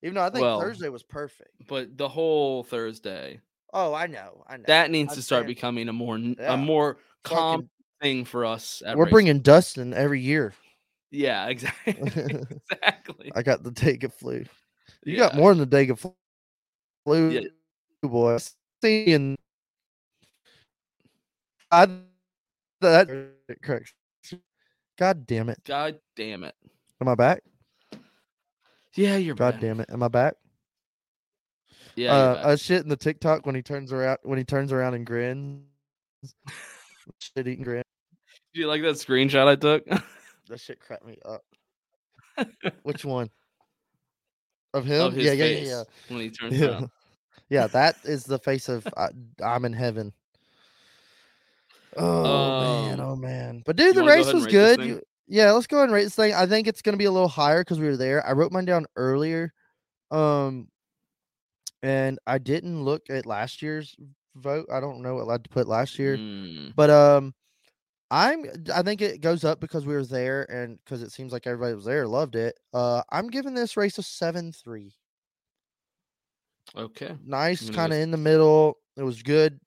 [SPEAKER 3] Even though I think
[SPEAKER 2] Well-
[SPEAKER 3] Thursday was perfect.
[SPEAKER 2] but the whole Thursday.
[SPEAKER 3] Oh, I know, I know.
[SPEAKER 2] That needs
[SPEAKER 3] I'm
[SPEAKER 2] to start
[SPEAKER 3] saying
[SPEAKER 2] becoming a more n
[SPEAKER 3] Yeah.
[SPEAKER 2] a more calm
[SPEAKER 3] Fucking-
[SPEAKER 2] thing for us. At
[SPEAKER 3] we're
[SPEAKER 2] races.
[SPEAKER 3] bringing Dustin every year.
[SPEAKER 2] yeah, exactly, exactly.
[SPEAKER 3] I got the Dega flu. Uh, You got
[SPEAKER 2] Yeah.
[SPEAKER 3] more than the Dega flu, flu
[SPEAKER 2] Yeah.
[SPEAKER 3] boy. Seeing, I that correct. God damn it!
[SPEAKER 2] God damn it!
[SPEAKER 3] Am I back?
[SPEAKER 2] Yeah, you're
[SPEAKER 3] God
[SPEAKER 2] back.
[SPEAKER 3] damn it! Am I back?
[SPEAKER 2] Yeah, you're
[SPEAKER 3] uh,
[SPEAKER 2] back.
[SPEAKER 3] I shit in the TikTok when he turns around when he turns around and grins. shit eating grin.
[SPEAKER 2] Do you like that screenshot I took?
[SPEAKER 3] That shit cracked me up. Which one? Of him?
[SPEAKER 2] Of his
[SPEAKER 3] yeah, yeah,
[SPEAKER 2] face
[SPEAKER 3] yeah,
[SPEAKER 2] When he turns
[SPEAKER 3] yeah, yeah.
[SPEAKER 2] around.
[SPEAKER 3] Yeah, that is the face of I, I'm in heaven. Oh man,
[SPEAKER 2] Um,
[SPEAKER 3] oh man. But dude, the
[SPEAKER 2] wanna go
[SPEAKER 3] race
[SPEAKER 2] ahead and
[SPEAKER 3] was
[SPEAKER 2] rate this
[SPEAKER 3] good.
[SPEAKER 2] thing?
[SPEAKER 3] You- yeah, let's go ahead and rate this thing. I think it's gonna be a little higher because we were there. I wrote mine down earlier. Um and I didn't look at last year's vote. I don't know what I put last year.
[SPEAKER 2] Mm,
[SPEAKER 3] But um, I'm I think it goes up because we were there and because it seems like everybody was there loved it. Uh, I'm giving this race a seven three.
[SPEAKER 2] okay.
[SPEAKER 3] Nice,
[SPEAKER 2] gonna go-
[SPEAKER 3] kind of in the middle. It was good.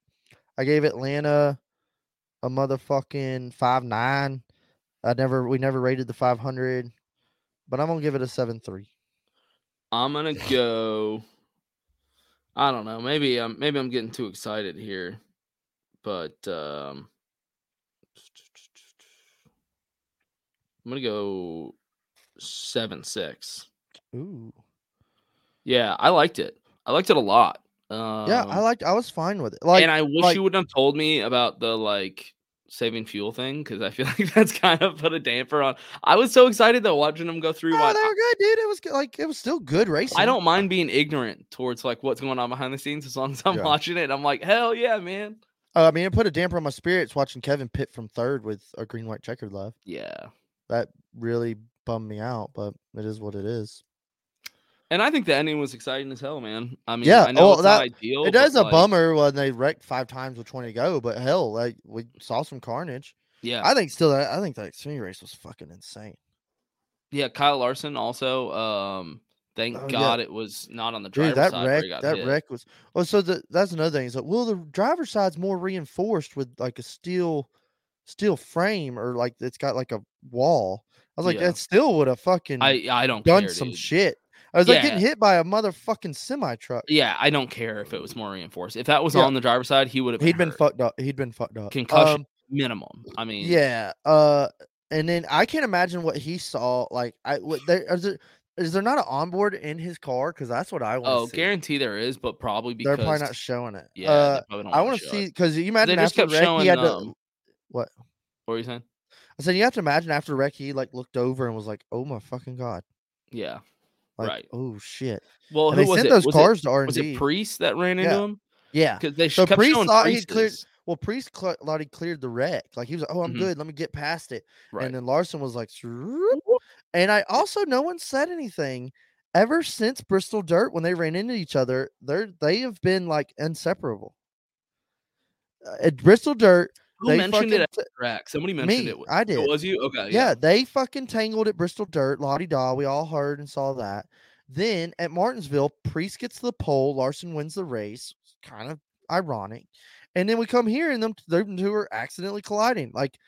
[SPEAKER 3] I gave Atlanta. a motherfucking five nine. I never we never rated the five hundred, but I'm gonna give it a seven three.
[SPEAKER 2] I'm gonna go. I don't know. Maybe I'm maybe I'm getting too excited here, but um, I'm gonna go seven six.
[SPEAKER 3] Ooh.
[SPEAKER 2] Yeah, I liked it. I liked it a lot. Um,
[SPEAKER 3] yeah, I liked I was fine with it. Like
[SPEAKER 2] and I wish
[SPEAKER 3] like-
[SPEAKER 2] you wouldn't have told me about the like saving fuel thing because I feel like that's kind of put a damper on. I was so excited though watching them go through.
[SPEAKER 3] oh,
[SPEAKER 2] what-
[SPEAKER 3] they were good, dude. It was good. like it was still good racing.
[SPEAKER 2] I don't mind being ignorant towards like what's going on behind the scenes as long as I'm
[SPEAKER 3] Yeah.
[SPEAKER 2] watching it. I'm like, hell yeah, man.
[SPEAKER 3] Uh, I mean, it put a damper on my spirits watching Kevin Pitt from third with a green white checkered love.
[SPEAKER 2] Yeah.
[SPEAKER 3] That really bummed me out, but it is what it is.
[SPEAKER 2] And I think the ending was exciting as hell, man. I mean,
[SPEAKER 3] Yeah,
[SPEAKER 2] I know
[SPEAKER 3] well,
[SPEAKER 2] it's not ideal.
[SPEAKER 3] it
[SPEAKER 2] but,
[SPEAKER 3] is a
[SPEAKER 2] like,
[SPEAKER 3] bummer when they wrecked five times with 20 to go, but hell, like we saw some carnage.
[SPEAKER 2] Yeah.
[SPEAKER 3] I think still that I think that Xfinity race was fucking insane.
[SPEAKER 2] yeah. Kyle Larson also. Um, thank
[SPEAKER 3] Oh, yeah.
[SPEAKER 2] God it was not on the driver's
[SPEAKER 3] Dude, that
[SPEAKER 2] side. where
[SPEAKER 3] wreck
[SPEAKER 2] he got
[SPEAKER 3] that
[SPEAKER 2] hit.
[SPEAKER 3] wreck was oh so the, that's another thing. Is like, well the driver's side's more reinforced with like a steel steel frame or like it's got like a wall. I was like,
[SPEAKER 2] Yeah.
[SPEAKER 3] that still would have fucking
[SPEAKER 2] I, I don't
[SPEAKER 3] done
[SPEAKER 2] care,
[SPEAKER 3] some
[SPEAKER 2] dude.
[SPEAKER 3] shit. I was like getting
[SPEAKER 2] Yeah.
[SPEAKER 3] hit by a motherfucking semi truck.
[SPEAKER 2] Yeah, I don't care if it was more reinforced. If that was
[SPEAKER 3] Yeah.
[SPEAKER 2] on the driver's side, he would have.
[SPEAKER 3] He'd been
[SPEAKER 2] hurt.
[SPEAKER 3] fucked up. He'd been fucked up.
[SPEAKER 2] Concussion.
[SPEAKER 3] Um,
[SPEAKER 2] minimum. I mean,
[SPEAKER 3] yeah. Uh, and then I can't imagine what he saw. Like, I what there is there, is there not an onboard in his car? Because that's what I want.
[SPEAKER 2] Oh,
[SPEAKER 3] see.
[SPEAKER 2] guarantee there is, but probably because
[SPEAKER 3] they're probably not showing it.
[SPEAKER 2] yeah,
[SPEAKER 3] Uh,
[SPEAKER 2] they probably don't
[SPEAKER 3] I
[SPEAKER 2] wanna
[SPEAKER 3] want to
[SPEAKER 2] show it.
[SPEAKER 3] see because you imagine
[SPEAKER 2] just
[SPEAKER 3] after
[SPEAKER 2] kept
[SPEAKER 3] the wreck,
[SPEAKER 2] showing,
[SPEAKER 3] he had to.
[SPEAKER 2] um,
[SPEAKER 3] What
[SPEAKER 2] What were you saying?
[SPEAKER 3] I said, you have to imagine after the wreck, he like looked over and was like, "Oh my fucking god!"
[SPEAKER 2] Yeah.
[SPEAKER 3] Like,
[SPEAKER 2] Right.
[SPEAKER 3] Oh shit!
[SPEAKER 2] Well,
[SPEAKER 3] And
[SPEAKER 2] who
[SPEAKER 3] they
[SPEAKER 2] was
[SPEAKER 3] sent
[SPEAKER 2] it?
[SPEAKER 3] those
[SPEAKER 2] was
[SPEAKER 3] cars to R
[SPEAKER 2] It,
[SPEAKER 3] and
[SPEAKER 2] was it
[SPEAKER 3] D.
[SPEAKER 2] Priest that ran into
[SPEAKER 3] Yeah.
[SPEAKER 2] him?
[SPEAKER 3] Yeah.
[SPEAKER 2] Because they sh-
[SPEAKER 3] So
[SPEAKER 2] kept
[SPEAKER 3] Priest
[SPEAKER 2] showing
[SPEAKER 3] thought he'd cleared-
[SPEAKER 2] Priest.
[SPEAKER 3] Well, Priest cl- thought he cleared the wreck. Like he was, like, "Oh, I'm
[SPEAKER 2] Mhm.
[SPEAKER 3] good. Let me get past it."
[SPEAKER 2] Right.
[SPEAKER 3] And then Larson was like, "Swoop." and I also no one said anything ever since Bristol Dirt when they ran into each other. They're they have been like inseparable. Uh, at Bristol Dirt,
[SPEAKER 2] who
[SPEAKER 3] they
[SPEAKER 2] mentioned it
[SPEAKER 3] fucking
[SPEAKER 2] at
[SPEAKER 3] t-
[SPEAKER 2] the track? Somebody mentioned
[SPEAKER 3] me,
[SPEAKER 2] it. Was-
[SPEAKER 3] I did.
[SPEAKER 2] It was you? Okay.
[SPEAKER 3] yeah, they fucking tangled at Bristol Dirt, Lottie Daw. We all heard and saw that. Then at Martinsville, Priest gets the pole, Larson wins the race. Kind of ironic. And then we come here and them them two are accidentally colliding. Like,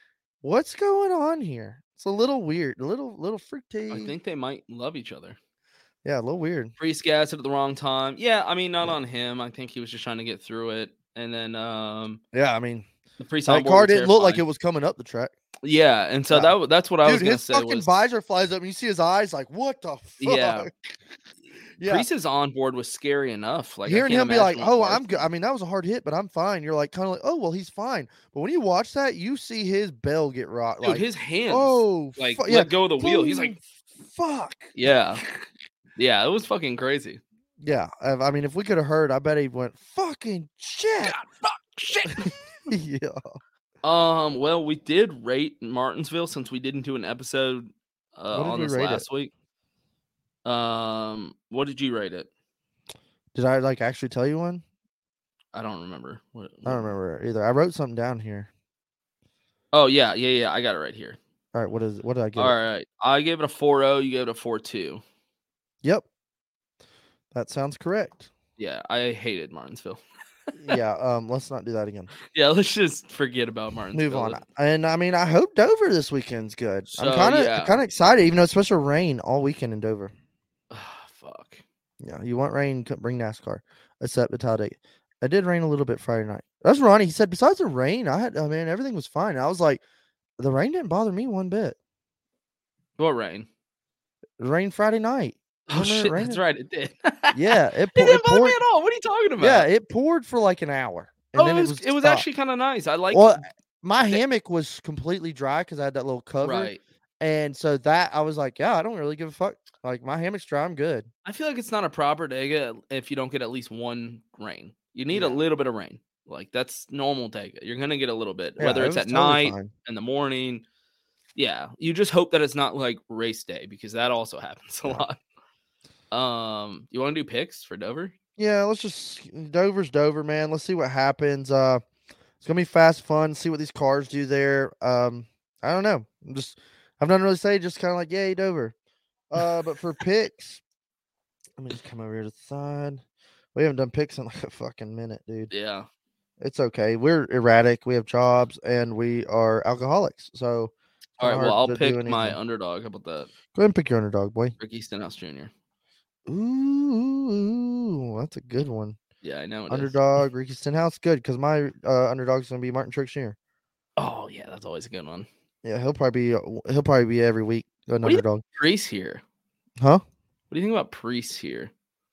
[SPEAKER 3] what's going on here? It's a little weird, a little little freaky.
[SPEAKER 2] I think they might love each other.
[SPEAKER 3] yeah, a little weird.
[SPEAKER 2] Priest gassed it at the wrong time. Yeah, I mean, not
[SPEAKER 3] Yeah.
[SPEAKER 2] on him. I think he was just trying to get through it. And then um
[SPEAKER 3] Yeah, I mean,
[SPEAKER 2] the priest
[SPEAKER 3] that
[SPEAKER 2] onboard
[SPEAKER 3] car
[SPEAKER 2] was
[SPEAKER 3] didn't look like it
[SPEAKER 2] terrifying.
[SPEAKER 3] was coming up the track.
[SPEAKER 2] Yeah, and so
[SPEAKER 3] Yeah.
[SPEAKER 2] that wa- that's what I was
[SPEAKER 3] Dude,
[SPEAKER 2] gonna
[SPEAKER 3] his
[SPEAKER 2] say.
[SPEAKER 3] fucking
[SPEAKER 2] was,
[SPEAKER 3] visor flies up and you see his eyes like, what the fuck?
[SPEAKER 2] Yeah.
[SPEAKER 3] yeah.
[SPEAKER 2] Priest's on board was scary enough. Like I
[SPEAKER 3] hearing
[SPEAKER 2] can't
[SPEAKER 3] him be like,
[SPEAKER 2] imagine
[SPEAKER 3] "Oh,
[SPEAKER 2] what
[SPEAKER 3] I'm
[SPEAKER 2] Larson-
[SPEAKER 3] good." I mean, that was a hard hit, but I'm fine. You're like kind of like, "Oh, well, he's fine." But when you watch that, you see his bell get rocked.
[SPEAKER 2] Dude,
[SPEAKER 3] like,
[SPEAKER 2] his hands.
[SPEAKER 3] oh,
[SPEAKER 2] like
[SPEAKER 3] fu-
[SPEAKER 2] let
[SPEAKER 3] yeah,
[SPEAKER 2] go of the wheel. He's like,
[SPEAKER 3] "Boom, "Fuck."
[SPEAKER 2] yeah, yeah. It was fucking crazy.
[SPEAKER 3] Yeah, I I mean, if we could have heard, I bet he went, "Fucking shit."
[SPEAKER 2] fuck, shit.
[SPEAKER 3] yeah,
[SPEAKER 2] um. Well, we did rate Martinsville since we didn't do an episode uh,
[SPEAKER 3] What did
[SPEAKER 2] on
[SPEAKER 3] we
[SPEAKER 2] this
[SPEAKER 3] rate it?
[SPEAKER 2] last week. Um. What did you rate it?
[SPEAKER 3] did I like actually tell you one?
[SPEAKER 2] I don't remember. What,
[SPEAKER 3] I
[SPEAKER 2] what-
[SPEAKER 3] don't remember either. I wrote something down here.
[SPEAKER 2] Oh yeah, yeah, yeah. I got it right here.
[SPEAKER 3] All right, what is? What did I get?
[SPEAKER 2] All right. I gave it a 4.0. You gave it a 4.2.
[SPEAKER 3] Yep, that sounds correct.
[SPEAKER 2] Yeah, I hated Martinsville.
[SPEAKER 3] yeah, um, let's not do that again.
[SPEAKER 2] Yeah, let's just forget about Martinsville.
[SPEAKER 3] move on. And I mean, I hope Dover this week's good.
[SPEAKER 2] So,
[SPEAKER 3] I'm kind of
[SPEAKER 2] yeah.
[SPEAKER 3] kind of excited, even though it's supposed to rain all weekend in Dover.
[SPEAKER 2] Ah, fuck.
[SPEAKER 3] Yeah, you want rain? c- Bring NASCAR, except at Talladega. It did rain a little bit Friday night. That's Ronnie. He said, besides the rain, I had, I mean, everything was fine. I was like, the rain didn't bother me one bit.
[SPEAKER 2] What rain?
[SPEAKER 3] It rained Friday night.
[SPEAKER 2] Oh
[SPEAKER 3] Remember it
[SPEAKER 2] shit, that's
[SPEAKER 3] raining?
[SPEAKER 2] right. It did.
[SPEAKER 3] Yeah, it,
[SPEAKER 2] it
[SPEAKER 3] pou-
[SPEAKER 2] didn't
[SPEAKER 3] it
[SPEAKER 2] bother me
[SPEAKER 3] poured.
[SPEAKER 2] at all. What are you talking about?
[SPEAKER 3] Yeah, it poured for like an hour. And
[SPEAKER 2] oh,
[SPEAKER 3] then
[SPEAKER 2] it was, it was
[SPEAKER 3] stopped.
[SPEAKER 2] actually kind of nice. I like
[SPEAKER 3] well, my hammock was completely dry because I had that little cover.
[SPEAKER 2] right.
[SPEAKER 3] And so that I was like, yeah, I don't really give a fuck. Like my hammock's dry, I'm good.
[SPEAKER 2] I feel like it's not a proper Dega if you don't get at least one rain. You need a
[SPEAKER 3] Yeah.
[SPEAKER 2] little bit of rain. Like that's normal Dega. You're gonna get a little bit,
[SPEAKER 3] Yeah,
[SPEAKER 2] whether
[SPEAKER 3] it
[SPEAKER 2] it's
[SPEAKER 3] was
[SPEAKER 2] at
[SPEAKER 3] totally
[SPEAKER 2] night
[SPEAKER 3] fine.
[SPEAKER 2] in the morning. Yeah, you just hope that it's not like race day because that also happens a
[SPEAKER 3] Yeah.
[SPEAKER 2] lot. Um, you want to do picks for Dover?
[SPEAKER 3] Yeah, let's just mm, Dover's Dover, man. Let's see what happens. Uh, it's gonna be fast, fun. See what these cars do there. Um, I don't know. I'm just I've nothing to really say. Just kind of like, yay, Dover. Uh, but for picks, let me just come over here to the side. We haven't done picks in like a fucking minute, dude.
[SPEAKER 2] Yeah,
[SPEAKER 3] It's okay. We're erratic. We have jobs, and we are alcoholics. So it's
[SPEAKER 2] All
[SPEAKER 3] kinda
[SPEAKER 2] right, well,
[SPEAKER 3] hard
[SPEAKER 2] I'll
[SPEAKER 3] to do
[SPEAKER 2] pick my
[SPEAKER 3] anything.
[SPEAKER 2] underdog. How about that?
[SPEAKER 3] Go ahead and pick your underdog, boy.
[SPEAKER 2] Ricky Stenhouse Jr.
[SPEAKER 3] Ooh, that's a good one.
[SPEAKER 2] Yeah, I know. Oh, it is.
[SPEAKER 3] underdog Ricky Stenhouse, good because my uh, underdog's gonna be Martin Trick Jr.
[SPEAKER 2] Oh yeah, that's always a good one.
[SPEAKER 3] Yeah, he'll probably be uh, w- he'll probably be every week an
[SPEAKER 2] What do you-
[SPEAKER 3] underdog,
[SPEAKER 2] Priest here.
[SPEAKER 3] huh?
[SPEAKER 2] What do you think about Priest here?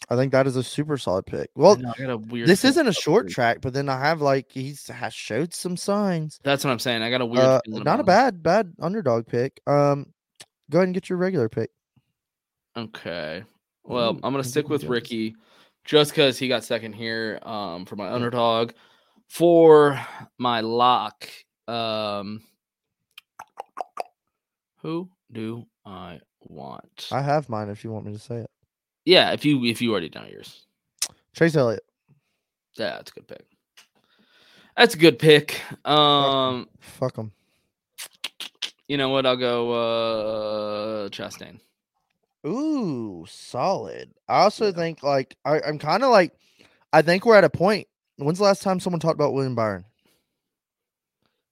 [SPEAKER 3] I think that is a super solid pick.
[SPEAKER 2] I
[SPEAKER 3] Well,
[SPEAKER 2] know, I got a weird.
[SPEAKER 3] Oh, this
[SPEAKER 2] feeling
[SPEAKER 3] isn't a
[SPEAKER 2] about
[SPEAKER 3] short
[SPEAKER 2] Priest.
[SPEAKER 3] track, but then I have like he's has showed some signs.
[SPEAKER 2] That's what I'm saying. I got a weird.
[SPEAKER 3] Uh,
[SPEAKER 2] feeling
[SPEAKER 3] not a
[SPEAKER 2] about him.
[SPEAKER 3] bad bad underdog pick. Um, go ahead and get your regular pick.
[SPEAKER 2] Okay. Well,
[SPEAKER 3] Ooh,
[SPEAKER 2] I'm
[SPEAKER 3] Mm, I
[SPEAKER 2] gonna stick
[SPEAKER 3] didn't
[SPEAKER 2] with
[SPEAKER 3] get this.
[SPEAKER 2] Ricky, just because he got second here. Um, for my underdog, for my lock. Um, who do I want?
[SPEAKER 3] I have mine if you want me to say it.
[SPEAKER 2] yeah, if you if you already know yours,
[SPEAKER 3] Chase Elliott.
[SPEAKER 2] yeah, that's a good pick. That's a good pick. Um,
[SPEAKER 3] Fuck him.
[SPEAKER 2] you know what? I'll go uh Chastain.
[SPEAKER 3] Ooh, solid. I also think like I, I'm kind of like I think we're at a point. When's the last time someone talked about William Byron?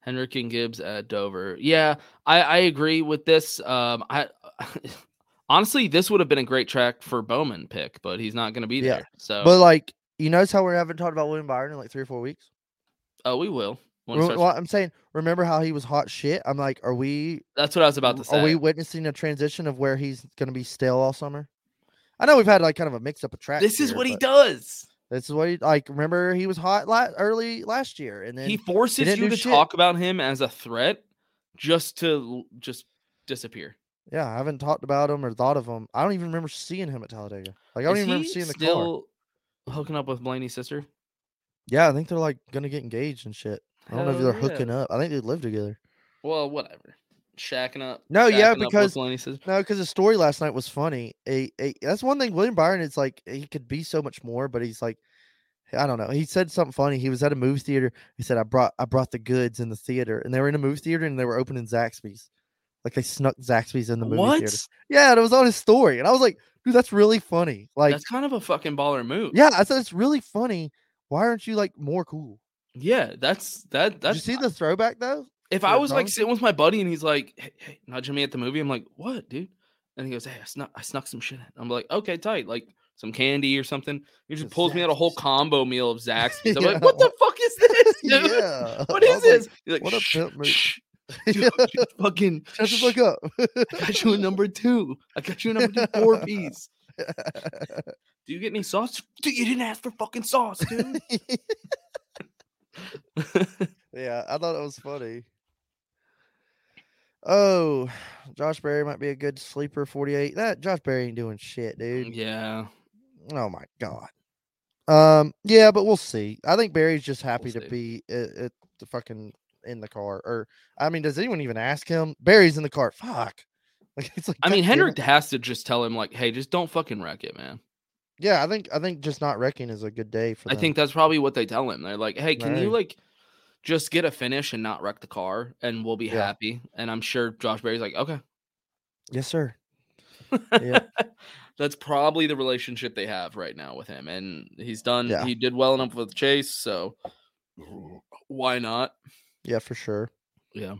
[SPEAKER 2] Henrik and Gibbs at Dover. Yeah, I, I agree with this. Um, I honestly, this would have been a great track for Bowman pick, but he's not going to be
[SPEAKER 3] Yeah,
[SPEAKER 2] there. So,
[SPEAKER 3] But like, you notice how we haven't talked about William Byron in like three or four weeks.
[SPEAKER 2] oh, we will. When it
[SPEAKER 3] Re-
[SPEAKER 2] starts-
[SPEAKER 3] well, I'm saying, remember how he was hot shit? I'm like, are we
[SPEAKER 2] that's what I was about to say.
[SPEAKER 3] are we witnessing a transition of where he's going to be stale all summer? I know we've had like kind of a mix up of tracks.
[SPEAKER 2] this is
[SPEAKER 3] here,
[SPEAKER 2] what he
[SPEAKER 3] but
[SPEAKER 2] does.
[SPEAKER 3] This is what he like. Remember, he was hot la- early last year, and then
[SPEAKER 2] He forces
[SPEAKER 3] didn't
[SPEAKER 2] you
[SPEAKER 3] do
[SPEAKER 2] to
[SPEAKER 3] shit.
[SPEAKER 2] talk about him as a threat just to l- just disappear.
[SPEAKER 3] yeah, I haven't talked about him or thought of him. I don't even remember seeing him at Talladega. Like I don't
[SPEAKER 2] Is
[SPEAKER 3] even remember
[SPEAKER 2] he
[SPEAKER 3] seeing the car.
[SPEAKER 2] still hooking up with Blaney's sister.
[SPEAKER 3] Yeah, I think they're like gonna get engaged and shit. I don't know if
[SPEAKER 2] Hell
[SPEAKER 3] they're
[SPEAKER 2] yeah.
[SPEAKER 3] hooking up. I think they live together.
[SPEAKER 2] Well, whatever. Shacking up.
[SPEAKER 3] No, yeah,
[SPEAKER 2] shacking up with
[SPEAKER 3] because-
[SPEAKER 2] Blaney's sister.
[SPEAKER 3] No, because the story last night was funny. A, a, that's one thing. William Byron is like he could be so much more, but he's like, I don't know. He said something funny. He was at a movie theater. He said, "I brought I brought the goods in the theater," and they were in a movie theater and they were opening Zaxby's. Like they snuck Zaxby's in the movie
[SPEAKER 2] What?
[SPEAKER 3] theater. Yeah, and it was on his story, and I was like, "Dude, that's really funny." Like,
[SPEAKER 2] That's kind of a fucking baller move.
[SPEAKER 3] yeah, I said it's really funny. Why aren't you like more cool?
[SPEAKER 2] Yeah, that's that.
[SPEAKER 3] Did you
[SPEAKER 2] That's
[SPEAKER 3] see the throwback though?
[SPEAKER 2] if
[SPEAKER 3] the
[SPEAKER 2] I was like
[SPEAKER 3] dog?
[SPEAKER 2] sitting with my buddy and he's like, hey, hey, nudging me at the movie, I'm like, what, dude? And he goes, hey, I snuck, I snuck some shit in. I'm like, okay, tight, like some candy or something. He just
[SPEAKER 3] Some
[SPEAKER 2] pulls me out a whole
[SPEAKER 3] Zaxby's.
[SPEAKER 2] combo meal of Zaxby's. I'm
[SPEAKER 3] Yeah.
[SPEAKER 2] like, what the fuck is this, dude?
[SPEAKER 3] yeah.
[SPEAKER 2] What
[SPEAKER 3] I
[SPEAKER 2] is
[SPEAKER 3] was like,
[SPEAKER 2] this? He's like,
[SPEAKER 3] what a
[SPEAKER 2] shh,
[SPEAKER 3] pimp move."
[SPEAKER 2] shh, dude, dude, fucking,
[SPEAKER 3] Shut the
[SPEAKER 2] shh,
[SPEAKER 3] fuck
[SPEAKER 2] I
[SPEAKER 3] up.
[SPEAKER 2] got you a number two. I got you a number two four piece. Do you get any sauce? Dude, you didn't ask for fucking sauce, dude.
[SPEAKER 3] yeah, I thought it was funny. Oh, Josh Berry might be a good sleeper. Forty-eight. That Josh Berry ain't doing shit, dude.
[SPEAKER 2] yeah. Mm.
[SPEAKER 3] Oh my god. Um. Yeah, but we'll see. I think Barry's just happy to
[SPEAKER 2] see.
[SPEAKER 3] be at, at the fucking in the car. Or I mean, does anyone even ask him? Barry's in the car. Fuck. Like it's like.
[SPEAKER 2] I mean,
[SPEAKER 3] "God damn
[SPEAKER 2] Henrik
[SPEAKER 3] it."
[SPEAKER 2] has to just tell him like, "Hey, just don't fucking wreck it, man."
[SPEAKER 3] Yeah, I think I think just not wrecking is a good day for.
[SPEAKER 2] I
[SPEAKER 3] them.
[SPEAKER 2] think that's probably what they tell him. They're like, "Hey, can you
[SPEAKER 3] uh, Right.
[SPEAKER 2] like just get a finish and not wreck the car, and we'll be
[SPEAKER 3] Yeah.
[SPEAKER 2] happy." And I'm sure Josh Berry's like, "Okay."
[SPEAKER 3] Yes, sir. Yeah.
[SPEAKER 2] that's probably the relationship they have right now with him, and he's done.
[SPEAKER 3] Yeah.
[SPEAKER 2] He did well enough with Chase, so why not?
[SPEAKER 3] Yeah, for sure.
[SPEAKER 2] Yeah.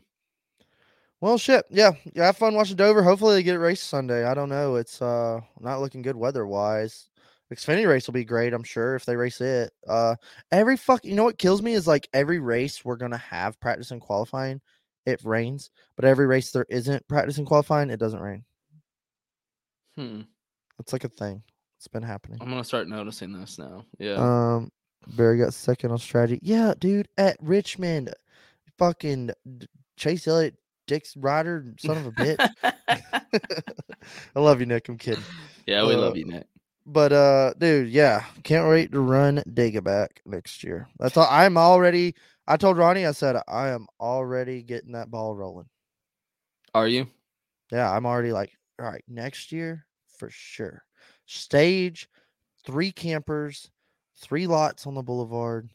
[SPEAKER 3] Well, shit. Yeah, yeah. Have fun watching Dover. Hopefully, they get raced Sunday. I don't know. It's uh not looking good weather wise. Xfinity race will be great, I'm sure, if they race it. Uh, every fuck. You know what kills me is like every race we're gonna have practice and qualifying, it rains. But every race there isn't practice and qualifying, it doesn't rain.
[SPEAKER 2] Hmm.
[SPEAKER 3] It's like a thing. It's been happening.
[SPEAKER 2] I'm gonna start noticing this now. Yeah.
[SPEAKER 3] Um, Barry got second on strategy. Yeah, dude, at Richmond, fucking d- Chase Elliott, Dick's rider, son of a bitch. I love you, Nick. I'm kidding.
[SPEAKER 2] yeah, we love
[SPEAKER 3] uh,
[SPEAKER 2] you, Nick.
[SPEAKER 3] But uh, dude, yeah, can't wait to run Dega back next year. That's all. I'm already. I told Ronnie. I said I am already getting that ball rolling.
[SPEAKER 2] Are you?
[SPEAKER 3] Yeah, I'm already like, all right, next year for sure. Stage, three campers, three lots on the boulevard.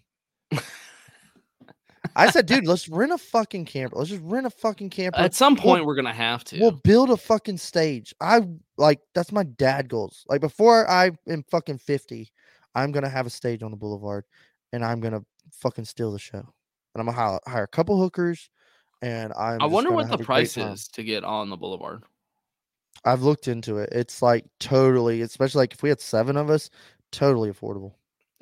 [SPEAKER 3] I said, dude, let's rent a fucking camper. Let's just rent a fucking camper.
[SPEAKER 2] At some
[SPEAKER 3] We'll-
[SPEAKER 2] point, we're gonna have to.
[SPEAKER 3] We'll build a fucking stage. I like that's my dad goals. Like before I am fucking 50, I'm gonna have a stage on the boulevard and I'm gonna fucking steal the show. And I'm gonna hire, hire a couple hookers, and I'm.
[SPEAKER 2] I
[SPEAKER 3] just
[SPEAKER 2] wonder
[SPEAKER 3] gonna
[SPEAKER 2] what
[SPEAKER 3] have
[SPEAKER 2] the
[SPEAKER 3] a great
[SPEAKER 2] price
[SPEAKER 3] time.
[SPEAKER 2] is to get on the boulevard.
[SPEAKER 3] I've looked into it. It's like totally, especially like if we had seven of us, totally affordable.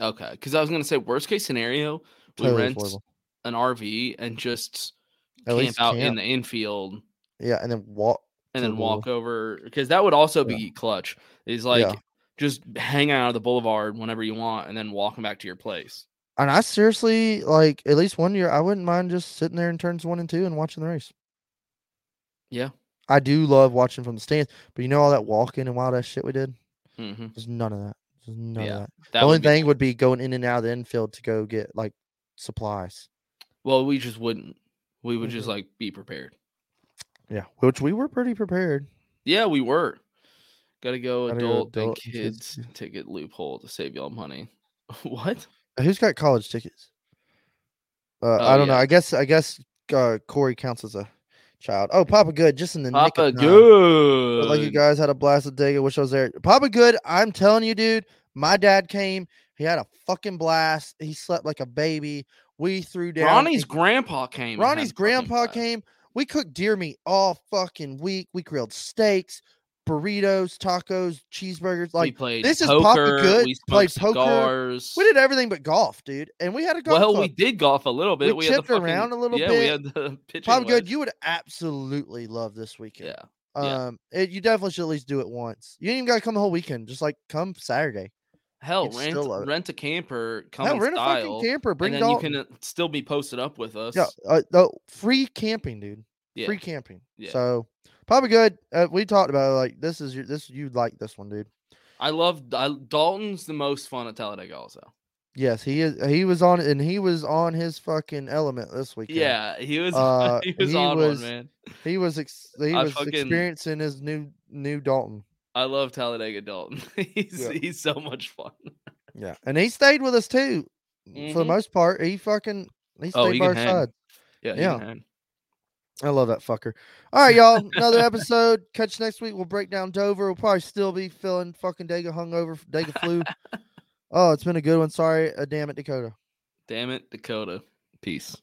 [SPEAKER 2] Okay, because I was gonna say worst case scenario, we
[SPEAKER 3] Totally
[SPEAKER 2] rent
[SPEAKER 3] affordable.
[SPEAKER 2] an RV and just
[SPEAKER 3] At
[SPEAKER 2] camp
[SPEAKER 3] least
[SPEAKER 2] out in
[SPEAKER 3] camp.
[SPEAKER 2] the infield
[SPEAKER 3] Yeah, and then walk.
[SPEAKER 2] and
[SPEAKER 3] to
[SPEAKER 2] then
[SPEAKER 3] the
[SPEAKER 2] walk over because that would also
[SPEAKER 3] Yeah.
[SPEAKER 2] be clutch. Is like
[SPEAKER 3] Yeah.
[SPEAKER 2] just hang out of the boulevard whenever you want and then walking back to your place.
[SPEAKER 3] And I seriously like at least one year. I wouldn't mind just sitting there in turns one and two and watching the race.
[SPEAKER 2] Yeah.
[SPEAKER 3] I do love watching from the stands, but you know all that walking and wild ass shit we did.
[SPEAKER 2] hmm
[SPEAKER 3] There's none of that. There's none
[SPEAKER 2] Yeah,
[SPEAKER 3] of that.
[SPEAKER 2] That
[SPEAKER 3] the only
[SPEAKER 2] would be-
[SPEAKER 3] thing would be going in and out of the infield to go get like supplies.
[SPEAKER 2] well, we just wouldn't. We would just
[SPEAKER 3] Mhm.
[SPEAKER 2] like be prepared.
[SPEAKER 3] Yeah, which we were pretty prepared.
[SPEAKER 2] Yeah, we were. Got to go
[SPEAKER 3] Gotta go
[SPEAKER 2] adult, and
[SPEAKER 3] adult and kids,
[SPEAKER 2] kids ticket loophole to save y'all money. what?
[SPEAKER 3] Uh, Who's got college tickets? Uh, I
[SPEAKER 2] Oh,
[SPEAKER 3] don't know.
[SPEAKER 2] yeah.
[SPEAKER 3] I guess I guess uh, Corey counts as a child. Oh, Papa Good, just in the nick
[SPEAKER 2] Papa
[SPEAKER 3] of time.
[SPEAKER 2] good.
[SPEAKER 3] But like you guys had a blast at Dega. Wish I was there. Papa Good, I'm telling you, dude. My dad came. He had a fucking blast. He slept like a baby. We threw down.
[SPEAKER 2] Ronnie's
[SPEAKER 3] and-
[SPEAKER 2] grandpa came. and had a
[SPEAKER 3] Ronnie's
[SPEAKER 2] fucking
[SPEAKER 3] grandpa
[SPEAKER 2] blast.
[SPEAKER 3] came. We cooked deer meat all fucking week. We grilled steaks, burritos, tacos, cheeseburgers.
[SPEAKER 2] We
[SPEAKER 3] Like
[SPEAKER 2] played
[SPEAKER 3] this is Papa
[SPEAKER 2] poker,
[SPEAKER 3] Good,
[SPEAKER 2] We
[SPEAKER 3] played
[SPEAKER 2] smoked
[SPEAKER 3] poker.
[SPEAKER 2] Cigars.
[SPEAKER 3] we did everything but golf, dude. And we had a golf
[SPEAKER 2] well,
[SPEAKER 3] club.
[SPEAKER 2] we did golf a little bit.
[SPEAKER 3] We
[SPEAKER 2] had the
[SPEAKER 3] chipped around
[SPEAKER 2] fucking-
[SPEAKER 3] a little
[SPEAKER 2] yeah, we
[SPEAKER 3] bit.
[SPEAKER 2] had the pitching.
[SPEAKER 3] Papa Good,
[SPEAKER 2] wedge.
[SPEAKER 3] you would absolutely love this weekend.
[SPEAKER 2] yeah, yeah.
[SPEAKER 3] Um, it, you definitely should at least do it once. You ain't even gotta come the whole weekend. Just like come Saturday.
[SPEAKER 2] hell,
[SPEAKER 3] You'd
[SPEAKER 2] rent
[SPEAKER 3] still love it.
[SPEAKER 2] rent a camper, come
[SPEAKER 3] Hell,
[SPEAKER 2] in
[SPEAKER 3] rent a
[SPEAKER 2] style,
[SPEAKER 3] fucking camper. Bring
[SPEAKER 2] and then you
[SPEAKER 3] Dalton.
[SPEAKER 2] can uh, still be posted up with us.
[SPEAKER 3] Yeah, uh, the free camping, dude.
[SPEAKER 2] Yeah.
[SPEAKER 3] Free camping.
[SPEAKER 2] Yeah.
[SPEAKER 3] So probably good. Uh, we talked about it, like this is your this you'd like this one, dude.
[SPEAKER 2] I love I, Dalton's the most fun at Talladega. Also,
[SPEAKER 3] Yes, he is. He was on and he was on his fucking element this weekend.
[SPEAKER 2] yeah, he was
[SPEAKER 3] Uh,
[SPEAKER 2] he was
[SPEAKER 3] he
[SPEAKER 2] on
[SPEAKER 3] was-
[SPEAKER 2] one man.
[SPEAKER 3] he was. Ex- he
[SPEAKER 2] I
[SPEAKER 3] was
[SPEAKER 2] fucking-
[SPEAKER 3] experiencing his new new Dalton.
[SPEAKER 2] I love Talladega Dalton. he's
[SPEAKER 3] Yeah.
[SPEAKER 2] he's so much fun.
[SPEAKER 3] Yeah, and he stayed with us too. For the
[SPEAKER 2] Mhm.
[SPEAKER 3] most part, he fucking he stayed
[SPEAKER 2] Oh, he
[SPEAKER 3] by
[SPEAKER 2] can
[SPEAKER 3] our
[SPEAKER 2] hang.
[SPEAKER 3] side.
[SPEAKER 2] Yeah, he
[SPEAKER 3] Yeah.
[SPEAKER 2] can.
[SPEAKER 3] I love that fucker. All right, y'all. Another episode. Catch you next week. We'll break down Dover. We'll probably still be feeling fucking Daga hungover, Daga flu. oh, it's been a good one. Sorry, uh, damn it, Dakota.
[SPEAKER 2] Damn it, Dakota. Peace.